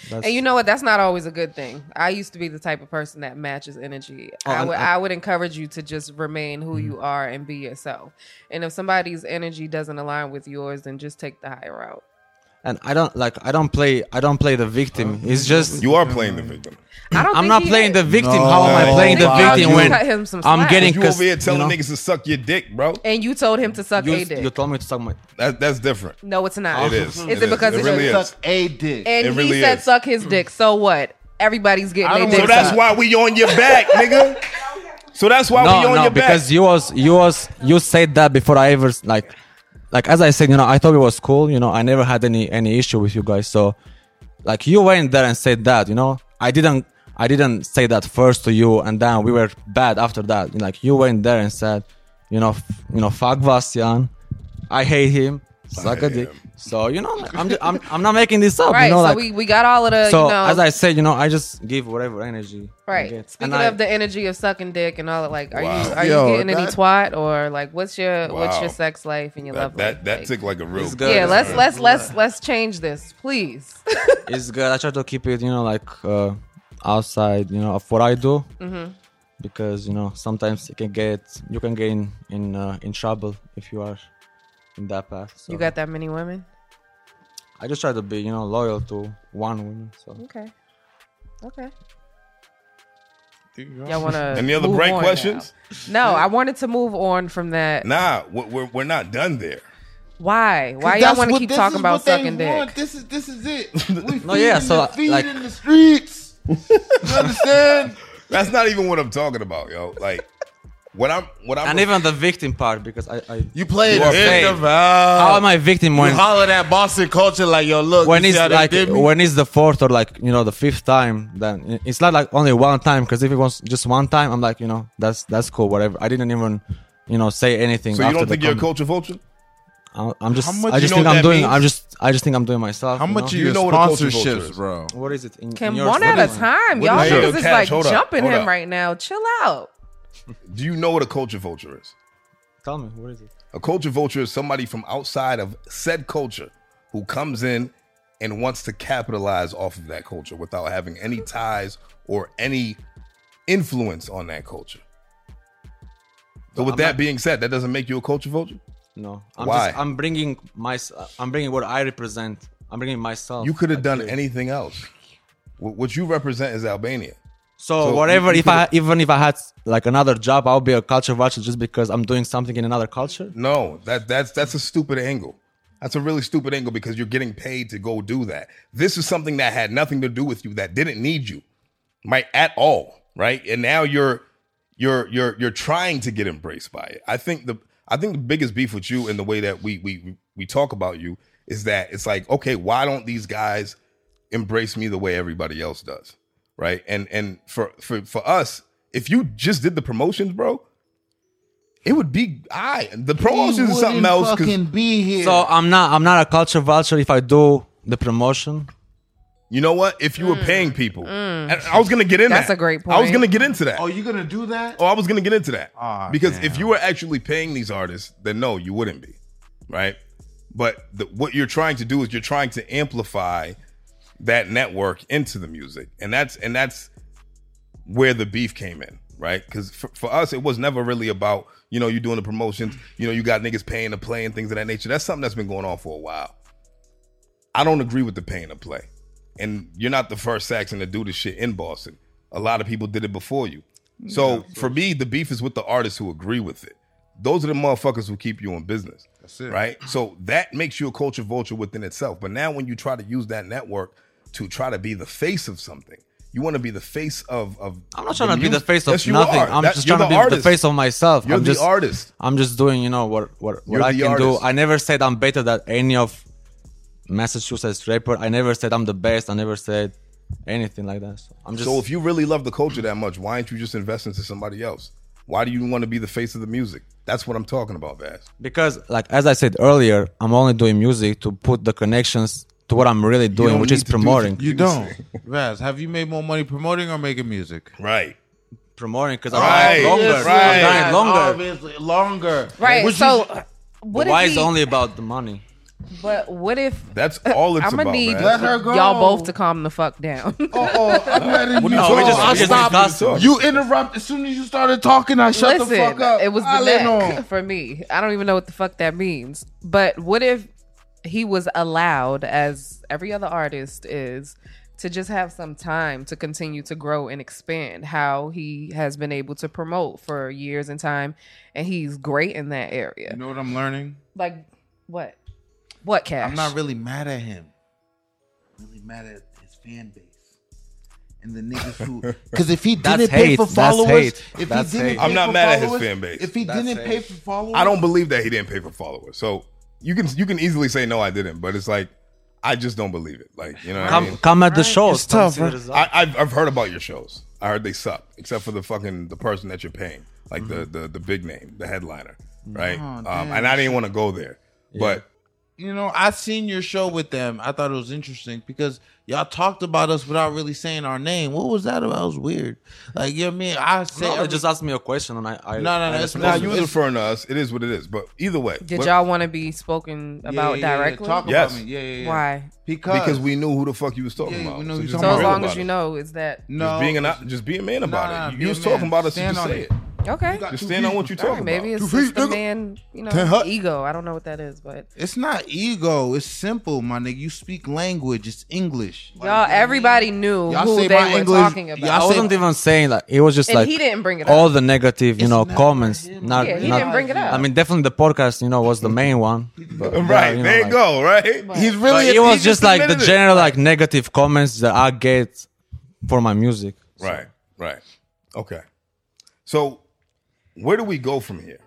[SPEAKER 4] that's,
[SPEAKER 2] and you know what? That's not always a good thing. I used to be the type of person that matches energy. I
[SPEAKER 4] and
[SPEAKER 2] would
[SPEAKER 4] Oh, I- Mm-hmm.
[SPEAKER 2] I would encourage you to just remain who you are and be yourself. And if somebody's energy doesn't align with yours, then just take the high route.
[SPEAKER 4] and I don't like, I don't play, I don't play the victim. It's just
[SPEAKER 1] You are playing the victim.
[SPEAKER 2] I don't.
[SPEAKER 4] I'm
[SPEAKER 2] think
[SPEAKER 4] not
[SPEAKER 2] he
[SPEAKER 4] playing
[SPEAKER 2] did.
[SPEAKER 4] the victim. How am I
[SPEAKER 1] No,
[SPEAKER 4] playing the
[SPEAKER 2] Wow,
[SPEAKER 4] victim
[SPEAKER 2] you
[SPEAKER 4] when
[SPEAKER 2] cut him some
[SPEAKER 4] I'm
[SPEAKER 2] slack.
[SPEAKER 4] getting
[SPEAKER 1] You over here telling
[SPEAKER 4] you know,
[SPEAKER 1] niggas to suck your dick, bro.
[SPEAKER 2] And you told him to suck
[SPEAKER 4] you,
[SPEAKER 2] a dick.
[SPEAKER 4] you told me to suck my.
[SPEAKER 1] That, that's different.
[SPEAKER 2] no, it's
[SPEAKER 1] It
[SPEAKER 2] not.
[SPEAKER 1] is.
[SPEAKER 2] Is it, because
[SPEAKER 1] it
[SPEAKER 2] it's
[SPEAKER 1] really
[SPEAKER 5] suck
[SPEAKER 1] is?
[SPEAKER 5] a dick.
[SPEAKER 2] And
[SPEAKER 1] It
[SPEAKER 2] he
[SPEAKER 1] really
[SPEAKER 2] said
[SPEAKER 1] is.
[SPEAKER 2] suck his dick. So what? Everybody's
[SPEAKER 5] I
[SPEAKER 2] getting
[SPEAKER 5] don't
[SPEAKER 2] their dick.
[SPEAKER 1] So that's
[SPEAKER 2] sucked.
[SPEAKER 1] why we on your
[SPEAKER 5] (laughs)
[SPEAKER 1] back, nigga. So that's why we
[SPEAKER 4] No,
[SPEAKER 1] on
[SPEAKER 4] no,
[SPEAKER 1] your
[SPEAKER 4] because
[SPEAKER 1] back.
[SPEAKER 4] you was, you was, you said that before I ever like, like as I said, you know, I thought it was cool. You know, I never had any any issue with you guys. So, like, you went there and said that. You know, I didn't. I didn't say that first to you, and then we were bad after that. Like you went there and said, you know, f- you know, fuck Bastian, I hate him, suck a dick. So you know, like, I'm, just, I'm I'm not making this up.
[SPEAKER 2] Right.
[SPEAKER 4] you know,
[SPEAKER 2] so
[SPEAKER 4] like,
[SPEAKER 2] we, we got all of the
[SPEAKER 4] so
[SPEAKER 2] you know
[SPEAKER 4] as I said, you know, I just give whatever energy. I
[SPEAKER 2] right.
[SPEAKER 4] get.
[SPEAKER 2] Speaking
[SPEAKER 4] And I-
[SPEAKER 2] of the energy of sucking dick and all that, like, are you are
[SPEAKER 1] Yo,
[SPEAKER 2] you getting any
[SPEAKER 1] that-
[SPEAKER 2] twat or like what's your what's your
[SPEAKER 1] Wow.
[SPEAKER 2] sex life and your
[SPEAKER 1] That
[SPEAKER 2] love
[SPEAKER 1] that,
[SPEAKER 2] life?
[SPEAKER 1] that
[SPEAKER 2] like?
[SPEAKER 1] took like a real.
[SPEAKER 4] It's good.
[SPEAKER 2] yeah, let's
[SPEAKER 4] Yeah.
[SPEAKER 2] let's let's let's change this, please.
[SPEAKER 1] (laughs)
[SPEAKER 4] it's good. I try to keep it, you know, like uh, outside, you know, of what I do,
[SPEAKER 2] Mm-hmm.
[SPEAKER 4] because you know sometimes you can get you can get in in, uh, in trouble if you are in that path. So
[SPEAKER 2] you got that many women?
[SPEAKER 4] I just try to be, you know, loyal to one woman. So
[SPEAKER 2] Okay. Okay.
[SPEAKER 6] You
[SPEAKER 2] Y'all want to
[SPEAKER 1] Any other break questions?
[SPEAKER 2] No, I wanted to move on from that.
[SPEAKER 1] Nah, we're, we're we're not done there.
[SPEAKER 2] Why? Why y'all
[SPEAKER 5] That's
[SPEAKER 2] want to
[SPEAKER 5] what-
[SPEAKER 2] keep
[SPEAKER 5] this
[SPEAKER 2] talking
[SPEAKER 5] is
[SPEAKER 2] about
[SPEAKER 5] what they
[SPEAKER 2] sucking
[SPEAKER 5] want.
[SPEAKER 2] dick?
[SPEAKER 5] This is this is (laughs) it. We
[SPEAKER 4] No, yeah,
[SPEAKER 5] feeding
[SPEAKER 4] so,
[SPEAKER 5] the- feeding
[SPEAKER 4] like-
[SPEAKER 5] in the streets. you understand?
[SPEAKER 1] That's not even what I'm talking about, yo. Like what I'm what I'm
[SPEAKER 4] and even the victim part because I, I
[SPEAKER 5] You play
[SPEAKER 4] You
[SPEAKER 5] it
[SPEAKER 4] are
[SPEAKER 5] in the
[SPEAKER 4] paid. how
[SPEAKER 5] vibe.
[SPEAKER 4] am I victim when
[SPEAKER 5] You holler that Boston culture like, yo, look.
[SPEAKER 4] when
[SPEAKER 5] you
[SPEAKER 4] it's
[SPEAKER 5] see how they
[SPEAKER 4] like
[SPEAKER 5] did me?
[SPEAKER 4] when it's the fourth or like you know the fifth time then i- it's not like only one time because if it was just one time i'm like you know that's that's cool whatever i didn't even you know say anything
[SPEAKER 1] so you
[SPEAKER 4] after
[SPEAKER 1] don't
[SPEAKER 4] the
[SPEAKER 1] think you're a
[SPEAKER 4] comment.
[SPEAKER 1] culture vulture?
[SPEAKER 4] I'm- i'm just
[SPEAKER 5] How much
[SPEAKER 4] i
[SPEAKER 5] you
[SPEAKER 4] just
[SPEAKER 5] know
[SPEAKER 4] think
[SPEAKER 5] what
[SPEAKER 4] i'm
[SPEAKER 5] that
[SPEAKER 4] doing
[SPEAKER 5] means?
[SPEAKER 4] i'm just i just think i'm doing myself
[SPEAKER 5] How
[SPEAKER 4] you
[SPEAKER 5] much
[SPEAKER 4] know?
[SPEAKER 5] are your
[SPEAKER 1] know what a culture vulture
[SPEAKER 5] sponsorships,
[SPEAKER 1] is.
[SPEAKER 5] bro?
[SPEAKER 4] what is it in,
[SPEAKER 2] Can
[SPEAKER 4] in yours?
[SPEAKER 2] one
[SPEAKER 4] What
[SPEAKER 2] at a
[SPEAKER 4] is it?
[SPEAKER 2] time.
[SPEAKER 1] What
[SPEAKER 2] Y'all
[SPEAKER 1] is your-
[SPEAKER 2] niggas is
[SPEAKER 1] Cash,
[SPEAKER 2] like
[SPEAKER 1] hold up,
[SPEAKER 2] jumping
[SPEAKER 1] hold
[SPEAKER 2] him
[SPEAKER 1] up.
[SPEAKER 2] right now. Chill out.
[SPEAKER 1] Do you know what a culture vulture is?
[SPEAKER 4] tell me what is it
[SPEAKER 1] A culture vulture is somebody from outside of said culture who comes in and wants to capitalize off of that culture without having any ties or any influence on that culture. So, with
[SPEAKER 4] I'm
[SPEAKER 1] that
[SPEAKER 4] not-
[SPEAKER 1] being said, that doesn't make you a culture vulture.
[SPEAKER 4] no i'm
[SPEAKER 1] Why?
[SPEAKER 4] just i'm bringing my i'm bringing what i represent i'm bringing myself
[SPEAKER 1] You could have done
[SPEAKER 4] actually.
[SPEAKER 1] anything else. Wh- What you represent is Albania.
[SPEAKER 4] So,
[SPEAKER 1] So
[SPEAKER 4] whatever,
[SPEAKER 1] you- you
[SPEAKER 4] if I even if I had like another job, I'll be a culture vulture just because I'm doing something in another culture.
[SPEAKER 1] No, that that's that's a stupid angle. That's a really stupid angle because you're getting paid to go do that. This is something that had nothing to do with you, that didn't need you, right? At all, right? And now you're you're you're you're trying to get embraced by it. I think the I think the biggest beef with you and the way that we we we talk about you is that it's like, okay, why don't these guys embrace me the way everybody else does? Right. And and for for for us, if you just did the promotions, bro, it would be I the promotions is something else. 'cause-
[SPEAKER 5] Fucking be here.
[SPEAKER 4] So I'm not I'm not a culture vulture if I do the promotion.
[SPEAKER 1] You know what? If you were paying people, and I was gonna get in.
[SPEAKER 2] Mm. That's
[SPEAKER 1] that.
[SPEAKER 2] a great
[SPEAKER 1] I was
[SPEAKER 2] point.
[SPEAKER 1] gonna get into that.
[SPEAKER 5] oh, you gonna do that?
[SPEAKER 1] Oh, I was gonna get into that
[SPEAKER 5] Aw,
[SPEAKER 1] because
[SPEAKER 5] damn.
[SPEAKER 1] if you were actually paying these artists, then no, you wouldn't be, right? But the, what you're trying to do is you're trying to amplify that network into the music, and that's and that's where the beef came in, right? Because for, for us, it was never really about you know you doing the promotions, you know you got niggas paying to play and things of that nature. That's something that's been going on for a while. I don't agree with the paying to play, and you're not the first Saxon to do this shit in Boston. A lot of people did it before you. So for me, the beef is with the artists who agree with it. Those are the motherfuckers who keep you in business. That's
[SPEAKER 6] it.
[SPEAKER 1] Right? So that makes you a culture vulture within itself. But now when you try to use that network to try to be the face of something, you want to be the face of of
[SPEAKER 4] I'm not trying to be
[SPEAKER 1] music.
[SPEAKER 4] the face of
[SPEAKER 1] Yes, you
[SPEAKER 4] nothing.
[SPEAKER 1] are.
[SPEAKER 4] I'm
[SPEAKER 1] That-
[SPEAKER 4] just
[SPEAKER 1] you're
[SPEAKER 4] trying to be
[SPEAKER 1] artist.
[SPEAKER 4] the face of myself.
[SPEAKER 1] You're
[SPEAKER 4] I'm
[SPEAKER 1] the
[SPEAKER 4] just,
[SPEAKER 1] artist.
[SPEAKER 4] I'm just doing, you know, what what, what
[SPEAKER 1] You're
[SPEAKER 4] I
[SPEAKER 1] the
[SPEAKER 4] can
[SPEAKER 1] artist.
[SPEAKER 4] do. I never said I'm better than any of Massachusetts rapper. I never said I'm the best. I never said anything like that. So I'm just
[SPEAKER 1] So if you really love the culture that much, why aren't you just invest into somebody else? Why do you want to be the face of the music? That's what I'm talking about, Bass.
[SPEAKER 4] because like as i said earlier i'm only doing music to put the connections to what i'm really doing
[SPEAKER 1] don't
[SPEAKER 4] which
[SPEAKER 1] need
[SPEAKER 4] is
[SPEAKER 1] to do
[SPEAKER 4] promoting
[SPEAKER 1] the-
[SPEAKER 5] You don't. Raz, have you made more money promoting or making music?
[SPEAKER 1] Right.
[SPEAKER 4] promoting because
[SPEAKER 1] Right,
[SPEAKER 4] i'm doing longer
[SPEAKER 1] right.
[SPEAKER 4] I'm doing longer
[SPEAKER 5] Obviously,
[SPEAKER 3] (laughs)
[SPEAKER 5] longer.
[SPEAKER 2] Right.
[SPEAKER 5] Would you-
[SPEAKER 2] so what
[SPEAKER 4] why
[SPEAKER 2] if
[SPEAKER 4] is
[SPEAKER 2] he-
[SPEAKER 4] only about the money
[SPEAKER 2] But what if
[SPEAKER 1] That's all it's
[SPEAKER 2] I'm gonna
[SPEAKER 1] about.
[SPEAKER 2] need
[SPEAKER 1] Bass.
[SPEAKER 5] Let her go.
[SPEAKER 2] y'all both to calm the fuck down? (laughs)
[SPEAKER 5] Oh, I'm letting you
[SPEAKER 1] What are you
[SPEAKER 4] No,
[SPEAKER 5] go.
[SPEAKER 4] we just-
[SPEAKER 5] I
[SPEAKER 4] we just
[SPEAKER 5] stopped
[SPEAKER 4] discussed
[SPEAKER 5] you. You interrupt as soon as you started talking. I shut
[SPEAKER 2] Listen,
[SPEAKER 5] the fuck up.
[SPEAKER 2] it was
[SPEAKER 5] I
[SPEAKER 2] the
[SPEAKER 5] let
[SPEAKER 2] neck (laughs)
[SPEAKER 5] on.
[SPEAKER 2] for me. I don't even know what the fuck that means. But what if he was allowed, as every other artist is, to just have some time to continue to grow and expand how he has been able to promote for years and time, and he's great in that area.
[SPEAKER 5] You know what I'm learning?
[SPEAKER 2] Like what? What cash?
[SPEAKER 5] I'm not really mad at him. I'm really mad at his fan base and the niggas
[SPEAKER 4] (laughs)
[SPEAKER 5] who. Because if he didn't
[SPEAKER 4] That's
[SPEAKER 5] pay
[SPEAKER 4] hate.
[SPEAKER 5] for
[SPEAKER 4] That's
[SPEAKER 5] followers,
[SPEAKER 4] hate.
[SPEAKER 5] if
[SPEAKER 4] That's
[SPEAKER 5] he didn't,
[SPEAKER 4] hate.
[SPEAKER 5] pay
[SPEAKER 1] I'm not
[SPEAKER 5] for
[SPEAKER 1] mad at his
[SPEAKER 5] followers,
[SPEAKER 1] fan base.
[SPEAKER 5] If he
[SPEAKER 4] That's
[SPEAKER 5] didn't
[SPEAKER 4] hate.
[SPEAKER 5] pay for followers,
[SPEAKER 1] I don't believe that he didn't pay for followers. So you can you can easily say no, I didn't, but it's like I just don't believe it. Like you know, what I
[SPEAKER 4] Come,
[SPEAKER 1] mean?
[SPEAKER 4] come at the shows.
[SPEAKER 5] It's
[SPEAKER 4] come
[SPEAKER 5] tough,
[SPEAKER 4] see the
[SPEAKER 5] right?
[SPEAKER 4] result.
[SPEAKER 1] I, I've, I've heard about your shows. I heard they suck, except for the fucking the person that you're paying, like the, the the big name, the headliner, right?
[SPEAKER 5] Oh,
[SPEAKER 1] um,
[SPEAKER 5] damn.
[SPEAKER 1] and I didn't want to go there, but
[SPEAKER 5] You know, I seen your show with them. I thought it was interesting because y'all talked about us without really saying our name. What was that about? It was weird. Like, you know what I mean? I say
[SPEAKER 4] No, they
[SPEAKER 5] every-
[SPEAKER 4] just asked me a question and I. I
[SPEAKER 5] No, no,
[SPEAKER 4] I
[SPEAKER 5] no, it's
[SPEAKER 4] responded.
[SPEAKER 1] now you was
[SPEAKER 5] it's-
[SPEAKER 1] referring to us. It is what it is. But either way,
[SPEAKER 2] Did
[SPEAKER 1] what-
[SPEAKER 2] y'all want to be spoken
[SPEAKER 5] Yeah,
[SPEAKER 2] about
[SPEAKER 5] yeah, yeah,
[SPEAKER 2] directly?
[SPEAKER 5] Talk about
[SPEAKER 1] Yes.
[SPEAKER 5] me. Yeah, yeah, yeah.
[SPEAKER 2] Why?
[SPEAKER 5] Because,
[SPEAKER 1] because we knew who the fuck you was talking
[SPEAKER 5] Yeah,
[SPEAKER 1] about.
[SPEAKER 5] we know who
[SPEAKER 1] just
[SPEAKER 5] you're
[SPEAKER 2] So
[SPEAKER 1] be
[SPEAKER 5] talking
[SPEAKER 2] as
[SPEAKER 5] about.
[SPEAKER 1] real
[SPEAKER 2] long
[SPEAKER 1] about
[SPEAKER 2] as you
[SPEAKER 1] it.
[SPEAKER 2] know, is that
[SPEAKER 5] no,
[SPEAKER 1] just being an just be a man about
[SPEAKER 5] nah,
[SPEAKER 1] it.
[SPEAKER 5] be
[SPEAKER 1] You,
[SPEAKER 5] a
[SPEAKER 1] was
[SPEAKER 5] man.
[SPEAKER 1] talking about us. You
[SPEAKER 5] Stand
[SPEAKER 1] just
[SPEAKER 5] on
[SPEAKER 1] say
[SPEAKER 5] it.
[SPEAKER 1] it.
[SPEAKER 2] okay?
[SPEAKER 1] Just stand on what you're
[SPEAKER 2] All
[SPEAKER 1] talking
[SPEAKER 2] right, maybe
[SPEAKER 1] about.
[SPEAKER 2] it's
[SPEAKER 5] Two
[SPEAKER 2] just
[SPEAKER 5] feet,
[SPEAKER 2] the
[SPEAKER 5] nigga.
[SPEAKER 2] man, you know,
[SPEAKER 1] Ten hut.
[SPEAKER 2] ego. I don't know what that is, but
[SPEAKER 5] It's not ego. It's simple, my nigga. You speak language. It's English. Like,
[SPEAKER 2] y'all, everybody knew
[SPEAKER 5] Y'all
[SPEAKER 2] who
[SPEAKER 5] say
[SPEAKER 2] they
[SPEAKER 5] my
[SPEAKER 2] were
[SPEAKER 5] English-
[SPEAKER 2] talking about.
[SPEAKER 5] y'all
[SPEAKER 4] I
[SPEAKER 5] say-
[SPEAKER 4] wasn't even saying like it was just
[SPEAKER 2] and
[SPEAKER 4] like
[SPEAKER 2] he didn't bring it
[SPEAKER 4] all
[SPEAKER 2] up.
[SPEAKER 4] the negative, you know,
[SPEAKER 5] not
[SPEAKER 4] comments.
[SPEAKER 5] him.
[SPEAKER 4] Not,
[SPEAKER 2] yeah, he
[SPEAKER 4] not-
[SPEAKER 2] didn't bring it up.
[SPEAKER 4] I mean, definitely the podcast, you know, was the main one. But,
[SPEAKER 1] Right
[SPEAKER 4] yeah, know,
[SPEAKER 1] there you
[SPEAKER 4] like-
[SPEAKER 1] go. Right.
[SPEAKER 5] he's
[SPEAKER 4] but
[SPEAKER 5] really.
[SPEAKER 4] it was just like the
[SPEAKER 1] admitted it.
[SPEAKER 4] general like negative comments that I get for my music.
[SPEAKER 1] Right, right. Okay. So where do we go from here?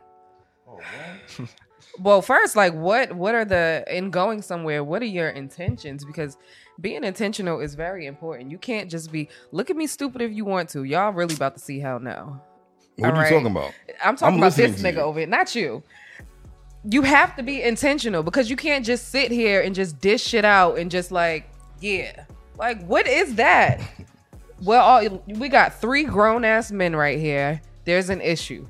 [SPEAKER 2] well, first, like, what, what are the in going somewhere? What are your intentions? Because being intentional is very important. You can't just be look at me stupid if you want to. Y'all really about to see how now.
[SPEAKER 1] What
[SPEAKER 2] All
[SPEAKER 1] are you
[SPEAKER 2] right.
[SPEAKER 1] talking about?
[SPEAKER 2] I'm talking
[SPEAKER 1] I'm
[SPEAKER 2] about this
[SPEAKER 1] listening
[SPEAKER 2] nigga
[SPEAKER 1] to you.
[SPEAKER 2] over here, not you. You have to be intentional because you can't just sit here and just dish shit out and just like, yeah. Like, what is that? well, all, we got three grown ass men right here. There's an issue.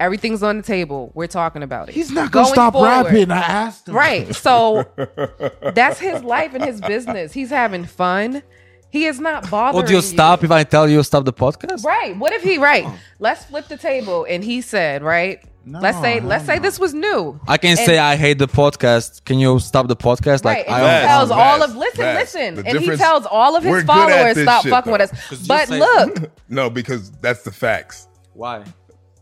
[SPEAKER 2] Everything's on the table. We're talking about it.
[SPEAKER 5] He's not gonna stop
[SPEAKER 2] forward.
[SPEAKER 5] rapping. I asked him.
[SPEAKER 2] Right. So that's his life and his business. He's having fun. He is not bothering
[SPEAKER 4] Would you stop if I tell you stop the podcast?
[SPEAKER 2] Right. What if he right? Let's flip the table and he said, right? let's say
[SPEAKER 5] hell
[SPEAKER 2] let's say
[SPEAKER 5] no.
[SPEAKER 2] this was new.
[SPEAKER 4] I can
[SPEAKER 2] And-
[SPEAKER 4] say I hate the podcast. Can you stop the podcast?
[SPEAKER 2] Right.
[SPEAKER 4] Like
[SPEAKER 2] And
[SPEAKER 4] I
[SPEAKER 2] he
[SPEAKER 1] Facts,
[SPEAKER 4] don't.
[SPEAKER 2] tells all
[SPEAKER 1] facts,
[SPEAKER 2] of listen,
[SPEAKER 1] facts. The
[SPEAKER 2] listen. And he
[SPEAKER 1] difference-
[SPEAKER 2] tells all of
[SPEAKER 1] We're
[SPEAKER 2] his
[SPEAKER 1] good at
[SPEAKER 2] followers
[SPEAKER 1] this
[SPEAKER 2] stop
[SPEAKER 1] shit,
[SPEAKER 2] fucking with
[SPEAKER 1] though.
[SPEAKER 2] us.
[SPEAKER 4] you
[SPEAKER 2] But
[SPEAKER 1] (laughs)
[SPEAKER 4] say-
[SPEAKER 2] look,
[SPEAKER 1] No, because that's the facts.
[SPEAKER 4] Why?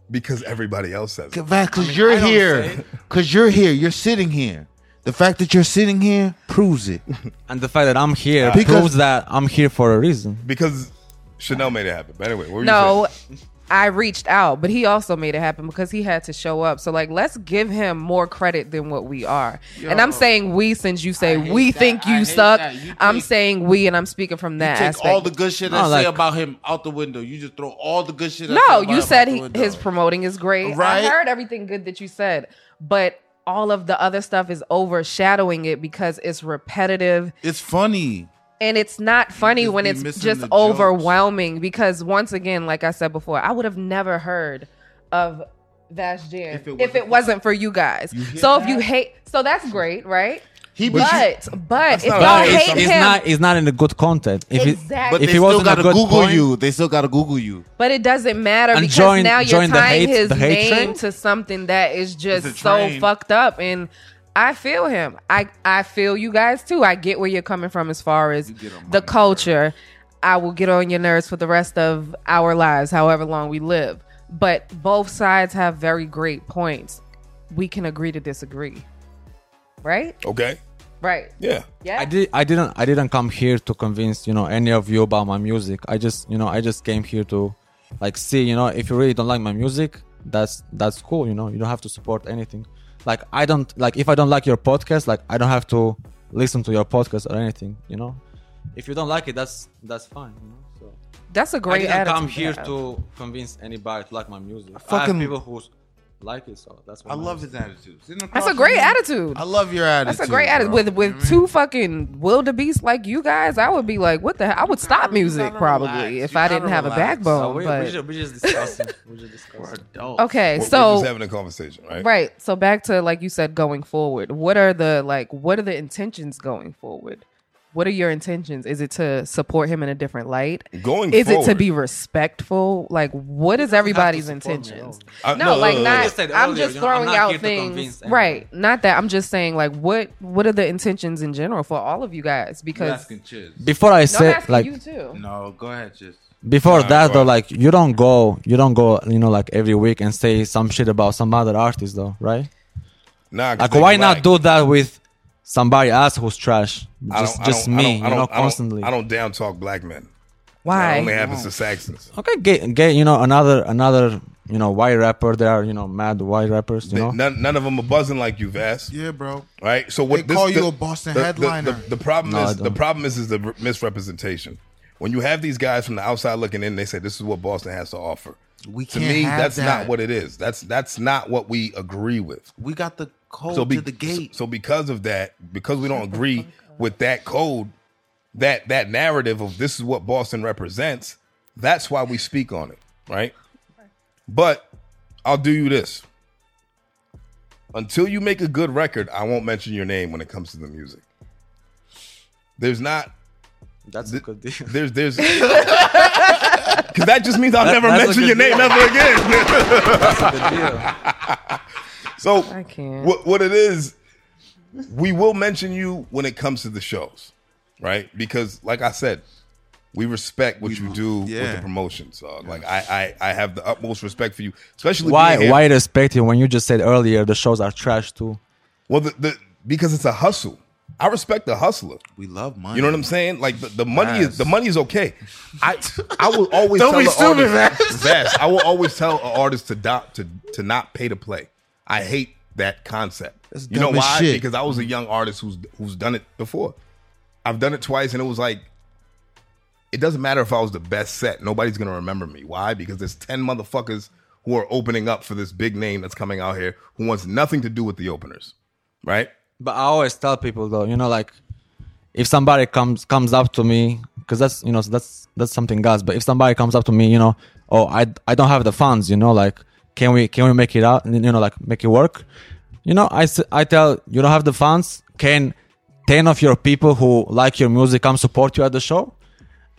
[SPEAKER 1] Because everybody else says it.
[SPEAKER 5] Because you're
[SPEAKER 4] don't
[SPEAKER 5] here.
[SPEAKER 4] say-
[SPEAKER 5] Because you're here. You're sitting here. The fact that you're sitting here proves it.
[SPEAKER 4] And the fact that I'm here
[SPEAKER 5] Because-
[SPEAKER 4] proves that I'm here for a reason.
[SPEAKER 1] Because Chanel made it happen. But anyway, what were you
[SPEAKER 2] no,
[SPEAKER 1] saying?
[SPEAKER 2] I reached out, but he also made it happen because he had to show up. So like let's give him more credit than what we are. and I'm saying we since you say
[SPEAKER 5] hate
[SPEAKER 2] we
[SPEAKER 5] that.
[SPEAKER 2] think
[SPEAKER 5] I
[SPEAKER 2] you
[SPEAKER 5] hate
[SPEAKER 2] suck.
[SPEAKER 5] that. You
[SPEAKER 2] I'm
[SPEAKER 5] take-
[SPEAKER 2] saying we and I'm speaking from that
[SPEAKER 5] Take
[SPEAKER 2] aspect.
[SPEAKER 5] all the good
[SPEAKER 1] Oh,
[SPEAKER 5] shit I
[SPEAKER 4] No,
[SPEAKER 5] say
[SPEAKER 4] like-
[SPEAKER 5] about him out the window. You just throw all the good shit. I say
[SPEAKER 2] No,
[SPEAKER 5] about
[SPEAKER 2] you
[SPEAKER 5] him
[SPEAKER 2] said
[SPEAKER 5] out
[SPEAKER 2] he,
[SPEAKER 5] the
[SPEAKER 2] his
[SPEAKER 5] window.
[SPEAKER 2] promoting is great.
[SPEAKER 5] Right?
[SPEAKER 2] I heard everything good that you said, but all of the other stuff is overshadowing it because it's repetitive
[SPEAKER 5] It's funny.
[SPEAKER 2] and it's not funny
[SPEAKER 5] just
[SPEAKER 2] when
[SPEAKER 5] be
[SPEAKER 2] it's
[SPEAKER 5] missing
[SPEAKER 2] just
[SPEAKER 5] the jokes.
[SPEAKER 2] overwhelming. Because once again, like I said before, I would have never heard of Vash Jam if it, wasn't for you guys. so if you hate, so that's great, right?
[SPEAKER 5] He
[SPEAKER 2] But but, if y'all
[SPEAKER 5] not
[SPEAKER 4] But
[SPEAKER 5] right.
[SPEAKER 2] hate him,
[SPEAKER 4] it's, it's not. It's not in the good content. If it-
[SPEAKER 2] Exactly. But
[SPEAKER 5] They
[SPEAKER 4] if it
[SPEAKER 5] still
[SPEAKER 4] wasn't
[SPEAKER 5] gotta
[SPEAKER 4] a good
[SPEAKER 5] Google
[SPEAKER 4] point,
[SPEAKER 5] you. They still gotta Google you.
[SPEAKER 2] But it doesn't matter
[SPEAKER 4] And
[SPEAKER 2] because
[SPEAKER 4] join-
[SPEAKER 2] now you're
[SPEAKER 4] join the
[SPEAKER 2] tying
[SPEAKER 4] hate-
[SPEAKER 2] his
[SPEAKER 4] the hate
[SPEAKER 2] name
[SPEAKER 4] train?
[SPEAKER 2] to something that is
[SPEAKER 5] It's
[SPEAKER 2] just
[SPEAKER 5] a
[SPEAKER 2] so
[SPEAKER 5] train.
[SPEAKER 2] fucked up. And I feel him. I I feel you guys too. I get where you're coming from as far as
[SPEAKER 5] get on my
[SPEAKER 2] the culture. I will get on your nerves for the rest of our lives, however long we live. But both sides have very great points. We can agree to disagree. Right?
[SPEAKER 1] Okay.
[SPEAKER 2] Right.
[SPEAKER 1] Yeah.
[SPEAKER 2] Yeah.
[SPEAKER 4] I did. I didn't. I didn't come here to convince you know any of you about my music. I just you know I just came here to, like, see you know if you really don't like my music, that's that's cool. You know you don't have to support anything. Like I don't like if I don't like your podcast, like I don't have to listen to your podcast or anything. You know, if you don't like it, that's that's fine. You know. So
[SPEAKER 2] That's a
[SPEAKER 4] I
[SPEAKER 2] great
[SPEAKER 4] didn't
[SPEAKER 2] attitude.
[SPEAKER 4] come here
[SPEAKER 2] have.
[SPEAKER 4] to convince anybody to like my music. I,
[SPEAKER 5] fucking-
[SPEAKER 4] have people who like it, so that's what
[SPEAKER 5] I love his attitude. Sitting
[SPEAKER 2] That's a
[SPEAKER 5] across
[SPEAKER 2] great
[SPEAKER 5] from him,
[SPEAKER 2] attitude.
[SPEAKER 5] I love your attitude.
[SPEAKER 2] That's a great attitude.
[SPEAKER 5] bro.
[SPEAKER 2] With
[SPEAKER 5] You know
[SPEAKER 2] with
[SPEAKER 5] what I mean?
[SPEAKER 2] two fucking wildebeest like you guys, I would be like, what the hell? I would stop
[SPEAKER 5] gotta- you
[SPEAKER 2] music
[SPEAKER 5] gotta relax.
[SPEAKER 2] probably
[SPEAKER 5] You
[SPEAKER 2] if I didn't
[SPEAKER 5] gotta
[SPEAKER 2] have a
[SPEAKER 5] relax.
[SPEAKER 4] So
[SPEAKER 2] backbone.
[SPEAKER 4] Uh, we, we,
[SPEAKER 2] but
[SPEAKER 4] just, we just discussing. we just discussing.
[SPEAKER 5] Dope.
[SPEAKER 2] okay,
[SPEAKER 1] We're, we're just
[SPEAKER 2] so
[SPEAKER 1] having a conversation, right?
[SPEAKER 2] right, so back to like you said, going forward. What are the like? What are the intentions going forward? What are your intentions? Is it to support him in a different light?
[SPEAKER 1] Going
[SPEAKER 2] Is
[SPEAKER 1] forward,
[SPEAKER 2] it to be respectful? Like, what is everybody's
[SPEAKER 4] support me at
[SPEAKER 2] intentions?
[SPEAKER 4] all.
[SPEAKER 1] I-
[SPEAKER 2] no, like not.
[SPEAKER 4] I said
[SPEAKER 2] I'm
[SPEAKER 4] earlier,
[SPEAKER 2] just
[SPEAKER 4] you know, I'm
[SPEAKER 2] throwing
[SPEAKER 4] not
[SPEAKER 2] out
[SPEAKER 4] here to
[SPEAKER 2] things,
[SPEAKER 4] convince anyone.
[SPEAKER 2] right? Not that I'm just saying like what what are the intentions in general for all of you guys?
[SPEAKER 5] You
[SPEAKER 2] Because
[SPEAKER 5] asking Chiz.
[SPEAKER 4] Before I
[SPEAKER 2] no, I'm
[SPEAKER 4] say
[SPEAKER 2] asking
[SPEAKER 4] like
[SPEAKER 2] you too.
[SPEAKER 5] No, go ahead, Chiz.
[SPEAKER 4] before
[SPEAKER 1] Nah,
[SPEAKER 4] that
[SPEAKER 1] go
[SPEAKER 4] though
[SPEAKER 1] ahead.
[SPEAKER 4] like you don't go you don't go you know like every week and say some shit about some other artist though right
[SPEAKER 1] Nah, 'cause
[SPEAKER 4] like
[SPEAKER 1] they
[SPEAKER 4] why not
[SPEAKER 1] black.
[SPEAKER 4] do that with somebody else who's trash
[SPEAKER 1] I don't-
[SPEAKER 4] just
[SPEAKER 1] I
[SPEAKER 4] just
[SPEAKER 1] don't- I
[SPEAKER 4] me
[SPEAKER 1] don't-
[SPEAKER 4] you
[SPEAKER 1] I don't- I
[SPEAKER 4] know
[SPEAKER 1] don't-
[SPEAKER 4] constantly
[SPEAKER 1] I don't down talk black men. That only
[SPEAKER 2] Why?
[SPEAKER 1] happens to Saxons.
[SPEAKER 4] okay get get you know another another you know white rapper. They are you know mad white rappers. You know.
[SPEAKER 1] None, none of them are buzzing like you, Vass.
[SPEAKER 5] Yeah, bro.
[SPEAKER 1] Right. So what
[SPEAKER 5] They call you a Boston headliner.
[SPEAKER 1] The, the problem
[SPEAKER 4] No, I
[SPEAKER 1] is the
[SPEAKER 4] don't.
[SPEAKER 1] problem is is the r- misrepresentation. When you have these guys from the outside looking in, they say this is what Boston has to offer.
[SPEAKER 5] We
[SPEAKER 1] to
[SPEAKER 5] can't
[SPEAKER 1] me,
[SPEAKER 5] have
[SPEAKER 1] that's not
[SPEAKER 5] that.
[SPEAKER 1] what it is. That's that's not what we agree with.
[SPEAKER 5] We got the code
[SPEAKER 1] so be-
[SPEAKER 5] to the gate.
[SPEAKER 1] So, so because of that, because we don't agree with that code, that that narrative of this is what Boston represents, that's why we speak on it, right? But I'll do you this. Until you make a good record, I won't mention your name when it comes to the music. There's not
[SPEAKER 4] That's a good (laughs) deal.
[SPEAKER 1] there's there's (laughs) because that just means I'll
[SPEAKER 4] That-
[SPEAKER 1] never
[SPEAKER 4] that's a
[SPEAKER 1] mention your
[SPEAKER 4] good
[SPEAKER 1] name ever
[SPEAKER 4] deal.
[SPEAKER 1] again. (laughs)
[SPEAKER 4] Good deal.
[SPEAKER 1] so
[SPEAKER 2] I can't.
[SPEAKER 1] what what it is, we will mention you when it comes to the shows, right? Because like I said, we respect what you do with
[SPEAKER 5] yeah.
[SPEAKER 1] the promotions. dog. Like I, I I have the utmost respect for you, especially being
[SPEAKER 4] Why
[SPEAKER 1] here.
[SPEAKER 4] why respect you when you just said earlier the shows are trash too?
[SPEAKER 1] Well, the, the because it's a hustle. I respect the hustler.
[SPEAKER 5] we love money.
[SPEAKER 1] You know what I'm saying? Like the, the money is the money is okay. I I
[SPEAKER 5] (laughs)
[SPEAKER 1] will always
[SPEAKER 5] Don't
[SPEAKER 1] tell
[SPEAKER 5] be
[SPEAKER 1] an
[SPEAKER 5] stupid,
[SPEAKER 1] artist, (laughs) Vass, I will always tell an artist to not to to not pay to play. I hate that concept.
[SPEAKER 5] That's
[SPEAKER 1] you know
[SPEAKER 5] dumb as
[SPEAKER 1] why?
[SPEAKER 5] shit.
[SPEAKER 1] Because I was a young artist who's who's done it before. I've done it twice, and it was like it doesn't matter if I was the best set. Nobody's gonna remember me. Why? Because there's ten motherfuckers who are opening up for this big name that's coming out here who wants nothing to do with the openers, right?
[SPEAKER 4] But I always tell people though, you know, like if somebody comes comes up to me, because that's you know that's that's something else. But if somebody comes up to me, you know, oh I I don't have the funds, you know, like can we can we make it out, you know, like make it work? You know, I s- I tell you don't have the funds. Can ten of your people who like your music come support you at the show?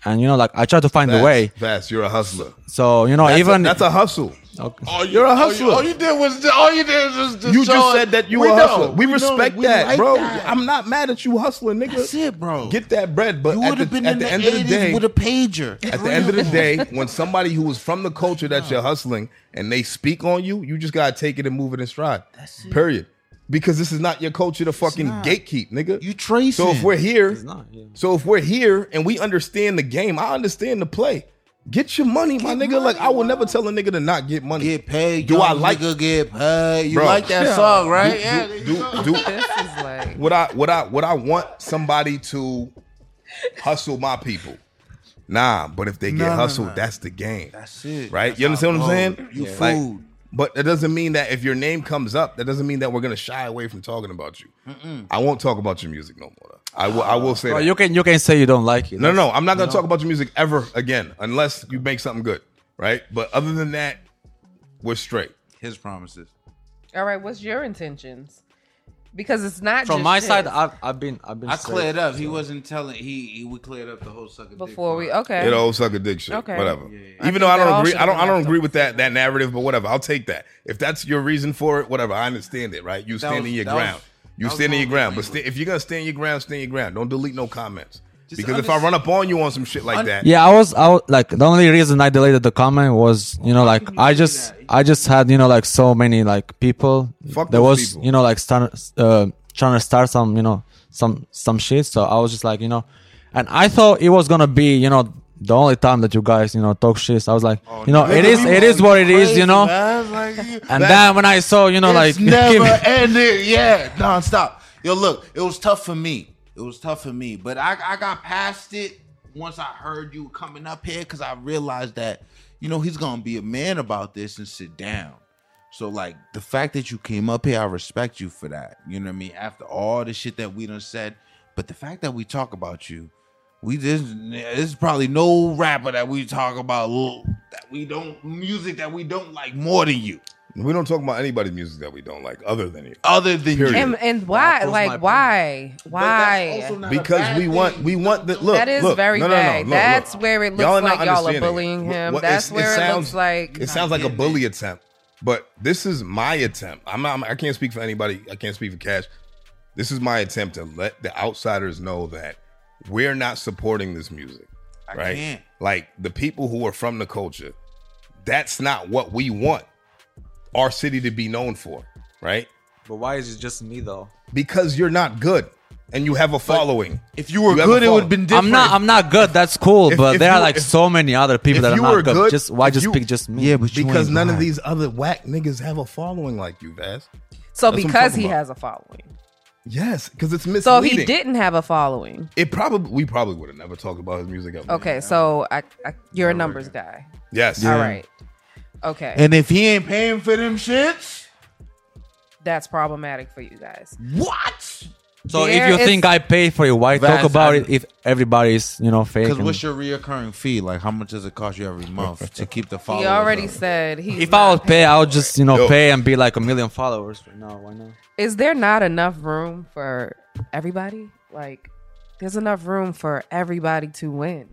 [SPEAKER 4] And you know, like I try to find a way.
[SPEAKER 1] Vass, you're a hustler.
[SPEAKER 4] So you know,
[SPEAKER 1] That's
[SPEAKER 4] even
[SPEAKER 1] a, that's a hustle.
[SPEAKER 4] Okay.
[SPEAKER 1] You're a hustler.
[SPEAKER 5] All you did was all you did was just,
[SPEAKER 1] You
[SPEAKER 5] show
[SPEAKER 1] just
[SPEAKER 5] us-
[SPEAKER 1] said that you
[SPEAKER 5] We
[SPEAKER 1] were a
[SPEAKER 5] know.
[SPEAKER 1] hustler. We,
[SPEAKER 5] know.
[SPEAKER 1] respect
[SPEAKER 5] We
[SPEAKER 1] that,
[SPEAKER 5] like
[SPEAKER 1] bro.
[SPEAKER 5] that.
[SPEAKER 1] I'm not mad at you hustling, nigga.
[SPEAKER 5] That's it, bro.
[SPEAKER 1] Get that bread, but
[SPEAKER 5] you
[SPEAKER 1] at
[SPEAKER 5] would
[SPEAKER 1] the,
[SPEAKER 5] have been
[SPEAKER 1] at
[SPEAKER 5] in
[SPEAKER 1] the,
[SPEAKER 5] the
[SPEAKER 1] end of the
[SPEAKER 5] 80s
[SPEAKER 1] day,
[SPEAKER 5] with a pager.
[SPEAKER 1] at the
[SPEAKER 5] (laughs)
[SPEAKER 1] end of the day, when somebody who is from the culture that you're hustling and they speak on you, you just gotta take it and move it in stride. Period. Because this is not your culture to fucking gatekeep, nigga.
[SPEAKER 5] You tracing.
[SPEAKER 1] so if we're here,
[SPEAKER 4] It's not, yeah.
[SPEAKER 1] so if we're here and we understand the game, I understand the play. Get your money, my nigga. like I will never tell a nigga to not get money.
[SPEAKER 5] get paid,
[SPEAKER 1] Do
[SPEAKER 5] young
[SPEAKER 1] I like-
[SPEAKER 5] nigga get paid? You
[SPEAKER 1] Bro.
[SPEAKER 5] like that
[SPEAKER 1] Yeah.
[SPEAKER 5] song, right?
[SPEAKER 1] Do-
[SPEAKER 5] yeah.
[SPEAKER 1] do- do- do-
[SPEAKER 2] This is like
[SPEAKER 1] what I what I what I want somebody to hustle my people. Nah, but if they get
[SPEAKER 5] No, no,
[SPEAKER 1] hustled,
[SPEAKER 5] no.
[SPEAKER 1] that's the game.
[SPEAKER 5] That's it.
[SPEAKER 1] Right?
[SPEAKER 5] That's
[SPEAKER 1] you understand what
[SPEAKER 5] our
[SPEAKER 1] I'm
[SPEAKER 5] mode.
[SPEAKER 1] saying?
[SPEAKER 5] You
[SPEAKER 1] Like,
[SPEAKER 5] food.
[SPEAKER 1] but that doesn't mean that if your name comes up, that doesn't mean that we're gonna shy away from talking about you. I won't talk about your music no more. though. I will I will say
[SPEAKER 5] Oh,
[SPEAKER 4] Well,
[SPEAKER 1] that.
[SPEAKER 4] you can you can say you don't like it.
[SPEAKER 1] No, no, no. I'm not gonna talk about your music ever again unless you make something good. Right? But other than that, we're straight.
[SPEAKER 5] His promises.
[SPEAKER 2] all right, what's your intentions? Because it's not
[SPEAKER 4] From
[SPEAKER 2] just
[SPEAKER 4] my
[SPEAKER 2] his.
[SPEAKER 4] side, I've, I've been I've been.
[SPEAKER 5] I
[SPEAKER 4] straight.
[SPEAKER 5] cleared up. He wasn't telling. He, he we cleared up the whole sucking
[SPEAKER 2] before we okay.
[SPEAKER 1] It all suck a dick shit.
[SPEAKER 2] Okay.
[SPEAKER 1] Whatever.
[SPEAKER 2] Yeah, I
[SPEAKER 1] Even
[SPEAKER 2] think
[SPEAKER 1] though I
[SPEAKER 2] that
[SPEAKER 1] don't
[SPEAKER 2] all
[SPEAKER 1] agree,
[SPEAKER 2] should
[SPEAKER 1] I don't I
[SPEAKER 2] have
[SPEAKER 1] don't
[SPEAKER 2] been
[SPEAKER 1] agree with that that narrative, but whatever. I'll take that. If that's your reason for it, whatever. I understand it, right? You
[SPEAKER 5] That
[SPEAKER 1] standing
[SPEAKER 5] was-
[SPEAKER 1] your
[SPEAKER 5] that was-
[SPEAKER 1] ground. You
[SPEAKER 5] that was
[SPEAKER 1] standing your
[SPEAKER 5] wrong
[SPEAKER 1] ground. But sta-
[SPEAKER 5] language.
[SPEAKER 1] if you're gonna stand your ground, stand your ground. Don't delete no comments.
[SPEAKER 5] Just
[SPEAKER 1] Because if I
[SPEAKER 5] underst-
[SPEAKER 1] run up on you on some shit like
[SPEAKER 5] Un-
[SPEAKER 1] that,
[SPEAKER 4] Yeah, I was, I was like the only reason I deleted the comment was you know like I just I just had you know like so many like people.
[SPEAKER 1] Fuck
[SPEAKER 4] there
[SPEAKER 1] those
[SPEAKER 4] was
[SPEAKER 1] people.
[SPEAKER 4] you know like start, uh, trying to start some you know some some shit. So I was just like you know, and I thought it was gonna be you know the only time that you guys you know talk shit. I was like
[SPEAKER 5] Oh,
[SPEAKER 4] you know it is it is what it is you know. And then when I saw you know
[SPEAKER 5] It's
[SPEAKER 4] like (laughs)
[SPEAKER 5] never e-
[SPEAKER 4] Kim-
[SPEAKER 5] ended. Yeah, nonstop. Yo, look, it was tough for me. It was tough for me, but I, I got past it once I heard you coming up here because I realized that you know he's gonna be a man about this and sit down. So like the fact that you came up here, I respect you for that. You know what I mean? After all the shit that we done said, but the fact that we talk about you, we this there's probably no rapper that we talk about that we don't music that we don't like more than you,
[SPEAKER 1] we don't talk about anybody's music that we don't like other than you.
[SPEAKER 5] other than you.
[SPEAKER 1] Period. (clears throat)
[SPEAKER 2] and and why
[SPEAKER 4] proves my
[SPEAKER 2] like
[SPEAKER 4] point.
[SPEAKER 2] why why
[SPEAKER 1] Because we want we want the look.
[SPEAKER 2] that is
[SPEAKER 1] look,
[SPEAKER 2] very
[SPEAKER 1] no, no, no,
[SPEAKER 2] vague.
[SPEAKER 1] look, look.
[SPEAKER 2] That's where it looks
[SPEAKER 1] Y'all are not
[SPEAKER 2] like y'all are
[SPEAKER 1] understanding it.
[SPEAKER 2] bullying
[SPEAKER 1] Wh-
[SPEAKER 2] him.
[SPEAKER 1] what- it's-
[SPEAKER 2] That's
[SPEAKER 1] it
[SPEAKER 2] where it,
[SPEAKER 1] sounds-
[SPEAKER 2] looks like
[SPEAKER 1] It sounds like a bully attempt, but this is my attempt. I'm not, I'm- I can't speak for anybody. I can't speak for Cash. This is my attempt to let the outsiders know that we're not supporting this music, right?
[SPEAKER 5] can't.
[SPEAKER 1] Like the people who are from the culture, that's not what we want our city to be known for, right?
[SPEAKER 4] But why is it just me though?
[SPEAKER 1] Because you're not good. and you have a following.
[SPEAKER 5] If you were
[SPEAKER 1] You have
[SPEAKER 5] good,
[SPEAKER 1] a
[SPEAKER 5] it would
[SPEAKER 1] following.
[SPEAKER 5] have been different.
[SPEAKER 4] I'm not. I'm not good. That's cool.
[SPEAKER 1] If-
[SPEAKER 4] but
[SPEAKER 1] if
[SPEAKER 4] there
[SPEAKER 1] you
[SPEAKER 4] are
[SPEAKER 1] were-
[SPEAKER 4] like
[SPEAKER 1] if-
[SPEAKER 4] so many other people
[SPEAKER 1] if
[SPEAKER 4] that are
[SPEAKER 1] you
[SPEAKER 4] not
[SPEAKER 1] were
[SPEAKER 4] good.
[SPEAKER 1] good,
[SPEAKER 4] Just why
[SPEAKER 1] if
[SPEAKER 4] just
[SPEAKER 1] you-
[SPEAKER 4] pick just me?
[SPEAKER 5] yeah, but you
[SPEAKER 1] because
[SPEAKER 5] ain't
[SPEAKER 1] none of
[SPEAKER 5] black.
[SPEAKER 1] these other whack niggas have a following like you, Vaz. That's
[SPEAKER 2] So
[SPEAKER 1] what I'm
[SPEAKER 2] because he
[SPEAKER 1] talking about.
[SPEAKER 2] has a following.
[SPEAKER 1] Yes, because it's
[SPEAKER 2] So
[SPEAKER 1] misleading.
[SPEAKER 2] he didn't have a following.
[SPEAKER 1] It probably we probably would have never talked about his music. Ever.
[SPEAKER 2] Okay, so I, I you're a numbers guy.
[SPEAKER 1] Yes.
[SPEAKER 2] All right. Okay.
[SPEAKER 5] And if he ain't paying for them shits,
[SPEAKER 2] That's problematic for you guys.
[SPEAKER 5] what?
[SPEAKER 4] So
[SPEAKER 2] There
[SPEAKER 4] if you
[SPEAKER 2] is-
[SPEAKER 4] think I pay for it, why
[SPEAKER 5] That's-
[SPEAKER 4] talk about
[SPEAKER 5] I-
[SPEAKER 4] it if everybody's you know fake?
[SPEAKER 5] Because
[SPEAKER 4] and-
[SPEAKER 5] what's your reoccurring fee? Like, how much does it cost you every month to keep the followers?
[SPEAKER 2] He already
[SPEAKER 5] up?
[SPEAKER 2] said he.
[SPEAKER 4] If I would pay, I would just you know
[SPEAKER 1] Yo.
[SPEAKER 4] pay and be like a million followers. But no, why not?
[SPEAKER 2] is there not enough room for everybody? Like, there's enough room for everybody to win.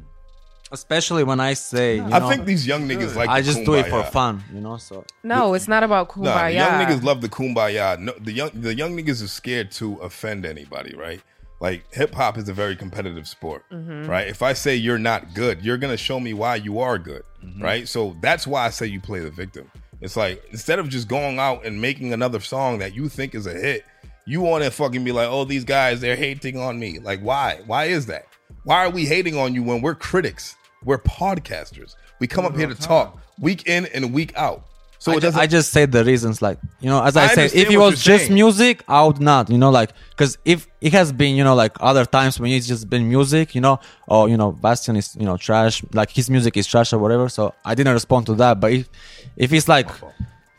[SPEAKER 4] Especially when I say, you
[SPEAKER 1] I
[SPEAKER 4] know,
[SPEAKER 1] think these young niggas like.
[SPEAKER 4] I
[SPEAKER 1] the
[SPEAKER 4] just do it for
[SPEAKER 1] kumbaya.
[SPEAKER 4] fun, you know. So
[SPEAKER 2] No, it's not about kumbaya.
[SPEAKER 1] Nah, the young niggas love the kumbaya. No, the young the young niggas is scared to offend anybody, right? Like hip hop is a very competitive sport, right? If I say you're not good, you're gonna show me why you are good,
[SPEAKER 4] Mm-hmm.
[SPEAKER 1] right? So that's why I say you play the victim. It's like instead of just going out and making another song that you think is a hit, you want to fucking be like, oh, these guys they're hating on me. Like why? Why is that? Why are we hating on you when we're critics? We're podcasters. We come up here to talk week in and week out. So
[SPEAKER 4] I,
[SPEAKER 1] it
[SPEAKER 4] ju-
[SPEAKER 1] doesn't.
[SPEAKER 4] I just say the reasons, like you know, as I,
[SPEAKER 1] I
[SPEAKER 4] said,
[SPEAKER 1] understand
[SPEAKER 4] if it
[SPEAKER 1] what
[SPEAKER 4] was
[SPEAKER 1] you're
[SPEAKER 4] just
[SPEAKER 1] saying.
[SPEAKER 4] music, I would not, you know, like because if it has been, you know, like other times when it's just been music, you know, or you know, Bastian is you know trash, like his music is trash or whatever. So I didn't respond to that. But if if it's like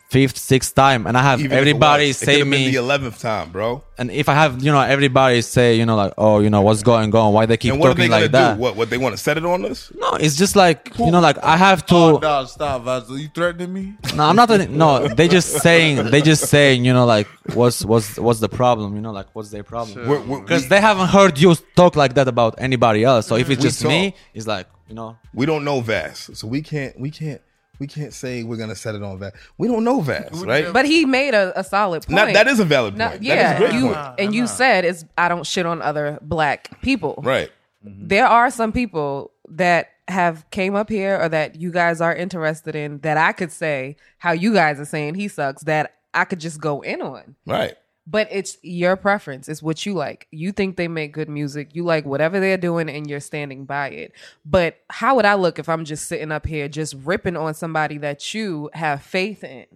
[SPEAKER 4] fifth, sixth time, and I have
[SPEAKER 1] if it
[SPEAKER 4] everybody
[SPEAKER 1] was, it
[SPEAKER 4] say
[SPEAKER 1] could've been
[SPEAKER 4] me,
[SPEAKER 1] the eleventh time, bro.
[SPEAKER 4] and if I have you know everybody say, you know, like oh, you know, what's going on? Why they keep
[SPEAKER 1] And what are they
[SPEAKER 4] talking
[SPEAKER 1] gonna
[SPEAKER 4] like that?
[SPEAKER 1] do? What what they want to set it on us?
[SPEAKER 4] No, it's just like you know, like I have to.
[SPEAKER 5] Oh, dog, stop, Vazel. You threatening me? (laughs)
[SPEAKER 4] No, I'm not. an- no, they just saying. They just saying. You know, like what's what's what's the problem? You know, like what's their problem?
[SPEAKER 1] We're- we're- we
[SPEAKER 4] Because they haven't heard you talk like that about anybody else. So if it's
[SPEAKER 1] We
[SPEAKER 4] just me,
[SPEAKER 1] talk.
[SPEAKER 4] it's like you know.
[SPEAKER 1] we don't know Vass, so we can't we can't we can't say we're gonna set it on Vass. We don't know Vass, right?
[SPEAKER 2] But he made a, a solid point.
[SPEAKER 1] Now, that is a valid point.
[SPEAKER 2] No,
[SPEAKER 1] That is a
[SPEAKER 2] yeah,
[SPEAKER 1] great
[SPEAKER 2] you
[SPEAKER 1] point.
[SPEAKER 2] and you said it's I don't shit on other black people.
[SPEAKER 1] right.
[SPEAKER 2] There are some people that have came up here or that you guys are interested in that I could say how you guys are saying he sucks that I could just go in on.
[SPEAKER 1] Right.
[SPEAKER 2] But it's your preference. It's what you like. You think they make good music. You like whatever they're doing and you're standing by it. But how would I look if I'm just sitting up here just ripping on somebody that you have faith in?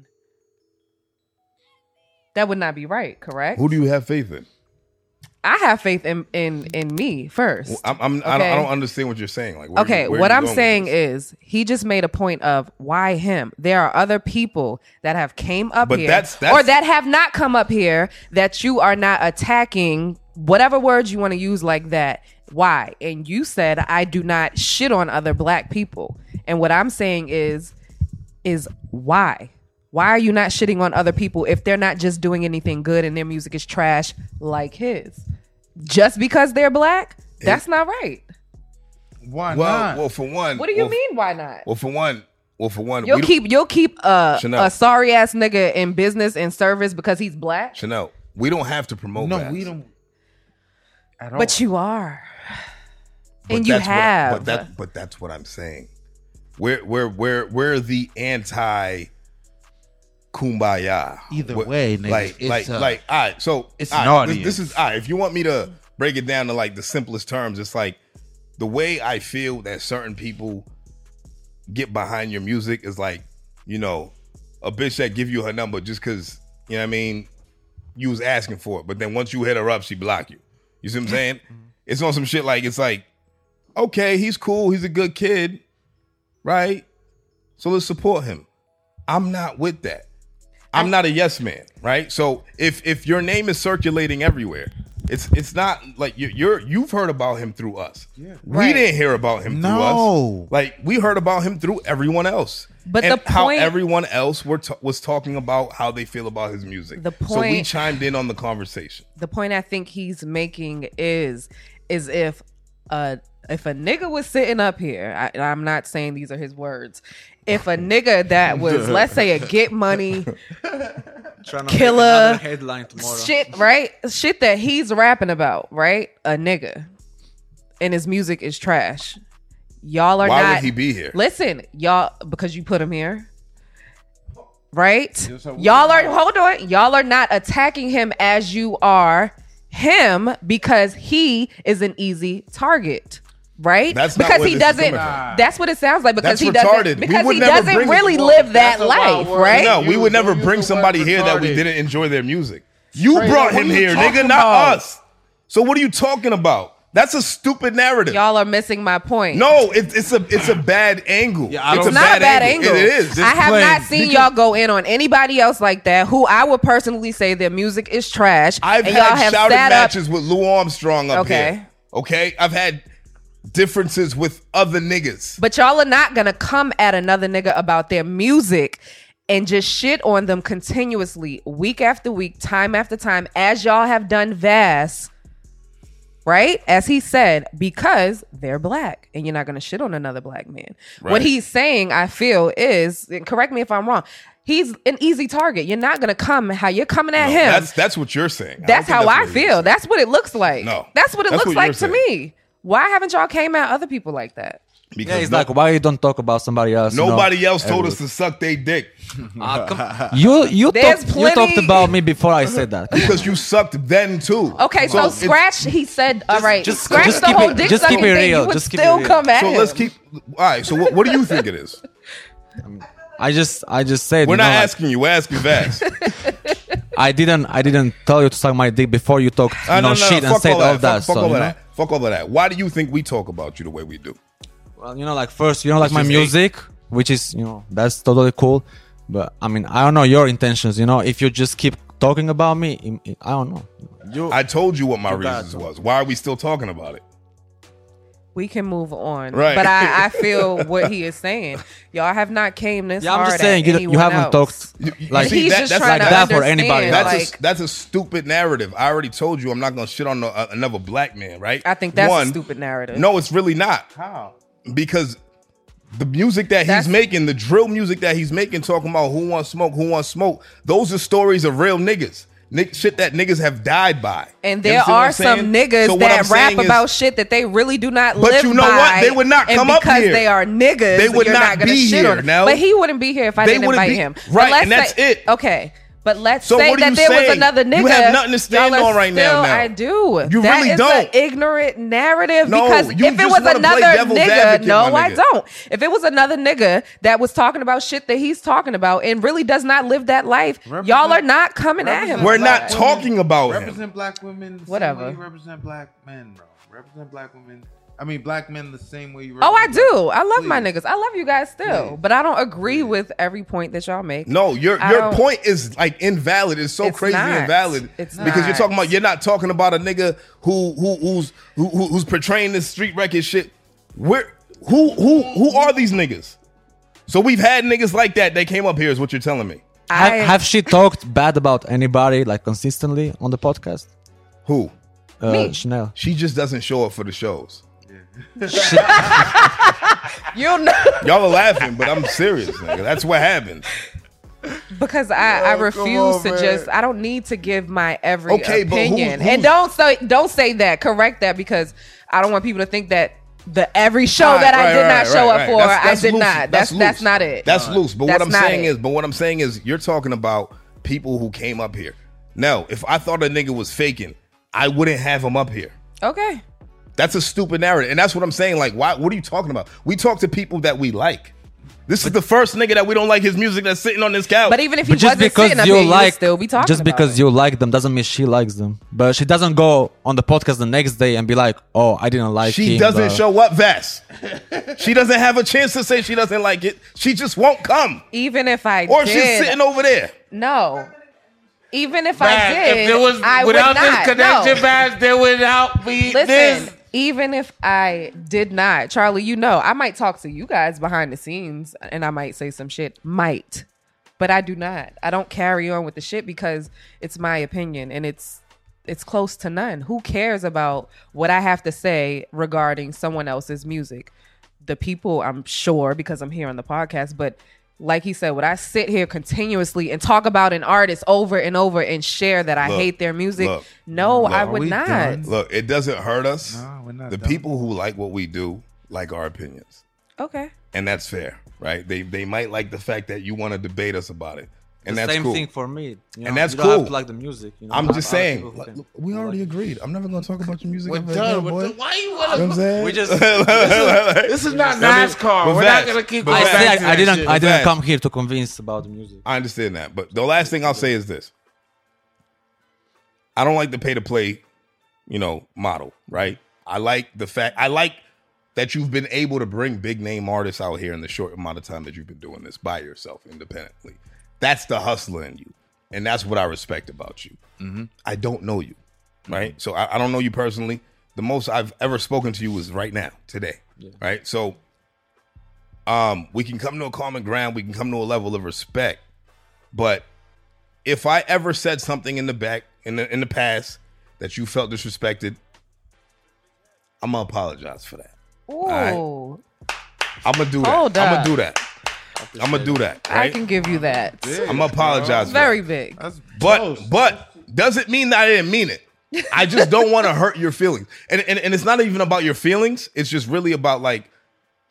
[SPEAKER 2] That would not be right, correct?
[SPEAKER 1] Who do you have faith in?
[SPEAKER 2] I have faith in in in me first.
[SPEAKER 1] I'm, I'm I, don't, I
[SPEAKER 2] Okay.
[SPEAKER 1] don't understand what you're saying. Like where
[SPEAKER 2] okay,
[SPEAKER 1] you- where
[SPEAKER 2] what
[SPEAKER 1] you
[SPEAKER 2] I'm
[SPEAKER 1] going with
[SPEAKER 2] saying
[SPEAKER 1] this?
[SPEAKER 2] is he just made a point of why him. There are other people that have came up
[SPEAKER 1] But
[SPEAKER 2] here
[SPEAKER 1] that's- that's-
[SPEAKER 2] or that have not come up here that you are not attacking whatever words you want to use like that. Why? And you said I do not shit on other black people. And what I'm saying is is why? Why are you not shitting on other people if they're not just doing anything good and their music is trash like his? Just because they're black? That's not right.
[SPEAKER 3] Why
[SPEAKER 1] well,
[SPEAKER 3] not?
[SPEAKER 1] well, for one,
[SPEAKER 2] What do you
[SPEAKER 1] well,
[SPEAKER 2] mean? Why not?
[SPEAKER 1] Well, for one, well, for one,
[SPEAKER 2] You'll
[SPEAKER 1] we don't-
[SPEAKER 2] keep you'll keep a,
[SPEAKER 1] Chanel.
[SPEAKER 2] a sorry ass nigga in business and service because he's black,
[SPEAKER 1] Chanel. We don't have to promote.
[SPEAKER 3] no,
[SPEAKER 1] Vass.
[SPEAKER 3] we don't. At all.
[SPEAKER 2] but you are,
[SPEAKER 1] But
[SPEAKER 2] and you
[SPEAKER 1] that's what I-
[SPEAKER 2] have.
[SPEAKER 1] but that but that's what I'm saying. We're we're we're we're the anti kumbaya.
[SPEAKER 5] Either
[SPEAKER 1] We're-
[SPEAKER 5] way, nigga,
[SPEAKER 1] like
[SPEAKER 5] it's,
[SPEAKER 1] like
[SPEAKER 5] uh,
[SPEAKER 1] like all right. So
[SPEAKER 5] it's
[SPEAKER 1] all right,
[SPEAKER 5] an
[SPEAKER 1] this- This,
[SPEAKER 5] audience.
[SPEAKER 1] is all right. If you want me to break it down to like the simplest terms, it's like the way I feel that certain people get behind your music is like you know a bitch that give you her number just because you know what I mean you was asking for it, but then once you hit her up, she block you. You see what I'm saying? it's on some shit like it's like okay, he's cool, he's a good kid, right? So let's support him. I'm not with that. I'm not a yes man, right? So if if your name is circulating everywhere, it's it's not like you, you're you've heard about him through us. Yeah. We
[SPEAKER 2] Right.
[SPEAKER 1] didn't hear about him through
[SPEAKER 5] No.
[SPEAKER 1] us. Like we heard about him through everyone else.
[SPEAKER 2] But
[SPEAKER 1] And
[SPEAKER 2] the
[SPEAKER 1] how
[SPEAKER 2] point-
[SPEAKER 1] everyone else were ta- was talking about how they feel about his music.
[SPEAKER 2] The
[SPEAKER 1] so we
[SPEAKER 2] point-
[SPEAKER 1] chimed in on the conversation.
[SPEAKER 2] the point I think he's making is is if uh if a nigga was sitting up here, I, and I'm not saying these are his words. If a nigga that
[SPEAKER 1] (laughs)
[SPEAKER 2] was, let's say, a get money
[SPEAKER 4] Trying
[SPEAKER 2] make Killer. another
[SPEAKER 4] headline tomorrow.
[SPEAKER 2] shit, right? Shit that he's rapping about, right? A nigga. And his music is trash. Y'all are
[SPEAKER 1] Why
[SPEAKER 2] not
[SPEAKER 1] would he be here?
[SPEAKER 2] Listen, y'all because you put him here. Right? Y'all are hold on. Y'all are not attacking him as you are him because he is an easy target. Right?
[SPEAKER 1] That's not
[SPEAKER 2] because
[SPEAKER 1] where
[SPEAKER 2] he
[SPEAKER 1] this is
[SPEAKER 2] doesn't
[SPEAKER 1] coming from.
[SPEAKER 2] that's what it sounds like because
[SPEAKER 1] That's
[SPEAKER 2] he
[SPEAKER 1] retarded.
[SPEAKER 2] doesn't
[SPEAKER 1] We
[SPEAKER 2] because
[SPEAKER 1] would
[SPEAKER 2] he
[SPEAKER 1] never
[SPEAKER 2] doesn't
[SPEAKER 1] bring-
[SPEAKER 2] really
[SPEAKER 1] Well,
[SPEAKER 2] live that
[SPEAKER 3] that's a wild
[SPEAKER 2] life,
[SPEAKER 3] word.
[SPEAKER 2] right?
[SPEAKER 1] No, we
[SPEAKER 3] You-
[SPEAKER 1] would never
[SPEAKER 3] you use
[SPEAKER 1] bring
[SPEAKER 3] the
[SPEAKER 1] somebody
[SPEAKER 3] word
[SPEAKER 1] here that we
[SPEAKER 3] retarded.
[SPEAKER 1] didn't enjoy their music. You brought him
[SPEAKER 3] what are you
[SPEAKER 1] here, nigga,
[SPEAKER 3] talking
[SPEAKER 1] not
[SPEAKER 3] about?
[SPEAKER 1] us. So what are you talking about? That's a stupid narrative.
[SPEAKER 2] Y'all are missing my point.
[SPEAKER 1] no, it, it's a it's a bad angle.
[SPEAKER 4] Yeah, I
[SPEAKER 1] it's
[SPEAKER 4] don't-
[SPEAKER 2] it's not a bad angle.
[SPEAKER 1] It, it is.
[SPEAKER 2] I have
[SPEAKER 1] plain.
[SPEAKER 2] not seen y'all go in on anybody else like that. Who I would personally say their music is trash.
[SPEAKER 1] I've
[SPEAKER 2] and
[SPEAKER 1] had
[SPEAKER 2] y'all have
[SPEAKER 1] shouted
[SPEAKER 2] sat up.
[SPEAKER 1] matches with Lou Armstrong up
[SPEAKER 2] Okay.
[SPEAKER 1] here. Okay, I've had differences with other niggas.
[SPEAKER 2] But y'all are not gonna come at another nigga about their music and just shit on them continuously, week after week, time after time, as y'all have done Vass, right? As he said, because they're black and you're not gonna shit on another black man. What
[SPEAKER 1] Right.
[SPEAKER 2] he's saying, I feel, is and correct me if I'm wrong. He's an easy target. You're not gonna come how you're coming at
[SPEAKER 1] No,
[SPEAKER 2] him.
[SPEAKER 1] that's that's what you're saying.
[SPEAKER 2] That's
[SPEAKER 1] don't
[SPEAKER 2] how
[SPEAKER 1] think
[SPEAKER 2] I
[SPEAKER 1] what it is.
[SPEAKER 2] feel. That's what it looks like.
[SPEAKER 1] No.
[SPEAKER 2] That's what it
[SPEAKER 1] That's what
[SPEAKER 2] looks like
[SPEAKER 1] you're
[SPEAKER 2] to me. Why haven't y'all came at other people like that?
[SPEAKER 1] Because
[SPEAKER 4] Yeah, it's
[SPEAKER 1] no-
[SPEAKER 4] like why you don't talk about somebody else? you know?
[SPEAKER 1] nobody else told us to suck their dick
[SPEAKER 4] Ah,
[SPEAKER 1] (laughs)
[SPEAKER 4] come- you you
[SPEAKER 2] There's
[SPEAKER 4] talked you talked
[SPEAKER 2] plenty-
[SPEAKER 4] about me before I said that.
[SPEAKER 1] because you sucked then too.
[SPEAKER 2] Okay, so,
[SPEAKER 1] it's-
[SPEAKER 2] scratch. He said, "All right,
[SPEAKER 4] just-
[SPEAKER 2] scratch
[SPEAKER 4] just
[SPEAKER 2] the
[SPEAKER 4] keep
[SPEAKER 2] whole
[SPEAKER 4] it-
[SPEAKER 2] dick
[SPEAKER 4] just keep
[SPEAKER 2] sucking
[SPEAKER 4] it
[SPEAKER 2] thing.
[SPEAKER 4] real,
[SPEAKER 2] You would
[SPEAKER 4] just keep it
[SPEAKER 2] still
[SPEAKER 4] real.
[SPEAKER 2] come at
[SPEAKER 1] So
[SPEAKER 2] him.
[SPEAKER 1] let's keep. All right. So what, what do you think it is?
[SPEAKER 4] I just I just said
[SPEAKER 1] We're
[SPEAKER 4] you know,
[SPEAKER 1] not
[SPEAKER 4] like,
[SPEAKER 1] asking you. We're asking
[SPEAKER 4] (laughs)
[SPEAKER 1] Vax.
[SPEAKER 4] I didn't I didn't tell you to suck my dick before you talked you
[SPEAKER 1] Uh,
[SPEAKER 4] know shit and
[SPEAKER 1] fuck
[SPEAKER 4] said all
[SPEAKER 1] Fuck,
[SPEAKER 4] that.
[SPEAKER 1] fuck
[SPEAKER 4] so,
[SPEAKER 1] all of
[SPEAKER 4] you know?
[SPEAKER 1] that. Fuck all of that. Why do you think we talk about you the way we do?
[SPEAKER 4] Well, you know, like first, you know, like my
[SPEAKER 1] just eight.
[SPEAKER 4] music, which is, you know, that's totally cool. But I mean, I don't know your intentions. You know, if you just keep talking about me, im- I don't know. You,
[SPEAKER 1] I told you what my
[SPEAKER 4] Too bad.
[SPEAKER 1] reasons was. Why are we still talking about it?
[SPEAKER 2] we can move on.
[SPEAKER 1] Right. (laughs)
[SPEAKER 2] But I, I feel what he is saying. Y'all have not came this
[SPEAKER 4] yeah, I'm
[SPEAKER 2] hard
[SPEAKER 4] just saying
[SPEAKER 2] at
[SPEAKER 4] you,
[SPEAKER 2] anyone
[SPEAKER 4] you haven't
[SPEAKER 2] else.
[SPEAKER 1] You- you
[SPEAKER 4] talked like
[SPEAKER 2] And he's
[SPEAKER 1] that-
[SPEAKER 2] just
[SPEAKER 1] that's
[SPEAKER 2] trying
[SPEAKER 1] like
[SPEAKER 2] to
[SPEAKER 1] that
[SPEAKER 4] for
[SPEAKER 2] understand,
[SPEAKER 4] anybody
[SPEAKER 1] That's
[SPEAKER 2] Like,
[SPEAKER 1] a, that's a stupid narrative. I already told you I'm not going to shit on no, uh, another black man, right?
[SPEAKER 2] I think that's
[SPEAKER 1] One,
[SPEAKER 2] a stupid narrative.
[SPEAKER 1] No, it's really not
[SPEAKER 3] How?
[SPEAKER 1] because the music that
[SPEAKER 2] That's-
[SPEAKER 1] he's making, the drill music that he's making, talking about who wants smoke, who wants smoke. Those are stories of real niggas. Nick, shit that niggas have died by.
[SPEAKER 2] And
[SPEAKER 1] You
[SPEAKER 2] there
[SPEAKER 1] understand what
[SPEAKER 2] are
[SPEAKER 1] I'm
[SPEAKER 2] some
[SPEAKER 1] saying?
[SPEAKER 2] niggas
[SPEAKER 1] So what
[SPEAKER 2] that
[SPEAKER 1] I'm
[SPEAKER 2] rap
[SPEAKER 1] saying is-
[SPEAKER 2] about shit that they really do not
[SPEAKER 1] But
[SPEAKER 2] live
[SPEAKER 1] you know
[SPEAKER 2] by,
[SPEAKER 1] what? They would not
[SPEAKER 2] and
[SPEAKER 1] come up
[SPEAKER 2] because
[SPEAKER 1] here.
[SPEAKER 2] they are niggas.
[SPEAKER 1] They would
[SPEAKER 2] you're
[SPEAKER 1] not
[SPEAKER 2] not, gonna
[SPEAKER 1] be
[SPEAKER 2] shit
[SPEAKER 1] here,
[SPEAKER 2] on them.
[SPEAKER 1] no.
[SPEAKER 2] But he wouldn't be here if I
[SPEAKER 1] They
[SPEAKER 2] didn't
[SPEAKER 1] wouldn't
[SPEAKER 2] invite
[SPEAKER 1] be-
[SPEAKER 2] him. But
[SPEAKER 1] Right,
[SPEAKER 2] let's
[SPEAKER 1] and that's
[SPEAKER 2] say-
[SPEAKER 1] it.
[SPEAKER 2] Okay. But let's
[SPEAKER 1] So
[SPEAKER 2] say
[SPEAKER 1] what are
[SPEAKER 2] that
[SPEAKER 1] you
[SPEAKER 2] there was
[SPEAKER 1] saying?
[SPEAKER 2] another
[SPEAKER 1] You
[SPEAKER 2] nigga.
[SPEAKER 1] have nothing to stand
[SPEAKER 2] Y'all are
[SPEAKER 1] on right now,
[SPEAKER 2] still-
[SPEAKER 1] now.
[SPEAKER 2] I do.
[SPEAKER 1] You
[SPEAKER 2] That
[SPEAKER 1] really
[SPEAKER 2] is
[SPEAKER 1] don't.
[SPEAKER 2] An ignorant narrative.
[SPEAKER 1] No,
[SPEAKER 2] because
[SPEAKER 1] you
[SPEAKER 2] if it
[SPEAKER 1] just
[SPEAKER 2] was
[SPEAKER 1] wanna play
[SPEAKER 2] another
[SPEAKER 1] devil's
[SPEAKER 2] nigga,
[SPEAKER 1] advocate,
[SPEAKER 2] no,
[SPEAKER 1] my
[SPEAKER 2] I
[SPEAKER 1] nigga.
[SPEAKER 2] don't. If it was another nigga that was talking about shit that he's talking about and really does not live that life, y'all are not coming at him.
[SPEAKER 1] We're
[SPEAKER 2] for
[SPEAKER 1] not
[SPEAKER 2] that.
[SPEAKER 1] talking about him.
[SPEAKER 3] represent black women. the same
[SPEAKER 2] Whatever.
[SPEAKER 3] way you represent black men, bro. Represent black women. I mean, black men the same way you.
[SPEAKER 2] Oh, I
[SPEAKER 3] represent black-
[SPEAKER 2] do. I love my
[SPEAKER 3] Please.
[SPEAKER 2] niggas. I love you guys still,
[SPEAKER 3] Please.
[SPEAKER 2] but I don't agree with every point that y'all make.
[SPEAKER 1] No, your
[SPEAKER 2] I
[SPEAKER 1] your
[SPEAKER 2] don't-
[SPEAKER 1] point is like invalid. It's so
[SPEAKER 2] It's
[SPEAKER 1] crazy
[SPEAKER 2] not.
[SPEAKER 1] invalid
[SPEAKER 2] It's
[SPEAKER 1] because you're
[SPEAKER 2] not.
[SPEAKER 1] talking about you're not talking about a nigga who who who's who, who- who's portraying this street record shit. Where who who who are these niggas? So we've had niggas like that that came up here. Is what you're telling me?
[SPEAKER 2] I
[SPEAKER 4] have, have she talked bad about anybody like consistently on the podcast?
[SPEAKER 1] Who?
[SPEAKER 4] Uh,
[SPEAKER 2] Me.
[SPEAKER 4] Chanel.
[SPEAKER 1] She just doesn't show up for the shows.
[SPEAKER 2] you know (laughs)
[SPEAKER 1] Y'all are laughing, but I'm serious, nigga. That's what happened.
[SPEAKER 2] because I, I
[SPEAKER 6] come
[SPEAKER 2] refuse
[SPEAKER 6] on,
[SPEAKER 2] to
[SPEAKER 6] man.
[SPEAKER 2] just I don't need to give my every
[SPEAKER 1] Okay, but who-
[SPEAKER 2] opinion
[SPEAKER 1] who-
[SPEAKER 2] and don't say don't say that correct that because I don't want people to think that the every show
[SPEAKER 1] Right,
[SPEAKER 2] that I
[SPEAKER 1] right,
[SPEAKER 2] did
[SPEAKER 1] right,
[SPEAKER 2] not show
[SPEAKER 1] right,
[SPEAKER 2] up
[SPEAKER 1] right.
[SPEAKER 2] for
[SPEAKER 1] That's- that's
[SPEAKER 2] I did
[SPEAKER 1] loose.
[SPEAKER 2] not that's that's,
[SPEAKER 1] loose.
[SPEAKER 2] not it
[SPEAKER 1] That's loose. But what
[SPEAKER 2] That's
[SPEAKER 1] I'm
[SPEAKER 2] not
[SPEAKER 1] saying
[SPEAKER 2] it.
[SPEAKER 1] is, but what I'm saying is, you're talking about people who came up here. No, if I thought a nigga was faking, I wouldn't have him up here.
[SPEAKER 2] okay
[SPEAKER 1] That's a stupid narrative, and that's what I'm saying. Like, why? What are you talking about? We talk to people that we like. This is the first nigga that we don't like his music that's sitting on this couch.
[SPEAKER 2] but even if he
[SPEAKER 4] But just
[SPEAKER 2] wasn't
[SPEAKER 4] because
[SPEAKER 2] sitting up
[SPEAKER 4] you
[SPEAKER 2] here you would
[SPEAKER 4] like,
[SPEAKER 2] still be talking
[SPEAKER 4] just
[SPEAKER 2] about it.
[SPEAKER 4] because you like them doesn't mean she likes them. But she doesn't go on the podcast the next day and be like, "Oh, I didn't like."
[SPEAKER 1] she
[SPEAKER 4] him,
[SPEAKER 1] doesn't
[SPEAKER 4] but-
[SPEAKER 1] show up, Vass. she doesn't have a chance to say she doesn't like it. She just won't come,
[SPEAKER 2] even if I
[SPEAKER 1] or
[SPEAKER 2] did
[SPEAKER 1] she's sitting over there.
[SPEAKER 2] no even if I
[SPEAKER 6] Bad.
[SPEAKER 2] did
[SPEAKER 6] if there was
[SPEAKER 2] I would
[SPEAKER 6] without
[SPEAKER 2] not.
[SPEAKER 6] this connection,
[SPEAKER 2] no.
[SPEAKER 6] bad, there would not be
[SPEAKER 2] Listen,
[SPEAKER 6] this.
[SPEAKER 2] even if I did not, Charlie, you know, I might talk to you guys behind the scenes and I might say some shit. Might. But I do not. I don't carry on with the shit because it's my opinion and it's it's close to none. Who cares about what I have to say regarding someone else's music? The people, I'm sure, because I'm here on the podcast, but like he said, would I sit here continuously and talk about an artist over and over and share that I
[SPEAKER 1] Look,
[SPEAKER 2] hate their music?
[SPEAKER 1] look,
[SPEAKER 2] no, I
[SPEAKER 3] Are
[SPEAKER 2] would
[SPEAKER 3] we
[SPEAKER 2] not.
[SPEAKER 3] done?
[SPEAKER 1] Look, it doesn't hurt us.
[SPEAKER 3] No, we're not
[SPEAKER 1] the
[SPEAKER 3] done.
[SPEAKER 1] people who like what we do like our opinions.
[SPEAKER 2] Okay.
[SPEAKER 1] and that's fair, right? They they might like the fact that you want to debate us about it. and
[SPEAKER 4] the
[SPEAKER 1] that's
[SPEAKER 4] same
[SPEAKER 1] cool.
[SPEAKER 4] thing for me. you know,
[SPEAKER 1] And that's
[SPEAKER 4] you don't have
[SPEAKER 1] cool.
[SPEAKER 4] to like the music. You know,
[SPEAKER 1] I'm
[SPEAKER 4] there
[SPEAKER 1] just
[SPEAKER 4] are other
[SPEAKER 1] saying,
[SPEAKER 4] people who
[SPEAKER 1] like,
[SPEAKER 4] can.
[SPEAKER 1] look, we already agreed. I'm never gonna talk about your music ever
[SPEAKER 3] Done
[SPEAKER 1] again,
[SPEAKER 3] with
[SPEAKER 1] boy.
[SPEAKER 3] the-
[SPEAKER 1] You
[SPEAKER 3] why you
[SPEAKER 1] know
[SPEAKER 3] want
[SPEAKER 1] what I'm saying?
[SPEAKER 4] We
[SPEAKER 1] (laughs)
[SPEAKER 4] just-
[SPEAKER 3] This is not
[SPEAKER 1] I mean,
[SPEAKER 3] NASCAR.
[SPEAKER 1] but
[SPEAKER 3] We're not
[SPEAKER 1] Vax,
[SPEAKER 3] gonna keep
[SPEAKER 1] but
[SPEAKER 3] going
[SPEAKER 4] I,
[SPEAKER 1] Vax-
[SPEAKER 3] back
[SPEAKER 4] say,
[SPEAKER 3] to
[SPEAKER 4] I,
[SPEAKER 3] that
[SPEAKER 4] I didn't.
[SPEAKER 3] shit.
[SPEAKER 4] I didn't
[SPEAKER 1] Facts.
[SPEAKER 4] come here to convince about the music.
[SPEAKER 1] I understand that, but the last thing I'll say is this: I don't like the pay to play, you know, model. Right? I like the fact I like that you've been able to bring big name artists out here in the short amount of time that you've been doing this by yourself, independently. That's the hustler in you, and that's what I respect about you. I don't know you, right? So I, I don't know you personally. The most I've ever spoken to you was right now, today, right? So, um, we can come to a common ground. We can come to a level of respect. But if I ever said something in the back in the in the past that you felt disrespected, I'm gonna apologize for that.
[SPEAKER 2] Ooh,
[SPEAKER 1] I'm gonna do that.
[SPEAKER 2] Hold
[SPEAKER 1] I'm gonna
[SPEAKER 2] up.
[SPEAKER 1] do that. I'm gonna do that.
[SPEAKER 2] I
[SPEAKER 1] Right?
[SPEAKER 2] can give you that.
[SPEAKER 1] I'm gonna apologize. for that.
[SPEAKER 2] Very big.
[SPEAKER 6] That's
[SPEAKER 1] But but doesn't mean that I didn't mean it. I just don't
[SPEAKER 2] (laughs)
[SPEAKER 1] want to hurt your feelings. And, and and it's not even about your feelings. It's just really about like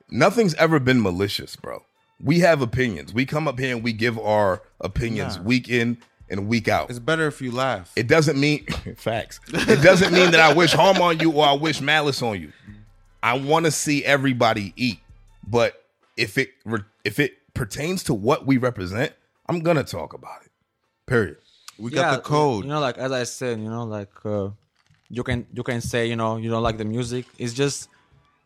[SPEAKER 1] nothing's ever been malicious, bro. We have opinions. We come up here and we give our opinions week in and week out.
[SPEAKER 5] It's better if you laugh.
[SPEAKER 1] It doesn't mean (laughs) facts. It doesn't mean that I wish harm on you or I wish malice on you. I want to see everybody eat, but if it re- if it pertains to what we represent, I'm gonna talk about it. Period.
[SPEAKER 5] We got the code.
[SPEAKER 4] You know, like as I said, you know, like uh, you can you can say you know you don't like the music. It's just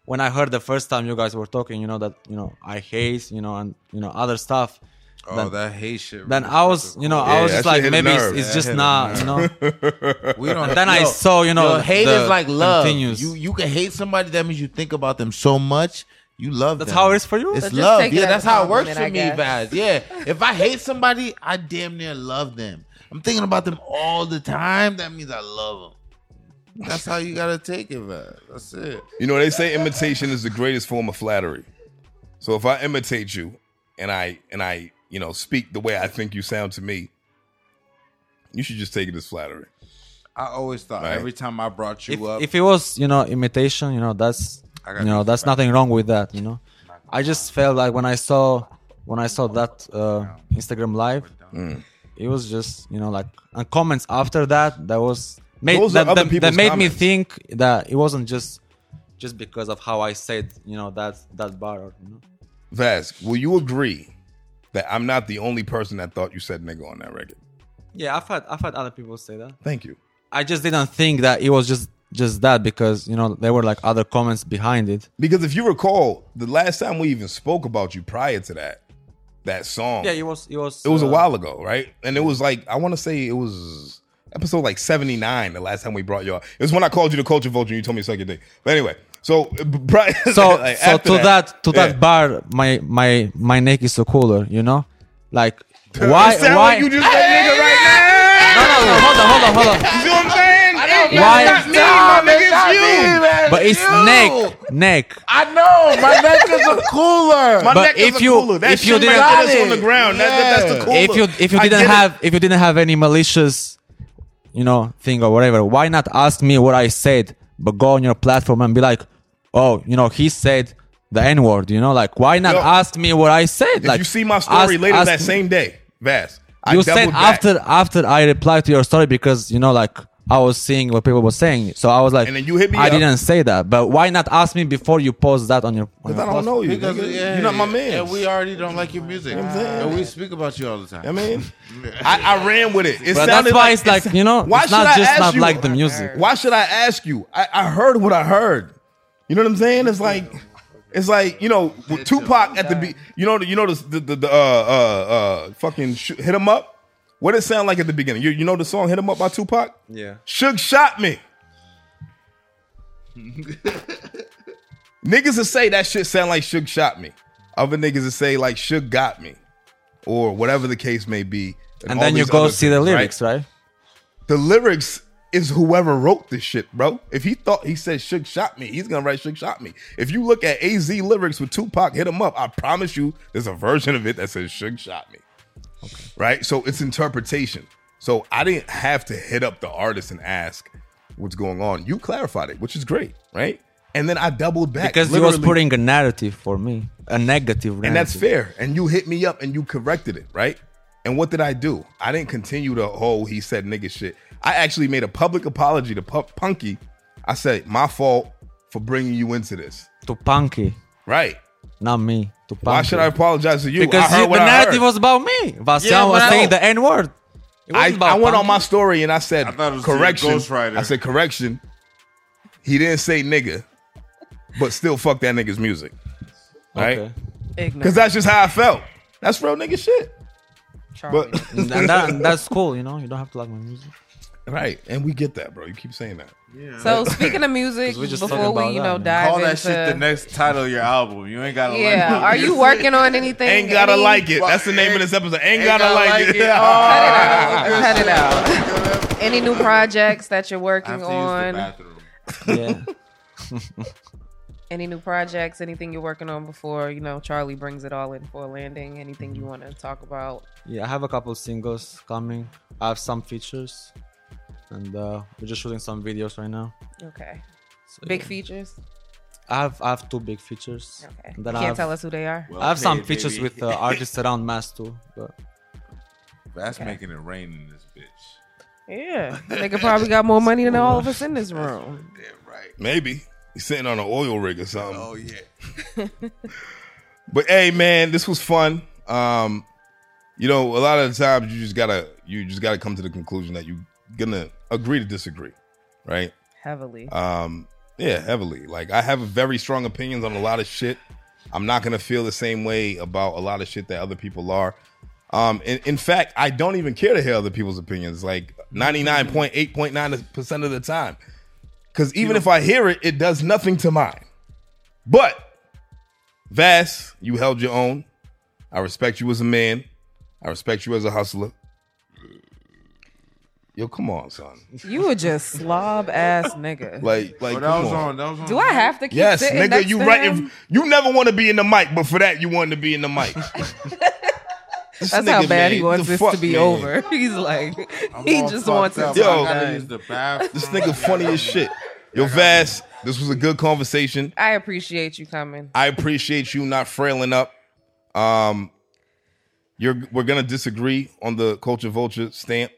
[SPEAKER 4] when I heard the first time you guys were talking, you know that you know I hate you know and you know other stuff.
[SPEAKER 5] oh,
[SPEAKER 4] then,
[SPEAKER 5] that hate shit.
[SPEAKER 4] then I was you know
[SPEAKER 1] Yeah,
[SPEAKER 4] I was
[SPEAKER 1] that
[SPEAKER 4] just
[SPEAKER 1] shit
[SPEAKER 4] like
[SPEAKER 1] hit a
[SPEAKER 4] maybe it's,
[SPEAKER 1] nerve.
[SPEAKER 4] it's
[SPEAKER 1] Yeah,
[SPEAKER 4] just
[SPEAKER 5] hit a
[SPEAKER 4] not you know.
[SPEAKER 5] we don't.
[SPEAKER 4] And then I saw you know
[SPEAKER 3] Yo, hate
[SPEAKER 4] the
[SPEAKER 3] is like love.
[SPEAKER 4] continues.
[SPEAKER 3] You you can hate somebody. That means you think about them so much. You love
[SPEAKER 4] That's
[SPEAKER 3] them.
[SPEAKER 4] how it is for you?
[SPEAKER 3] It's
[SPEAKER 4] So
[SPEAKER 2] just
[SPEAKER 3] love.
[SPEAKER 2] take it
[SPEAKER 3] Yeah,
[SPEAKER 2] as
[SPEAKER 3] that's
[SPEAKER 2] a
[SPEAKER 3] how it works for me,
[SPEAKER 2] compliment, I
[SPEAKER 3] Vaz.
[SPEAKER 2] (laughs)
[SPEAKER 3] Yeah. If I hate somebody, I damn near love them. I'm thinking about them all the time. That means I love them. That's how you gotta take it, Vaz. That's it.
[SPEAKER 1] You know, they say imitation is the greatest form of flattery. So if I imitate you and I and I, you know, speak the way I think you sound to me, you should just take it as flattery.
[SPEAKER 5] I always thought
[SPEAKER 1] Right.
[SPEAKER 5] every time I brought you
[SPEAKER 4] if,
[SPEAKER 5] up,
[SPEAKER 4] if it was you know imitation you know that's
[SPEAKER 5] I got
[SPEAKER 4] you know
[SPEAKER 5] you.
[SPEAKER 4] that's nothing wrong with that you know i just felt like when i saw when i saw that uh, instagram live it was just you know like and comments after that that was made
[SPEAKER 1] Those are
[SPEAKER 4] that,
[SPEAKER 1] other
[SPEAKER 4] that, that
[SPEAKER 1] people's
[SPEAKER 4] made
[SPEAKER 1] comments.
[SPEAKER 4] me think that it wasn't just just because of how i said you know that that bar or, you know
[SPEAKER 1] Vaz, will you agree that I'm not the only person that thought you said nigga on that record?
[SPEAKER 4] yeah i've had i've had other people say that
[SPEAKER 1] Thank you.
[SPEAKER 4] i just didn't think that it was just just that because you know there were like other comments behind it
[SPEAKER 1] Because if you recall, the last time we even spoke about you prior to that, that song.
[SPEAKER 4] yeah it was it was
[SPEAKER 1] It was a
[SPEAKER 4] uh,
[SPEAKER 1] while ago, right? And it was like I want to say it was episode like seventy nine. The last time we brought y'all, it was when I called you the culture vulture. And you told me to suck your dick. But anyway, so (laughs) pri-
[SPEAKER 4] so
[SPEAKER 1] (laughs) like,
[SPEAKER 4] so
[SPEAKER 1] after
[SPEAKER 4] to that, to
[SPEAKER 1] yeah.
[SPEAKER 4] that bar my my my neck is so cooler you know like
[SPEAKER 1] (laughs) It
[SPEAKER 4] why
[SPEAKER 1] sound
[SPEAKER 4] why
[SPEAKER 1] like you just that nigga right
[SPEAKER 4] no no no hold on hold on hold on
[SPEAKER 1] (laughs) now. You see what I'm saying? Ain't-
[SPEAKER 4] Why-
[SPEAKER 1] It's not me, my nigga. It's you.
[SPEAKER 4] but it's neck neck
[SPEAKER 3] I know
[SPEAKER 4] (laughs)
[SPEAKER 3] my neck is a cooler.
[SPEAKER 1] My
[SPEAKER 4] But
[SPEAKER 1] neck
[SPEAKER 4] if
[SPEAKER 1] is a
[SPEAKER 4] you-
[SPEAKER 1] cooler. That
[SPEAKER 4] if you
[SPEAKER 1] shit
[SPEAKER 4] didn't-
[SPEAKER 1] right there
[SPEAKER 3] Got
[SPEAKER 1] is on the
[SPEAKER 3] it.
[SPEAKER 1] ground. That- that- that's the cooler.
[SPEAKER 4] if you if you
[SPEAKER 1] I
[SPEAKER 4] didn't
[SPEAKER 1] get it.
[SPEAKER 4] have if you didn't have any malicious you know thing or whatever why not ask me what i said but go on your platform and be like oh you know he said the n word you know like why not
[SPEAKER 1] Yo,
[SPEAKER 4] ask me what i said
[SPEAKER 1] if
[SPEAKER 4] like
[SPEAKER 1] you see my story
[SPEAKER 4] ask-
[SPEAKER 1] later
[SPEAKER 4] ask
[SPEAKER 1] that
[SPEAKER 4] me-
[SPEAKER 1] same day, Vast. I
[SPEAKER 4] you said
[SPEAKER 1] doubled back.
[SPEAKER 4] after after I replied to your story because you know like I was seeing what people were saying, so I was like,
[SPEAKER 1] And then you hit me
[SPEAKER 4] I
[SPEAKER 1] up.
[SPEAKER 4] didn't say that, but why not ask me before you post that on your? On
[SPEAKER 1] Because
[SPEAKER 4] your
[SPEAKER 1] I don't
[SPEAKER 4] platform?
[SPEAKER 1] know you.
[SPEAKER 5] Because,
[SPEAKER 1] nigga.
[SPEAKER 5] yeah,
[SPEAKER 1] You're not my
[SPEAKER 5] yeah,
[SPEAKER 1] man.
[SPEAKER 5] And we already don't like your music. And we speak about you all the time.
[SPEAKER 1] I
[SPEAKER 5] (laughs)
[SPEAKER 1] mean, I, I ran with it. It
[SPEAKER 4] But
[SPEAKER 1] sounded
[SPEAKER 4] that's why it's like you know,
[SPEAKER 1] (laughs) why
[SPEAKER 4] it's
[SPEAKER 1] should
[SPEAKER 4] not
[SPEAKER 1] I
[SPEAKER 4] just
[SPEAKER 1] ask
[SPEAKER 4] not
[SPEAKER 1] you?
[SPEAKER 4] like the music.
[SPEAKER 1] Why should I ask you? I, I heard what I heard. You know what I'm saying? It's like, it's like you
[SPEAKER 5] (laughs)
[SPEAKER 1] know, with Tupac at the be, you know, the- you know the the, the uh, uh uh fucking sh- hit him up. What it sound like at the beginning? You you know the song "Hit 'Em Up" by Tupac?
[SPEAKER 4] Yeah,
[SPEAKER 1] Suge shot
[SPEAKER 4] (laughs)
[SPEAKER 1] me. niggas that say that shit sound like Suge shot me. Other niggas that say like Suge got me, or whatever the case may be.
[SPEAKER 4] and
[SPEAKER 1] all
[SPEAKER 4] then you
[SPEAKER 1] these
[SPEAKER 4] go
[SPEAKER 1] other
[SPEAKER 4] see the
[SPEAKER 1] things,
[SPEAKER 4] lyrics, right?
[SPEAKER 1] The lyrics is whoever wrote this shit, bro. If he thought he said Suge shot me, he's gonna write Suge shot me. If you look at AZ lyrics with Tupac, hit him up. I promise you, there's a version of it that says Suge shot me right? So it's interpretation. So I didn't have to hit up the artist and ask what's going on. You clarified it, which is great, right? And then I doubled back
[SPEAKER 4] Because you was
[SPEAKER 1] literally,
[SPEAKER 4] putting a narrative for me, a negative, narrative.
[SPEAKER 1] and that's fair. And you hit me up and you corrected it, right? And what did I do? I didn't continue the whole he said nigga shit. I actually made a public apology to Pu- Punky. I said, my fault for bringing you into this.
[SPEAKER 4] To Punky,
[SPEAKER 1] right?
[SPEAKER 4] not me. To Punky.
[SPEAKER 1] Why should I apologize to you?
[SPEAKER 4] Because
[SPEAKER 1] I heard
[SPEAKER 4] you-
[SPEAKER 1] what
[SPEAKER 4] the
[SPEAKER 1] I
[SPEAKER 4] narrative
[SPEAKER 1] heard.
[SPEAKER 4] was about me. Vassian
[SPEAKER 1] Yeah,
[SPEAKER 4] was
[SPEAKER 1] but I
[SPEAKER 4] saying
[SPEAKER 1] don't-
[SPEAKER 4] the N word.
[SPEAKER 1] I, I went on my story and I said
[SPEAKER 6] I thought it was the
[SPEAKER 1] correction.
[SPEAKER 6] Ghost Rider.
[SPEAKER 1] I said correction. He didn't say nigga, but still fuck that nigga's music. Right?
[SPEAKER 4] Okay.
[SPEAKER 1] Because
[SPEAKER 2] Ignorant.
[SPEAKER 1] that's just how I felt. That's real nigga shit.
[SPEAKER 2] Charlie.
[SPEAKER 1] But (laughs)
[SPEAKER 4] And that, that's cool, you know. You don't have to like my music.
[SPEAKER 1] right, and we get that, bro. You keep saying that.
[SPEAKER 2] (laughs) so speaking of music,
[SPEAKER 4] 'Cause we're just
[SPEAKER 2] before
[SPEAKER 4] talking
[SPEAKER 2] we
[SPEAKER 4] about
[SPEAKER 2] you know
[SPEAKER 4] that, man.
[SPEAKER 2] dive
[SPEAKER 6] Call that
[SPEAKER 2] into
[SPEAKER 6] shit the next title of your album. You ain't gotta
[SPEAKER 2] yeah,
[SPEAKER 6] like
[SPEAKER 2] are you working on
[SPEAKER 1] (laughs)
[SPEAKER 2] anything?
[SPEAKER 1] Ain't gotta
[SPEAKER 2] Any-
[SPEAKER 1] like it. That's the name of this episode. Ain't, gotta,
[SPEAKER 6] gotta
[SPEAKER 1] like,
[SPEAKER 6] like
[SPEAKER 1] it. (laughs)
[SPEAKER 6] it. Oh.
[SPEAKER 2] Cut it out. (laughs) Cut it out. Any new projects that you're working on?
[SPEAKER 6] bathroom.
[SPEAKER 4] Yeah.
[SPEAKER 2] (laughs) Any new projects? Anything you're working on before you know Charlie brings it all in for a landing? Anything you want to talk about?
[SPEAKER 4] Yeah, I have a couple singles coming. I have some features, and uh, we're just shooting some videos right now.
[SPEAKER 2] Okay.
[SPEAKER 4] So,
[SPEAKER 2] Big
[SPEAKER 4] yeah.
[SPEAKER 2] features.
[SPEAKER 4] I have I have two big features.
[SPEAKER 2] Okay.
[SPEAKER 4] And
[SPEAKER 2] You
[SPEAKER 4] then I
[SPEAKER 2] can't
[SPEAKER 4] have,
[SPEAKER 2] tell us who they are.
[SPEAKER 4] I have some
[SPEAKER 6] Well played,
[SPEAKER 4] features
[SPEAKER 6] baby.
[SPEAKER 4] with uh, artists around Mass too. But
[SPEAKER 6] That's
[SPEAKER 2] Okay.
[SPEAKER 6] making it rain in this bitch.
[SPEAKER 2] Yeah, they could probably got more money than all of us in this room.
[SPEAKER 6] Damn right.
[SPEAKER 1] Maybe. He's sitting on an oil rig or something.
[SPEAKER 6] Oh yeah.
[SPEAKER 1] But hey, man, this was fun. Um, you know, a lot of the times you just gotta you just gotta come to the conclusion that you gonna agree to disagree, right?
[SPEAKER 2] Heavily.
[SPEAKER 1] Um, yeah, heavily. Like I have very strong opinions on a lot of shit. I'm not gonna feel the same way about a lot of shit that other people are. Um, in, in fact, I don't even care to hear other people's opinions. Like 99.8.9 percent of the time, because even if I hear it, it does nothing to mine. But Vass, you held your own. I respect you as a man. I respect you as a hustler. Yo, come on, son.
[SPEAKER 2] You were just slob ass nigga.
[SPEAKER 1] Like, like,
[SPEAKER 5] But
[SPEAKER 1] come
[SPEAKER 5] that was
[SPEAKER 1] on.
[SPEAKER 5] on. That was on.
[SPEAKER 2] Do I have to keep
[SPEAKER 1] Yes,
[SPEAKER 2] sitting
[SPEAKER 1] nigga,
[SPEAKER 2] next
[SPEAKER 1] you
[SPEAKER 2] to
[SPEAKER 1] right.
[SPEAKER 2] him?
[SPEAKER 1] If, you never want to be in the mic, but for that you wanted to be in the
[SPEAKER 2] (laughs)
[SPEAKER 1] mic. This
[SPEAKER 2] That's
[SPEAKER 1] nigga,
[SPEAKER 2] how bad
[SPEAKER 1] man,
[SPEAKER 2] he wants
[SPEAKER 1] the
[SPEAKER 2] this
[SPEAKER 1] fuck,
[SPEAKER 2] to be
[SPEAKER 1] man.
[SPEAKER 2] over. (laughs) He's like,
[SPEAKER 5] I'm
[SPEAKER 2] (laughs) he
[SPEAKER 5] all
[SPEAKER 2] just
[SPEAKER 5] fucked
[SPEAKER 2] wants it
[SPEAKER 5] up.
[SPEAKER 2] to
[SPEAKER 1] Yo.
[SPEAKER 2] be
[SPEAKER 5] I gotta use
[SPEAKER 2] done.
[SPEAKER 5] the bathroom.
[SPEAKER 1] This nigga funny as shit. Yo, Vass, this was a good conversation.
[SPEAKER 2] I appreciate you coming.
[SPEAKER 1] I appreciate you not frailing up. Um, you're we're gonna disagree on the culture vulture stamp,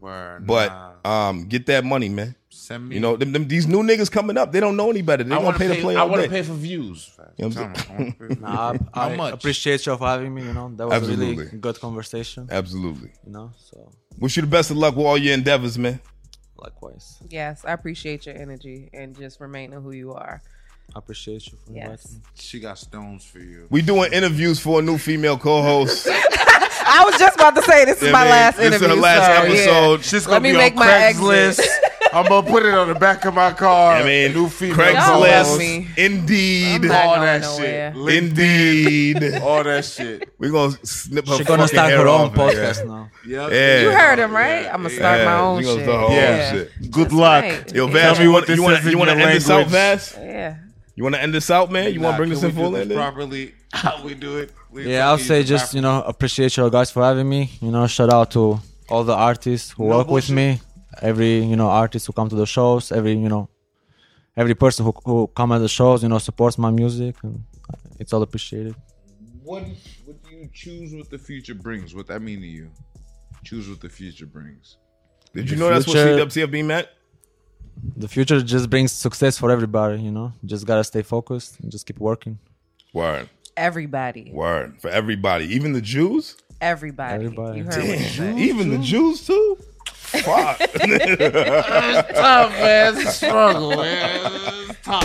[SPEAKER 5] Word,
[SPEAKER 1] but
[SPEAKER 5] nah.
[SPEAKER 1] um, get that money, man.
[SPEAKER 5] send me.
[SPEAKER 1] You know, them, them, these new niggas coming up, they don't know any better. They
[SPEAKER 5] I
[SPEAKER 1] gonna
[SPEAKER 5] want
[SPEAKER 1] pay
[SPEAKER 5] to
[SPEAKER 1] to play
[SPEAKER 5] I
[SPEAKER 1] all
[SPEAKER 5] want
[SPEAKER 1] day.
[SPEAKER 5] to pay for views.
[SPEAKER 1] You know what
[SPEAKER 5] Tell
[SPEAKER 1] I'm
[SPEAKER 5] me,
[SPEAKER 1] saying?
[SPEAKER 5] I wanna pay for-
[SPEAKER 4] nah,
[SPEAKER 1] (laughs)
[SPEAKER 4] I, I
[SPEAKER 5] much?
[SPEAKER 4] appreciate you for having me. You know, that was a
[SPEAKER 1] Absolutely.
[SPEAKER 4] really good conversation.
[SPEAKER 1] Absolutely.
[SPEAKER 4] You know, so
[SPEAKER 1] Wish you the best of luck with all your endeavors, man.
[SPEAKER 4] likewise,
[SPEAKER 2] Yes, I appreciate your energy and just remaining who you are.
[SPEAKER 4] I appreciate you for
[SPEAKER 2] Yes.
[SPEAKER 4] inviting me.
[SPEAKER 5] She got stones for you.
[SPEAKER 1] We doing interviews for a new female co-host.
[SPEAKER 2] I was just about to say this is
[SPEAKER 1] Yeah,
[SPEAKER 2] my
[SPEAKER 1] man.
[SPEAKER 2] last
[SPEAKER 1] This is
[SPEAKER 2] interview.
[SPEAKER 1] her last
[SPEAKER 2] so, yeah.
[SPEAKER 1] episode.
[SPEAKER 6] She's
[SPEAKER 2] Let
[SPEAKER 6] gonna
[SPEAKER 2] me
[SPEAKER 6] be
[SPEAKER 2] make
[SPEAKER 6] on
[SPEAKER 2] my
[SPEAKER 6] Craigslist.
[SPEAKER 2] exit.
[SPEAKER 6] I'm gonna put it on the back of my car.
[SPEAKER 1] I mean,
[SPEAKER 6] new female
[SPEAKER 2] Y'all love
[SPEAKER 1] Craigslist,
[SPEAKER 2] me.
[SPEAKER 1] Indeed,
[SPEAKER 2] I'm not
[SPEAKER 6] all
[SPEAKER 2] going
[SPEAKER 6] that
[SPEAKER 2] nowhere.
[SPEAKER 6] shit.
[SPEAKER 1] (laughs)
[SPEAKER 6] Link-
[SPEAKER 1] Indeed.
[SPEAKER 6] all that shit.
[SPEAKER 1] We're gonna snip her.
[SPEAKER 4] She's gonna
[SPEAKER 1] fucking
[SPEAKER 4] start
[SPEAKER 1] hair
[SPEAKER 4] her own
[SPEAKER 1] off, man.
[SPEAKER 4] podcast now.
[SPEAKER 6] Yep.
[SPEAKER 1] Yeah.
[SPEAKER 2] (laughs) You heard him, right? I'm gonna start
[SPEAKER 1] Yeah,
[SPEAKER 2] my own
[SPEAKER 1] she gonna
[SPEAKER 2] shit.
[SPEAKER 1] start her own
[SPEAKER 2] yeah.
[SPEAKER 1] shit.
[SPEAKER 6] Good
[SPEAKER 2] That's
[SPEAKER 6] luck.
[SPEAKER 2] right.
[SPEAKER 1] Yo,
[SPEAKER 2] Yeah.
[SPEAKER 1] Vass,
[SPEAKER 6] me
[SPEAKER 1] you
[SPEAKER 6] what
[SPEAKER 1] want
[SPEAKER 6] this
[SPEAKER 1] you want
[SPEAKER 6] is
[SPEAKER 1] you
[SPEAKER 6] in
[SPEAKER 1] want to end
[SPEAKER 6] your
[SPEAKER 1] this out,
[SPEAKER 6] language.
[SPEAKER 1] Vass?
[SPEAKER 2] Yeah.
[SPEAKER 1] You want to end this out, man? You want to
[SPEAKER 5] Nah,
[SPEAKER 1] bring
[SPEAKER 5] can
[SPEAKER 1] this in
[SPEAKER 5] we
[SPEAKER 1] full
[SPEAKER 5] do this
[SPEAKER 1] ending?
[SPEAKER 5] properly? (laughs) How we do it? We
[SPEAKER 4] Yeah, I'll
[SPEAKER 5] use
[SPEAKER 4] say
[SPEAKER 5] the
[SPEAKER 4] just you know appreciate you guys for having me. You know, shout out to all the artists who work with me. Every you know artist who come to the shows. Every you know, every person who who come at the shows. You know, supports my music and it's all appreciated.
[SPEAKER 6] What What do you choose? What the future brings? What that mean to you? Choose what the future brings.
[SPEAKER 1] Did you
[SPEAKER 4] The
[SPEAKER 1] know that's what
[SPEAKER 4] future-
[SPEAKER 1] CWTFB meant?
[SPEAKER 4] The future just brings success for everybody. You know, just gotta stay focused and just keep working.
[SPEAKER 1] Word,
[SPEAKER 2] Everybody.
[SPEAKER 1] word for everybody, even the Jews.
[SPEAKER 2] Everybody.
[SPEAKER 4] Everybody.
[SPEAKER 2] You heard what he said.
[SPEAKER 1] even the Jews too. Fuck.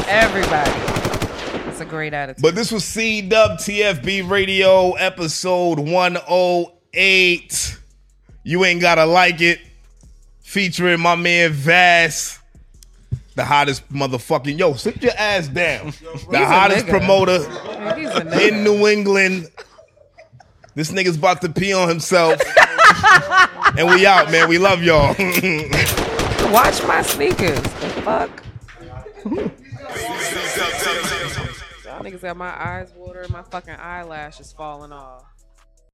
[SPEAKER 2] Everybody. It's a great attitude.
[SPEAKER 1] But this was C Dub TFB Radio episode 108. You ain't gotta like it. Featuring my man Vass, the hottest motherfucking yo, sit your ass down. The hottest
[SPEAKER 2] nigga.
[SPEAKER 1] promoter
[SPEAKER 2] He's a nigga.
[SPEAKER 1] in New England. This nigga's about to pee on himself. and we out, man. We love y'all.
[SPEAKER 2] Watch my sneakers. The fuck? Y'all niggas got my eyes watering, my fucking eyelashes falling off.